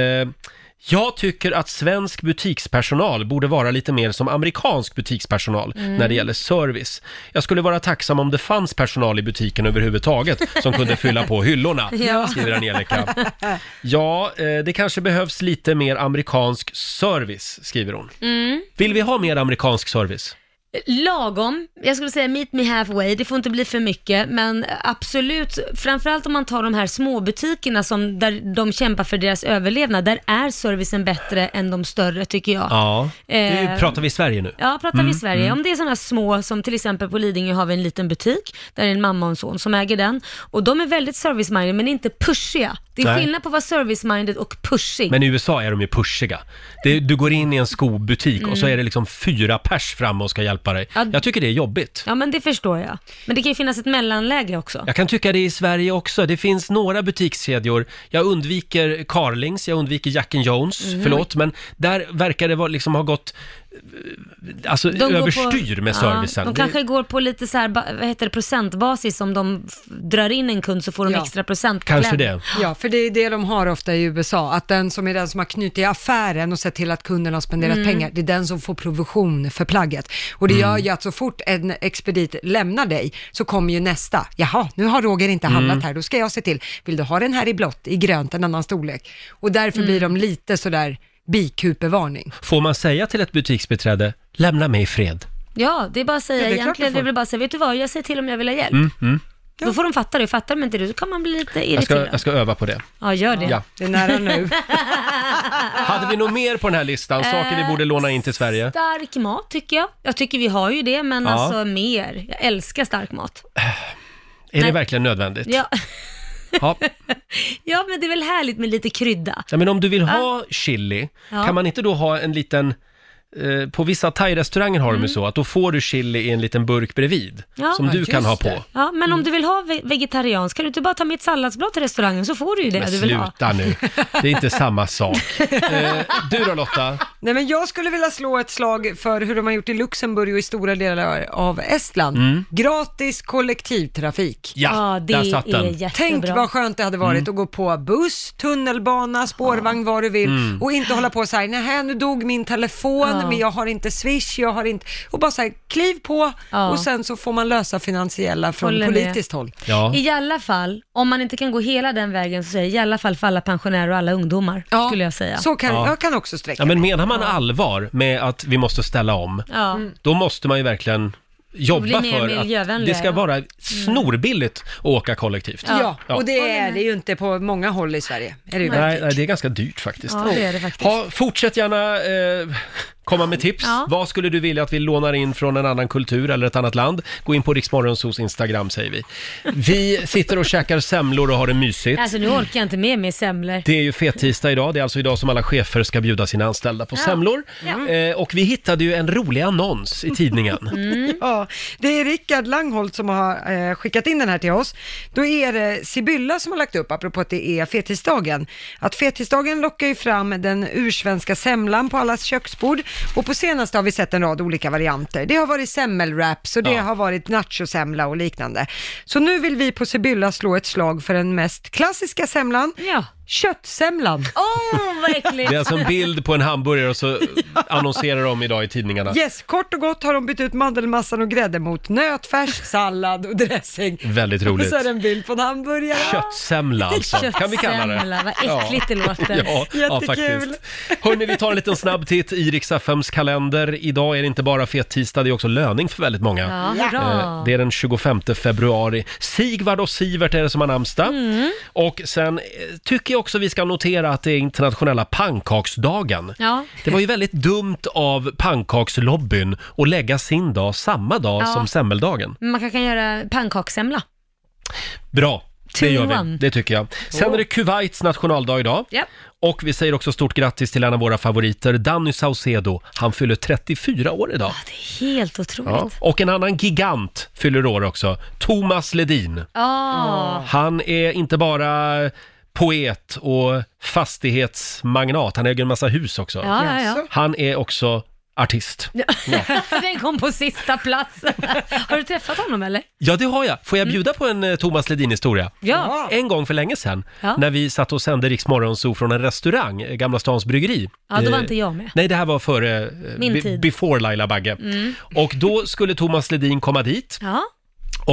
Speaker 1: jag tycker att svensk butikspersonal borde vara lite mer som amerikansk butikspersonal
Speaker 15: Mm.
Speaker 1: när det gäller service. Jag skulle vara tacksam om det fanns personal i butiken överhuvudtaget som kunde fylla på hyllorna,
Speaker 15: Ja.
Speaker 1: skriver Angelica. Ja, eh, det kanske behövs lite mer amerikansk service, skriver hon.
Speaker 2: Mm.
Speaker 1: Vill vi ha mer amerikansk service?
Speaker 2: Lagom. Jag skulle säga meet me halfway. Det får inte bli för mycket, men absolut, framförallt om man tar de här småbutikerna som, där de kämpar för deras överlevnad, där är servicen bättre än de större tycker jag.
Speaker 1: Ja, nu
Speaker 2: Eh,
Speaker 1: pratar vi Sverige nu.
Speaker 2: Ja, pratar
Speaker 1: Mm,
Speaker 2: vi Sverige.
Speaker 1: mm.
Speaker 2: Om det är sådana små, som till exempel på Lidingö har vi en liten butik, där är en mamma och en son som äger den. Och de är väldigt service-minded, men inte pushiga. Det är
Speaker 1: Nej.
Speaker 2: skillnad på att vara service-minded och pushig.
Speaker 1: Men i USA är de ju pushiga. Det, du går in i en skobutik och så
Speaker 2: Mm.
Speaker 1: är det liksom fyra pers framme och ska hjälpa dig.
Speaker 2: Ja.
Speaker 1: Jag tycker det är jobbigt.
Speaker 2: Ja, men det förstår jag. Men det kan ju finnas ett mellanläge också.
Speaker 1: Jag kan tycka det i Sverige också. Det finns några butikskedjor. Jag undviker Carlings, jag undviker Jack and Jones,
Speaker 2: Mm.
Speaker 1: förlåt, men där verkar det vara, liksom ha gått eh, alltså,
Speaker 2: går på-
Speaker 1: överstyr med servicen.
Speaker 2: Ja, de
Speaker 1: Det-
Speaker 2: kanske går på lite så här, ba- vad heter det, procentbasis. Om de f- drar in en kund så får de
Speaker 5: Ja.
Speaker 2: extra procent. på kläder.
Speaker 5: Ja, för det är det de har ofta i USA, att den som är den som har knutit affären och sett till att kunden har spenderat
Speaker 2: Mm.
Speaker 5: pengar, det är den som får provision för plagget. Och det
Speaker 2: Mm.
Speaker 5: gör ju att så fort en expedit lämnar dig så kommer ju nästa. Jaha, nu har Roger inte handlat
Speaker 2: Mm.
Speaker 5: här, då ska jag se till, vill du ha den här i blått, i grönt, en annan storlek? Och därför blir
Speaker 2: Mm.
Speaker 5: de lite sådär bikupevarning.
Speaker 1: Får man säga till ett butiksbiträde, lämna mig i fred?
Speaker 2: Ja, det är bara att säga
Speaker 5: Ja, det är klart du
Speaker 2: egentligen. Det
Speaker 5: får.
Speaker 2: är väl bara att säga, vet du vad, jag säger till om jag vill ha hjälp.
Speaker 1: Mm, mm.
Speaker 2: Då får de fatta det. Fattar de inte det, så kan man bli lite
Speaker 1: Jag, ska,
Speaker 2: irriterad.
Speaker 1: jag ska öva på det.
Speaker 2: Ja, gör det.
Speaker 1: Ja.
Speaker 5: Det är nära nu.
Speaker 1: Hade vi något mer på den här listan? Saker vi
Speaker 2: Eh,
Speaker 1: borde låna in till Sverige?
Speaker 2: Stark mat tycker jag. Jag tycker vi har ju det, men
Speaker 1: Ja.
Speaker 2: alltså mer. Jag älskar stark mat.
Speaker 1: Är det verkligen nödvändigt?
Speaker 2: Ja.
Speaker 1: Ja.
Speaker 2: ja, men det är väl härligt med lite krydda.
Speaker 1: Ja, men om du vill ha chili,
Speaker 2: Ja.
Speaker 1: kan man inte då ha en liten... Eh, på vissa thai-restauranger har de ju så att då får du chili i en liten burk bredvid
Speaker 2: Mm. Ja.
Speaker 1: som du kan ha på.
Speaker 2: Ja, men
Speaker 1: Mm.
Speaker 2: om du vill ha ve- vegetariansk, kan du inte bara ta med ett salladsblad till restaurangen så får du ju det
Speaker 1: Men
Speaker 2: du vill ha.
Speaker 1: sluta nu, det är inte samma sak. Eh, du då Lotta?
Speaker 5: Nej, men jag skulle vilja slå ett slag för hur de har gjort i Luxemburg och i stora delar av Estland.
Speaker 1: Mm.
Speaker 5: Gratis kollektivtrafik.
Speaker 1: Ja, Ja, det där satt den. är jättebra.
Speaker 5: Tänk vad skönt det hade varit
Speaker 1: Mm.
Speaker 5: att gå på buss, tunnelbana, spårvagn, vad du vill
Speaker 1: Mm.
Speaker 5: och inte hålla på så här, nej nu dog min telefon,
Speaker 2: Ja.
Speaker 5: men jag har inte swish, jag har inte... Och bara så här, kliv på
Speaker 2: Ja.
Speaker 5: och sen så får man lösa finansiella från
Speaker 2: Håller med.
Speaker 5: politiskt håll.
Speaker 2: I alla fall, om man inte kan gå hela den vägen så säger jag i alla fall för alla pensionärer och alla ungdomar, skulle jag säga.
Speaker 5: Så kan,
Speaker 1: Ja.
Speaker 5: Jag kan också sträcka
Speaker 1: Ja, men menar man allvar med att vi måste ställa om,
Speaker 2: Ja.
Speaker 5: Mm.
Speaker 1: då måste man ju verkligen jobba
Speaker 2: Bli mer
Speaker 1: för att
Speaker 2: miljövänligare.
Speaker 1: det ska vara snorbilligt att åka kollektivt.
Speaker 5: Mm. Ja, och det är det ju inte på många håll i Sverige. Är det ju
Speaker 1: Nej, nej, det är ganska dyrt faktiskt.
Speaker 5: Ja, det är det faktiskt.
Speaker 1: Ha, fortsätt gärna eh, komma med tips.
Speaker 5: Ja.
Speaker 1: Vad skulle du vilja att vi lånar in från en annan kultur eller ett annat land? Gå in på Riksmorgonsos Instagram säger vi. Vi sitter och käkar semlor och har det mysigt.
Speaker 2: Alltså nu orkar jag inte med mer semlor.
Speaker 1: Det är ju fettisdag idag, det är alltså idag som alla chefer ska bjuda sina anställda på
Speaker 2: Ja.
Speaker 1: semlor.
Speaker 2: Ja.
Speaker 1: Eh, och vi hittade ju en rolig annons i tidningen.
Speaker 5: Mm. Ja, det är Rickard Langholt som har eh, skickat in den här till oss. Då är det Sibylla som har lagt upp, apropå att det är fetisdagen, att fetisdagen lockar ju fram den ursvenska semlan på allas köksbord och på senaste har vi sett en rad olika varianter. Det har varit semmelwraps och det
Speaker 16: Ja.
Speaker 5: har varit nachosemla och liknande. Så nu vill vi på Sibylla slå ett slag för den mest klassiska semlan,
Speaker 2: ja.
Speaker 5: köttsemlan.
Speaker 2: Åh, oh, vad äckligt!
Speaker 1: Det är alltså en bild på en hamburgare och så annonserar om idag i tidningarna.
Speaker 5: Yes, kort och gott har de bytt ut mandelmassan och grädde mot nötfärs, sallad och dressing.
Speaker 1: Väldigt roligt.
Speaker 5: Och så är det en bild på en hamburgare.
Speaker 1: Köttsemla alltså, kan vi kalla det?
Speaker 2: Köttsemla, vad äckligt det låter.
Speaker 1: Ja, ja
Speaker 2: Jättekul.
Speaker 1: faktiskt. Hörni, vi tar en liten snabb titt i Rix FMs kalender. Idag är det inte bara fet tisdag, det är också löning för väldigt många.
Speaker 2: Ja, hurra.
Speaker 1: Eh, Det är den 25 februari. Sigvard och Sivert är det som har namnsdag.
Speaker 2: Mm.
Speaker 1: Och sen eh, tycker jag också vi ska notera att det är internationella pannkaksdagen.
Speaker 2: Ja.
Speaker 1: Det var ju väldigt dumt av pannkakslobbyn att lägga sin dag samma dag
Speaker 2: Ja.
Speaker 1: som semmeldagen.
Speaker 2: Men Man kan kan göra pannkakssemla.
Speaker 1: Bra,
Speaker 2: Two
Speaker 1: det
Speaker 2: in
Speaker 1: gör vi.
Speaker 2: one.
Speaker 1: Det tycker jag. Sen är det Kuwaits nationaldag idag.
Speaker 2: Oh. Ja.
Speaker 1: Och vi säger också stort grattis till en av våra favoriter, Danny Saucedo. Han fyller 34 år idag.
Speaker 2: Ah, Helt otroligt.
Speaker 1: Ja. Och en annan gigant fyller år också, Thomas Ledin.
Speaker 2: Ah.
Speaker 1: Han är inte bara poet och fastighetsmagnat, han äger en massa hus också.
Speaker 2: Ja, ja, ja.
Speaker 1: Han är också artist.
Speaker 2: Den kom på sista plats. Har du träffat honom eller?
Speaker 1: Ja, det har jag. Får jag bjuda på en eh, Thomas Ledin-historia?
Speaker 2: Mm. Ja.
Speaker 1: En gång för länge sedan,
Speaker 2: Ja.
Speaker 1: när vi satt och sände Rix Morgonzoo från en restaurang, eh, Gamla Stans Bryggeri.
Speaker 2: Ja, då var
Speaker 1: Eh,
Speaker 2: inte jag med.
Speaker 1: Nej, det här var före, eh,
Speaker 2: Min
Speaker 1: be-
Speaker 2: tid.
Speaker 1: before Laila Bagge.
Speaker 2: Mm.
Speaker 1: Och då skulle Thomas Ledin komma dit
Speaker 2: Ja.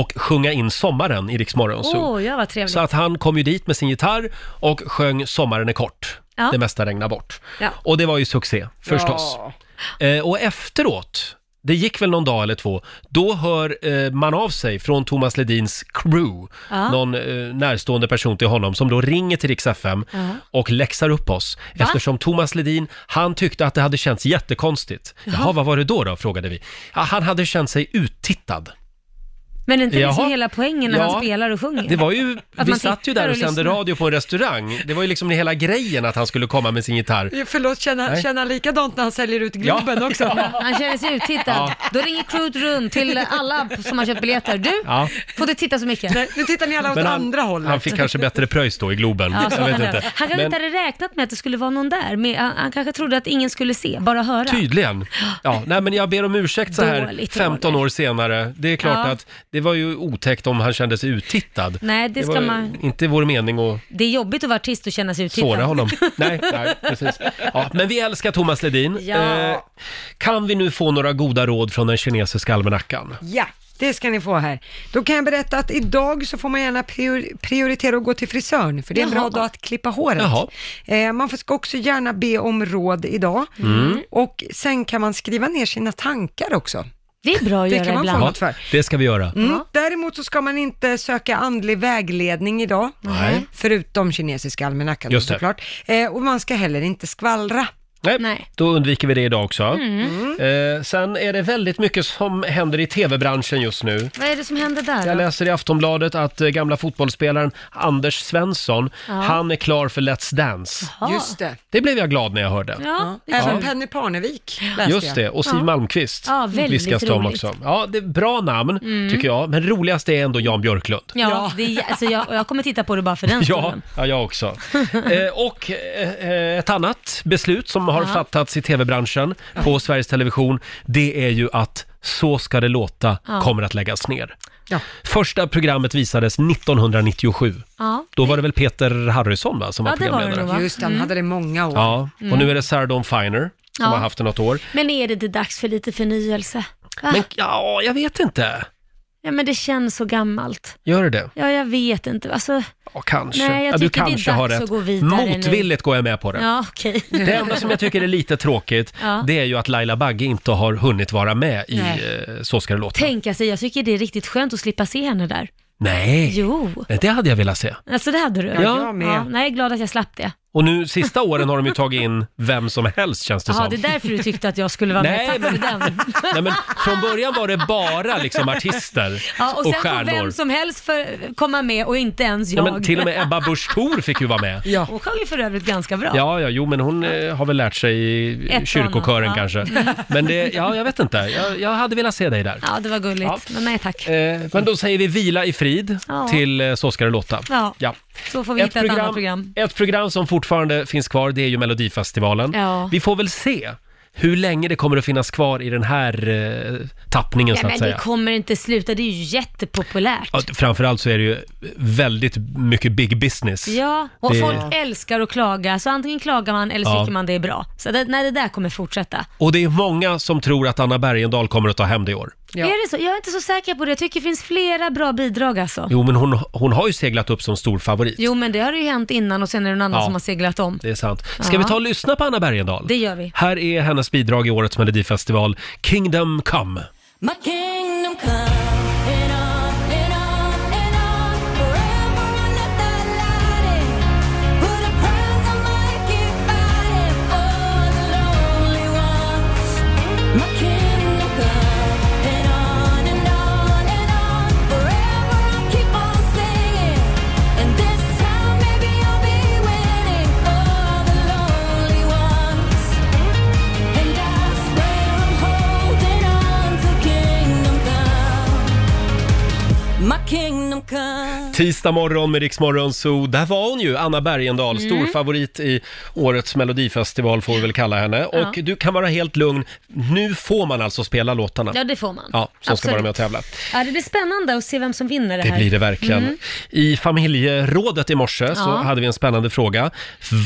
Speaker 1: och sjunga in Sommaren i Rix Morgonzoo.
Speaker 2: Åh, ja vad trevligt.
Speaker 1: Så att han kom ju dit med sin gitarr och sjöng Sommaren är kort,
Speaker 2: Ja.
Speaker 1: det mesta regnar bort.
Speaker 2: Ja.
Speaker 1: Och det var ju succé, förstås.
Speaker 2: Ja.
Speaker 1: Eh, och efteråt, det gick väl någon dag eller två, då hör eh, man av sig från Thomas Ledins crew,
Speaker 15: Ja.
Speaker 1: någon eh, närstående person till honom som då ringer till Rix FM
Speaker 15: Ja.
Speaker 1: och läxar upp oss.
Speaker 15: Va?
Speaker 1: Eftersom Thomas Ledin, han tyckte att det hade känts jättekonstigt. Jaha,
Speaker 2: Jaha.
Speaker 1: vad var det då då, frågade vi. Ja, han hade känt sig uttittad.
Speaker 2: Men är inte det
Speaker 1: Jaha.
Speaker 2: som hela poängen när
Speaker 1: Ja.
Speaker 2: han spelar och sjunger?
Speaker 1: Det var ju,
Speaker 2: Att
Speaker 1: vi
Speaker 2: man
Speaker 1: satt ju
Speaker 2: tittar
Speaker 1: där och
Speaker 2: och
Speaker 1: sände
Speaker 2: lyssnar.
Speaker 1: radio på en restaurang. Det var ju liksom hela grejen att han skulle komma med sin gitarr.
Speaker 5: Förlåt, känner
Speaker 1: Nej.
Speaker 5: känner han likadant när han säljer ut Globen
Speaker 1: Ja.
Speaker 5: också?
Speaker 1: Ja.
Speaker 2: Han känner sig uttittad.
Speaker 1: Ja.
Speaker 2: Då ringer crewet runt till alla som har köpt biljetter. Du,
Speaker 1: Ja.
Speaker 2: får du titta så mycket?
Speaker 5: Nej, nu tittar ni alla
Speaker 1: han, han fick kanske bättre pröjs då i Globen.
Speaker 2: Ja, så
Speaker 1: jag vet
Speaker 2: kan det.
Speaker 1: inte.
Speaker 2: Han kanske
Speaker 1: Men-
Speaker 2: inte hade räknat med att det skulle vara någon där. Men han, han kanske trodde att ingen skulle se, bara höra.
Speaker 1: Tydligen. Ja, nej men jag ber om ursäkt så här
Speaker 2: Dåligt,
Speaker 1: 15 år senare. Det är klart
Speaker 2: Ja.
Speaker 1: att det var ju otäckt om han kände sig uttittad.
Speaker 2: Nej, det ska
Speaker 1: var
Speaker 2: man-
Speaker 1: inte vår mening att
Speaker 2: Det är jobbigt att vara artist och känna sig uttittad.
Speaker 1: såra honom. Nej, nej precis. Ja, men vi älskar Thomas Ledin. Eh,
Speaker 2: Ja.
Speaker 1: kan vi nu få några goda råd från den kinesiska almanackan?
Speaker 5: Ja, det ska ni få här. Då kan jag berätta att idag så får man gärna prior- prioritera att gå till frisören, för det är en bra
Speaker 2: Jaha.
Speaker 5: dag att klippa håret.
Speaker 1: Jaha.
Speaker 5: Eh, man får- ska också gärna be om råd idag.
Speaker 1: Mm.
Speaker 5: Och sen kan man skriva ner sina tankar också.
Speaker 2: Det är bra att
Speaker 5: Det
Speaker 2: göra
Speaker 5: kan man få
Speaker 2: ibland.
Speaker 5: något för.
Speaker 1: det ska vi göra.
Speaker 5: Mm. Däremot så ska man inte söka andlig vägledning idag,
Speaker 1: Nej.
Speaker 5: förutom kinesiska almanackan då
Speaker 1: Just det.
Speaker 5: såklart. Eh, och man ska heller inte skvallra.
Speaker 1: Nej, då undviker vi det idag också.
Speaker 2: Mm.
Speaker 1: Eh, sen är det väldigt mycket som händer i tv-branschen just nu.
Speaker 2: Vad är det som händer där
Speaker 1: Jag
Speaker 2: då?
Speaker 1: läser i Aftonbladet att eh, gamla fotbollsspelaren Anders Svensson,
Speaker 2: Ja.
Speaker 1: han är klar för Let's Dance.
Speaker 5: Jaha. Just det.
Speaker 1: Det blev jag glad när jag hörde.
Speaker 2: Ah. Ja, det är
Speaker 5: Även
Speaker 2: kul.
Speaker 5: Penny Parnevik läste
Speaker 1: Just det,
Speaker 5: jag.
Speaker 1: och Siw Malmkvist
Speaker 2: Ja, väldigt
Speaker 1: viskas de
Speaker 2: roligt.
Speaker 1: också. Ja, det är bra namn
Speaker 2: Mm.
Speaker 1: tycker jag, men roligast är ändå Jan Björklund.
Speaker 2: Ja, Det är, alltså jag, och jag kommer titta på det bara för den
Speaker 1: Ja,
Speaker 2: stunden.
Speaker 1: ja, jag också. Eh, och eh, eh, ett annat beslut som har
Speaker 2: Ja.
Speaker 1: fattats i tv-branschen på Sveriges Television, det är ju att Så ska det låta
Speaker 2: Ja.
Speaker 1: kommer att läggas ner.
Speaker 5: Ja.
Speaker 1: Första programmet visades 1997.
Speaker 2: Ja.
Speaker 1: Då var det väl Peter Harrison va, som var
Speaker 2: Ja, det var det
Speaker 1: programledare?
Speaker 2: nog, va?
Speaker 5: Just det, han
Speaker 2: Mm.
Speaker 5: hade det i många år.
Speaker 1: Ja, och
Speaker 2: Mm.
Speaker 1: nu är det Sarah Dawn Finer som
Speaker 2: Ja.
Speaker 1: har haft det något år.
Speaker 2: Men är det inte dags för lite förnyelse? Va?
Speaker 1: Men ja, jag vet inte.
Speaker 2: Ja, men det känns så gammalt.
Speaker 1: Gör det det?
Speaker 2: Ja, jag vet inte. Alltså,
Speaker 1: Ja, kanske.
Speaker 2: Nej, jag
Speaker 1: ja, du
Speaker 2: tycker det är
Speaker 1: kanske
Speaker 2: dags
Speaker 1: har
Speaker 2: att
Speaker 1: rätt.
Speaker 2: gå vidare nu.
Speaker 1: Motvilligt går jag med på det.
Speaker 2: ja okej.
Speaker 1: Det enda som jag tycker är lite tråkigt,
Speaker 2: Ja.
Speaker 1: det är ju att Laila Bagge inte har hunnit vara med i
Speaker 2: Nej.
Speaker 1: eh, Så ska det låta.
Speaker 2: Tänka sig, alltså, jag tycker det är riktigt skönt att slippa se henne där.
Speaker 1: Nej.
Speaker 2: Jo.
Speaker 1: Nej, det hade jag velat se.
Speaker 2: Alltså det hade du?
Speaker 1: Ja, jag med.
Speaker 2: nej, jag är glad att jag slapp det.
Speaker 1: Och nu sista åren har de ju tagit in vem som helst känns det
Speaker 2: Jaha,
Speaker 1: som.
Speaker 2: det är därför du tyckte att jag skulle vara
Speaker 1: Nej,
Speaker 2: med. Tack
Speaker 1: men-
Speaker 2: för den.
Speaker 1: Nej, men från början var det bara liksom artister
Speaker 2: Ja, och
Speaker 1: och
Speaker 2: sen får
Speaker 1: stjärnor.
Speaker 2: vem som helst för, komma med och inte ens
Speaker 1: Nej,
Speaker 2: jag.
Speaker 1: men till och med Ebba Busch Thor fick ju vara med.
Speaker 5: Ja.
Speaker 2: Hon sjöng ju för övrigt ganska bra.
Speaker 1: Ja, ja, jo, men hon eh, har väl lärt sig i
Speaker 2: Ett och
Speaker 1: kyrkokören
Speaker 2: annat,
Speaker 1: kanske.
Speaker 2: ja. Mm.
Speaker 1: Men det, ja, jag vet inte. Jag, jag hade velat se dig där.
Speaker 2: Ja, det var gulligt.
Speaker 1: Ja.
Speaker 2: Men nej tack.
Speaker 1: Eh, men då säger vi vila i frid
Speaker 2: Ja.
Speaker 1: till eh, Så ska det låta.
Speaker 2: Ja.
Speaker 1: Ja.
Speaker 2: Så får vi
Speaker 1: Ett
Speaker 2: hitta ett
Speaker 1: program-
Speaker 2: annat program.
Speaker 1: Ett program som fortfarande finns kvar, det är ju Melodifestivalen.
Speaker 2: Ja.
Speaker 1: Vi får väl se hur länge det kommer att finnas kvar i den här eh, tappningen
Speaker 2: Nej,
Speaker 1: så att
Speaker 2: men
Speaker 1: säga.
Speaker 2: det kommer inte sluta, det är ju jättepopulärt.
Speaker 1: Ja, Framförallt så är det ju väldigt mycket big business.
Speaker 2: Ja, och
Speaker 1: Det-
Speaker 2: folk älskar att klaga, så antingen klagar man eller så
Speaker 1: Ja.
Speaker 2: tycker man det är bra. Så det, nej, det där kommer fortsätta.
Speaker 1: Och det är många som tror att Anna Bergendahl kommer att ta hem det i år.
Speaker 2: Är det så? Jag är inte så säker på det. Jag tycker det finns flera bra bidrag alltså.
Speaker 1: Jo, men hon, hon har ju seglat upp som stor favorit.
Speaker 2: Jo, men det har ju hänt innan och sen är det någon annan
Speaker 1: Ja.
Speaker 2: som har seglat om.
Speaker 1: Det är sant. Ska
Speaker 2: Ja.
Speaker 1: vi ta och lyssna på Anna Bergendahl?
Speaker 2: Det gör vi.
Speaker 1: Här är hennes bidrag i årets Melodifestival, Kingdom Come.
Speaker 3: My kingdom come and on and on and on forever under the lighting. Put a price on my keep fighting for the lonely ones. My kingdom come and on and on and on forever. I'll keep on singing, and this time maybe I'll be winning for the lonely ones. And I swear I'm holding on to kingdom come. My kingdom come.
Speaker 1: Tisdag morgon med Rix Morgon Zoo. Där var hon ju, Anna Bergendahl,
Speaker 2: Mm.
Speaker 1: stor favorit i årets Melodifestival får vi väl kalla henne.
Speaker 2: Ja.
Speaker 1: Och du kan vara helt lugn, nu får man alltså spela låtarna.
Speaker 2: Ja, det får man.
Speaker 1: Ja, som ska
Speaker 2: Absolut.
Speaker 1: vara med och tävla.
Speaker 2: Ja, det blir spännande att se vem som vinner det
Speaker 1: Det
Speaker 2: här.
Speaker 1: blir det verkligen.
Speaker 2: Mm.
Speaker 1: I familjerådet i morse så
Speaker 2: Ja.
Speaker 1: hade vi en spännande fråga.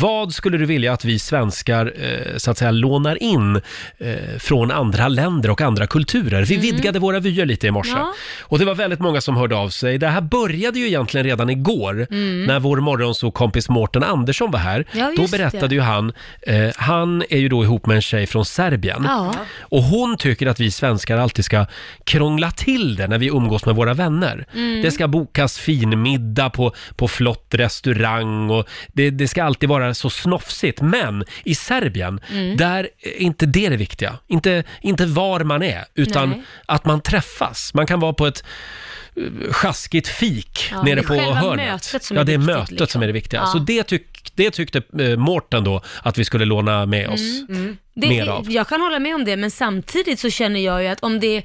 Speaker 1: Vad skulle du vilja att vi svenskar eh, så att säga lånar in eh, från andra länder och andra kulturer? Vi vidgade våra vyer lite i morse.
Speaker 15: Mm. Ja.
Speaker 1: Och det var väldigt många som hörde av sig. Det här började ju egentligen redan igår
Speaker 15: Mm.
Speaker 1: när vår morgonsåkompis Mårten Andersson var här.
Speaker 15: Ja,
Speaker 1: då
Speaker 15: just
Speaker 1: berättade
Speaker 15: det.
Speaker 1: ju han, eh, han är ju då ihop med en tjej från Serbien.
Speaker 15: Ja.
Speaker 1: Och hon tycker att vi svenskar alltid ska krångla till det när vi umgås med våra vänner.
Speaker 15: Mm.
Speaker 1: Det ska bokas finmiddag på, på flott restaurang och det, det ska alltid vara så snofsigt. Men i Serbien,
Speaker 15: Mm.
Speaker 1: där är inte det det viktiga. Inte, inte var man är, utan
Speaker 15: Nej.
Speaker 1: att man träffas. Man kan vara på ett eh, sjaskigt fik
Speaker 15: Ja, det
Speaker 1: nere
Speaker 15: är
Speaker 1: på
Speaker 15: själva
Speaker 1: hörnet.
Speaker 15: mötet som
Speaker 1: ja,
Speaker 15: är
Speaker 1: det är
Speaker 15: viktigt,
Speaker 1: mötet
Speaker 15: liksom.
Speaker 1: som är det viktiga.
Speaker 2: Ja.
Speaker 1: Så det, tyck, det tyckte eh, Mårten då att vi skulle låna med oss.
Speaker 15: Mm,
Speaker 2: Det,
Speaker 1: Mer av.
Speaker 2: Jag kan hålla med om det, men samtidigt så känner jag ju att om det,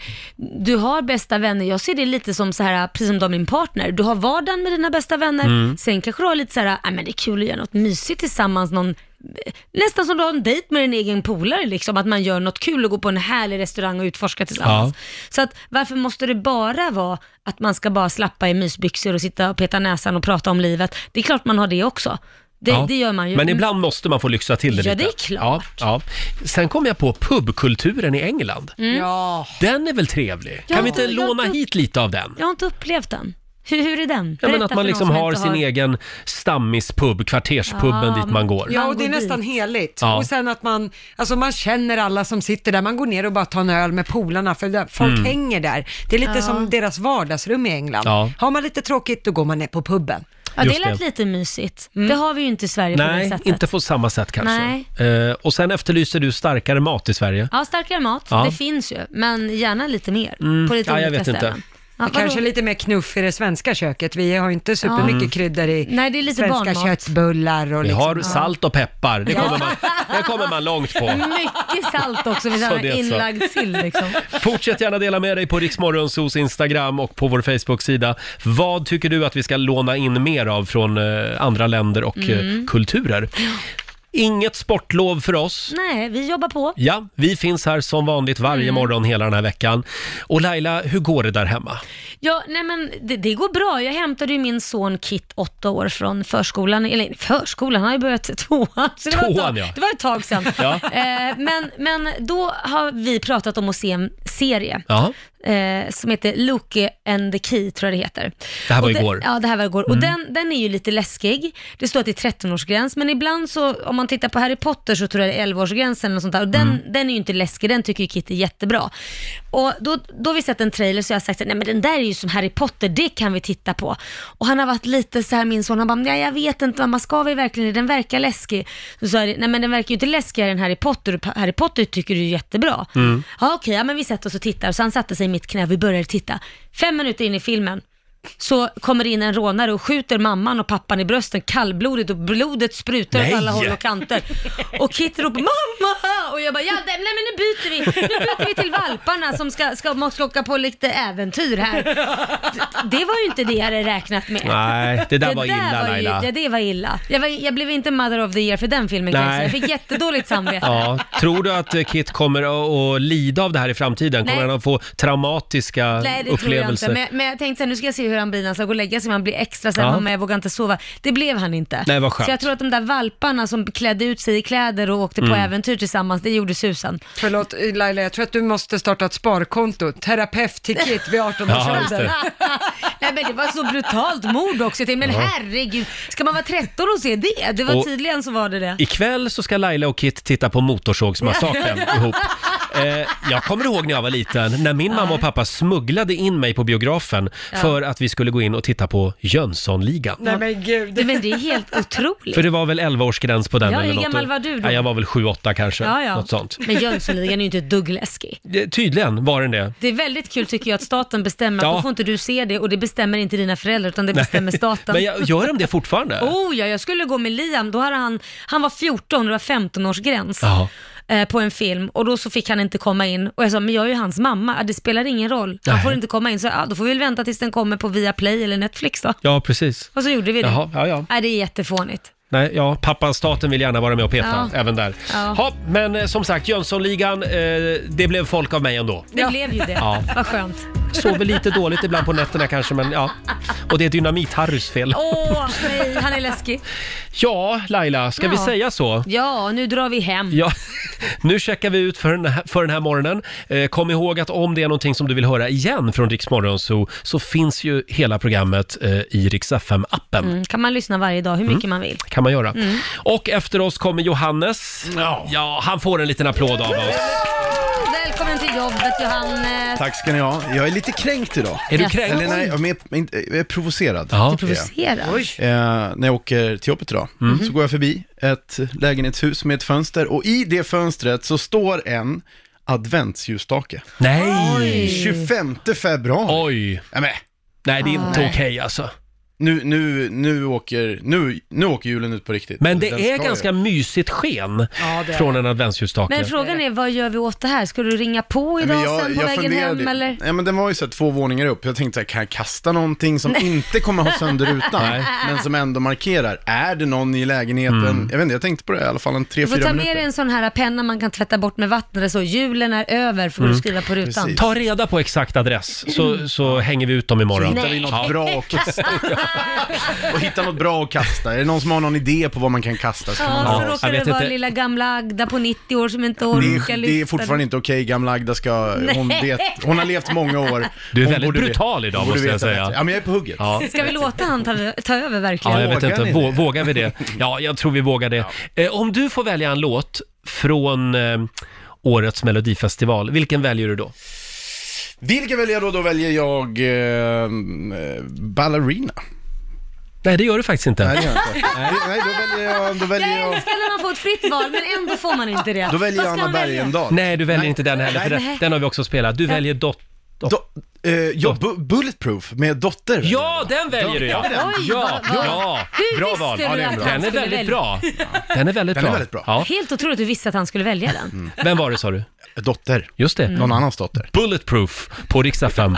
Speaker 2: du har bästa vänner, jag ser det lite som så här, precis som du har min partner, du har vardagen med dina bästa vänner,
Speaker 3: Mm.
Speaker 2: sen kanske du har lite så här, "Ah, men det är kul att göra något mysigt tillsammans, någon, nästan som du har en dejt med din egen polare, liksom, att man gör något kul och går på en härlig restaurang och utforskar tillsammans.
Speaker 3: Ja.
Speaker 2: Så att, varför måste det bara vara att man ska bara slappa i mysbyxor och sitta och peta näsan och prata om livet? Det är klart man har det också. Det,
Speaker 1: Ja.
Speaker 2: det gör man ju. Mm.
Speaker 1: Men ibland måste man få lyxa till det
Speaker 2: Ja,
Speaker 1: lite.
Speaker 2: det är klart.
Speaker 1: Ja, ja. Sen kom jag på pubkulturen i England.
Speaker 2: Mm.
Speaker 1: Den är väl trevlig?
Speaker 2: Ja,
Speaker 1: kan vi inte
Speaker 2: jag
Speaker 1: låna
Speaker 2: tror-
Speaker 1: hit lite av den?
Speaker 2: Jag har inte upplevt den. Hur, hur är den?
Speaker 1: Ja, men
Speaker 2: Berätta
Speaker 1: att
Speaker 2: för någon
Speaker 1: man liksom
Speaker 2: som
Speaker 1: har
Speaker 2: inte
Speaker 1: sin egen stammispub, kvarterspubben
Speaker 5: Ja,
Speaker 1: dit man går.
Speaker 5: Ja, och det är nästan heligt.
Speaker 1: Ja.
Speaker 5: Och sen att man, alltså man känner alla som sitter där, man går ner och bara tar en öl med polarna för där, folk
Speaker 1: Mm.
Speaker 5: hänger där. Det är lite
Speaker 2: Ja.
Speaker 5: som deras vardagsrum i England.
Speaker 1: Ja.
Speaker 5: Har man lite tråkigt då går man ner på puben.
Speaker 2: Ja,
Speaker 1: Just
Speaker 2: det lät
Speaker 1: det. Mm.
Speaker 2: lite mysigt. Det har vi ju inte i Sverige på det
Speaker 1: Nej,
Speaker 2: sättet.
Speaker 1: inte på samma sätt kanske.
Speaker 2: Nej.
Speaker 1: Eh, och sen efterlyser du starkare mat i Sverige.
Speaker 2: Ja, starkare mat,
Speaker 1: Ja.
Speaker 2: det finns ju, men gärna lite mer
Speaker 1: Mm.
Speaker 2: på lite
Speaker 1: Ja, jag
Speaker 2: olika
Speaker 1: vet inte.
Speaker 2: ställen. Ja,
Speaker 5: Det kanske är
Speaker 2: vadå?
Speaker 5: lite mer knuff i det svenska köket. Vi har ju inte supermycket
Speaker 1: Mm.
Speaker 5: kryddor i
Speaker 2: Nej, det är lite
Speaker 5: svenska
Speaker 2: barnmat.
Speaker 5: köttbullar och
Speaker 1: Vi
Speaker 5: liksom.
Speaker 1: har
Speaker 5: Ja.
Speaker 1: salt och peppar, det kommer man, det kommer man långt på.
Speaker 2: Mycket salt också,
Speaker 1: Så
Speaker 2: vi har
Speaker 1: det är så.
Speaker 2: inlagd sill liksom.
Speaker 1: Fortsätt gärna dela med dig på Riksmorgonsos Instagram och på vår Facebook-sida. Vad tycker du att vi ska låna in mer av från eh, andra länder och eh,
Speaker 2: Mm.
Speaker 1: kulturer? Inget sportlov för oss.
Speaker 2: Nej, vi jobbar på.
Speaker 1: Ja, vi finns här som vanligt varje
Speaker 2: Mm.
Speaker 1: morgon hela den här veckan. Och Laila, hur går det där hemma?
Speaker 2: Ja, nej men det, det går bra. Jag hämtade ju min son Kit, åtta år, från förskolan. Eller förskolan, han har ju börjat tvåan. Så det var ett
Speaker 3: Tvåan,
Speaker 2: tag,
Speaker 3: ja.
Speaker 2: Det var ett tag sedan.
Speaker 3: Ja.
Speaker 2: eh, men, men då har vi pratat om att se en serie.
Speaker 1: Ja.
Speaker 2: Eh, som heter Loki and the Key, tror jag det heter.
Speaker 1: Det här var
Speaker 2: och
Speaker 1: igår.
Speaker 2: ja, det här var igår. Och
Speaker 1: Mm.
Speaker 2: den, den är ju lite läskig. Det står att det är 13-årsgräns, men ibland så, om man tittar på Harry Potter så tror jag det är 11-årsgränsen eller något sånt där. Och den, den är ju inte läskig, den tycker ju Kitty är jättebra. Och då, då har vi sett en trailer så jag har sagt så här, nej men den där är ju som Harry Potter, det kan vi titta på. Och han har varit lite så här, min son, han bara, nej jag vet inte mamma, ska vi verkligen det? Den verkar läskig. Så sa jag, nej men den verkar ju inte läskigare än Harry Potter, och Harry Potter tycker du är jättebra.
Speaker 3: Mm.
Speaker 2: Ja, okej, ja, men vi sätter oss och tittar. Så han satte sig i mitt knä, vi började titta. Fem minuter in i filmen så kommer det in en rånare och skjuter mamman och pappan i brösten kallblodigt och blodet sprutar åt
Speaker 3: Nej.
Speaker 2: alla håll och kanter. Och Kit ropar mamma! och jag bara, ja, nej men nu byter vi, nu byter vi till valparna som ska, ska, måste åka på lite äventyr här. D- Det var ju inte det jag hade räknat med.
Speaker 1: Nej, det där var illa,
Speaker 2: ju-
Speaker 1: Laila.
Speaker 2: Ja, det var illa. Jag, var, jag blev inte mother of the year för den filmen kan jag
Speaker 1: Nej.
Speaker 2: säga. Jag fick jättedåligt samvete.
Speaker 1: Ja, tror du att eh, Kit kommer att- att lida av det här i framtiden? Kommer
Speaker 2: Nej.
Speaker 1: han att få traumatiska
Speaker 2: Nej, det
Speaker 1: upplevelser?
Speaker 2: tror jag inte. Men, men jag tänkte så här, nu ska jag se hur han blir när han ska gå och lägga sig. Man blir extra så här,
Speaker 1: Ja.
Speaker 2: mamma jag vågar inte sova. Det blev han inte.
Speaker 1: Nej, vad skönt.
Speaker 2: Så jag tror att de där valparna som klädde ut sig i kläder och åkte på
Speaker 5: Mm.
Speaker 2: äventyr tillsammans, det gjorde susen.
Speaker 5: Förlåt Laila, jag tror att du måste starta ett sparkonto. Terapeut till Kit vid 18 års
Speaker 2: Ja, just
Speaker 5: ålder.
Speaker 2: det. Nej men det var så brutalt mord också. Jag tänkte, men
Speaker 1: Ja.
Speaker 2: herregud, ska man vara 13 och se det? Det var
Speaker 1: Och-
Speaker 2: tydligen så var det det.
Speaker 1: Ikväll så ska Laila och Kit titta på Motorsågsmassakern
Speaker 2: Ja.
Speaker 1: ihop. Eh, jag kommer ihåg när jag var liten, när min mamma och pappa smugglade in mig på biografen
Speaker 2: Ja.
Speaker 1: för att vi skulle gå in och titta på Jönssonligan.
Speaker 5: Nej men gud.
Speaker 2: men det är helt otroligt.
Speaker 1: För det var väl 11-årsgräns på den
Speaker 2: Ja,
Speaker 1: eller
Speaker 2: hur
Speaker 1: något.
Speaker 2: gammal var du då?
Speaker 1: Ja, jag var väl 7-8 kanske,
Speaker 2: Ja, ja.
Speaker 1: något sånt.
Speaker 2: Men Jönssonligan är ju inte ett dugg läskig.
Speaker 1: Det- Tydligen var den det.
Speaker 2: Det är väldigt kul tycker jag att staten bestämmer att
Speaker 1: Ja.
Speaker 2: då får inte du se det och det bestämmer inte dina föräldrar utan det
Speaker 1: Nej.
Speaker 2: bestämmer staten.
Speaker 1: Men jag, gör de det fortfarande?
Speaker 2: Oh ja, jag skulle gå med Liam, då hade han, han var 14 och det var 15 års gräns
Speaker 1: Ja.
Speaker 2: eh, på en film och då så fick han inte komma in och jag sa, men jag är ju hans mamma, "Ah, det spelar ingen roll, han
Speaker 1: Nej.
Speaker 2: får inte komma in, så ja, då får vi väl vänta tills den kommer på Viaplay eller Netflix då.
Speaker 1: Ja, precis.
Speaker 2: Och så gjorde vi det.
Speaker 1: Jaha, ja, ja.
Speaker 2: Nej, det är jättefånigt.
Speaker 1: Nej, ja, pappan staten vill gärna vara med och peta
Speaker 2: Ja.
Speaker 1: även där.
Speaker 2: Ja.
Speaker 1: Ja. men eh, som sagt, Jönssonligan, eh, det blev folk av mig ändå.
Speaker 2: Det blev ju det,
Speaker 1: Ja.
Speaker 2: vad skönt.
Speaker 1: Sover lite dåligt ibland på nätterna kanske, men ja. Och det är Dynamit-Harrys fel.
Speaker 2: Åh, nej, han är läskig.
Speaker 1: Ja, Laila, ska vi
Speaker 2: Ja.
Speaker 1: säga så?
Speaker 2: Ja, nu drar vi hem.
Speaker 1: Ja, nu checkar vi ut för den här, för den här morgonen. Eh, kom ihåg att om det är någonting som du vill höra igen från Rix Morgon Zoo, så finns ju hela programmet eh, i Rix FM-appen.
Speaker 2: Mm, kan man lyssna varje dag hur mycket man vill.
Speaker 1: kan man göra.
Speaker 2: Mm.
Speaker 1: Och efter oss kommer Johannes. Ja, han får en liten applåd av oss.
Speaker 2: Välkommen till jobbet Johannes.
Speaker 16: Tack ska ni ha. Jag är lite kränkt idag.
Speaker 2: Är du kränkt?
Speaker 16: Eller nej, jag är, mer- inte- jag är provocerad.
Speaker 2: Du är
Speaker 16: Det är jag.
Speaker 2: provocerad.
Speaker 16: Eh, när jag åker till jobbet idag, så går jag förbi ett lägenhetshus med ett fönster och i det fönstret så står en adventsljusstake.
Speaker 1: Nej!
Speaker 16: 25 februari.
Speaker 1: Oj!
Speaker 16: Nej, men.
Speaker 1: nej det är inte okej alltså.
Speaker 16: Nu, nu, nu, åker, nu, nu åker julen ut på riktigt.
Speaker 1: Men det
Speaker 16: Den
Speaker 1: är
Speaker 16: ska
Speaker 1: ganska mysigt sken
Speaker 16: Ja, det är
Speaker 1: från
Speaker 16: det.
Speaker 1: en adventsljusstake.
Speaker 2: Men frågan är, vad gör vi åt det här? Ska du ringa på
Speaker 16: Nej,
Speaker 2: idag
Speaker 16: men
Speaker 2: sen på vägen
Speaker 16: funderade-
Speaker 2: hem eller?
Speaker 16: Ja, men den var ju så här, två våningar upp. Jag tänkte så här, kan jag kasta någonting som
Speaker 2: Nej.
Speaker 16: inte kommer ha sönder
Speaker 2: Nej.
Speaker 16: rutan, men som ändå markerar. Är det någon i lägenheten? Jag vet inte, jag tänkte på det i alla fall en tre,
Speaker 2: Du får
Speaker 16: fyra
Speaker 2: ta
Speaker 16: minuter.
Speaker 2: med dig en sån här penna man kan tvätta bort med vatten eller så. Julen är över, får du
Speaker 1: Mm.
Speaker 2: skriva på rutan.
Speaker 1: Ta reda på exakt adress så, så hänger vi ut dem imorgon.
Speaker 16: Så hittar vi något bra att kasta. Och hitta något bra att kasta. Är det någon som har någon idé på vad man kan kasta? ska man
Speaker 2: Ja, så
Speaker 16: ha.
Speaker 2: råkar det vara lilla gamla Agda på 90 år som inte orkar
Speaker 16: Det är, det är
Speaker 2: lyfta.
Speaker 16: fortfarande inte okej, gamla Agda ska, hon,
Speaker 2: Nej.
Speaker 16: vet, hon har levt många år.
Speaker 1: Du är
Speaker 16: Hon
Speaker 1: väldigt
Speaker 16: borde ve-
Speaker 1: brutal idag,
Speaker 16: hon borde
Speaker 1: måste jag
Speaker 16: veta
Speaker 1: säga.
Speaker 16: bättre. Ja, men jag är på hugget.
Speaker 2: Ska vi låta han ta, ta över verkligen?
Speaker 1: Ja, jag vet
Speaker 16: Vågar
Speaker 1: inte.
Speaker 16: ni
Speaker 1: Vå, vågar vi det? Ja, jag tror vi vågar det. Eh, om du får välja en låt från eh, årets melodifestival, vilken väljer du då?
Speaker 16: Vilka väljer jag då? Då väljer jag eh, ballerina.
Speaker 1: Nej, det gör du faktiskt inte.
Speaker 16: Nej, det gör jag inte. Nej, nej, då väljer jag... Då väljer jag...
Speaker 2: Älskar när man får ett fritt val, men ändå får man inte det.
Speaker 16: Då väljer
Speaker 2: Vad
Speaker 16: jag Anna
Speaker 2: ska man välja?
Speaker 16: Bergendahl.
Speaker 1: Nej, du väljer inte den heller, för
Speaker 16: Nej.
Speaker 1: den, den har vi också spelat. Du väljer Dot...
Speaker 16: Eh, ja, bu- Bulletproof med Dotter.
Speaker 1: Ja, den väljer du ja!
Speaker 16: Ja, den.
Speaker 1: Ja,
Speaker 16: Oj, vad-
Speaker 1: ja.
Speaker 2: Hur
Speaker 1: bra
Speaker 2: visste
Speaker 1: val.
Speaker 2: du
Speaker 1: Ja,
Speaker 2: att han
Speaker 1: den är
Speaker 2: skulle
Speaker 1: väldigt
Speaker 2: välja?
Speaker 1: bra. Den är väldigt
Speaker 16: Den är
Speaker 1: bra.
Speaker 16: väldigt bra.
Speaker 1: Ja.
Speaker 2: Helt otroligt att du visste att han skulle välja den.
Speaker 1: Vem var det sa du?
Speaker 16: Dotter.
Speaker 1: Just det.
Speaker 2: Mm. Någon
Speaker 16: annans dotter.
Speaker 1: Bulletproof på riksdag 5.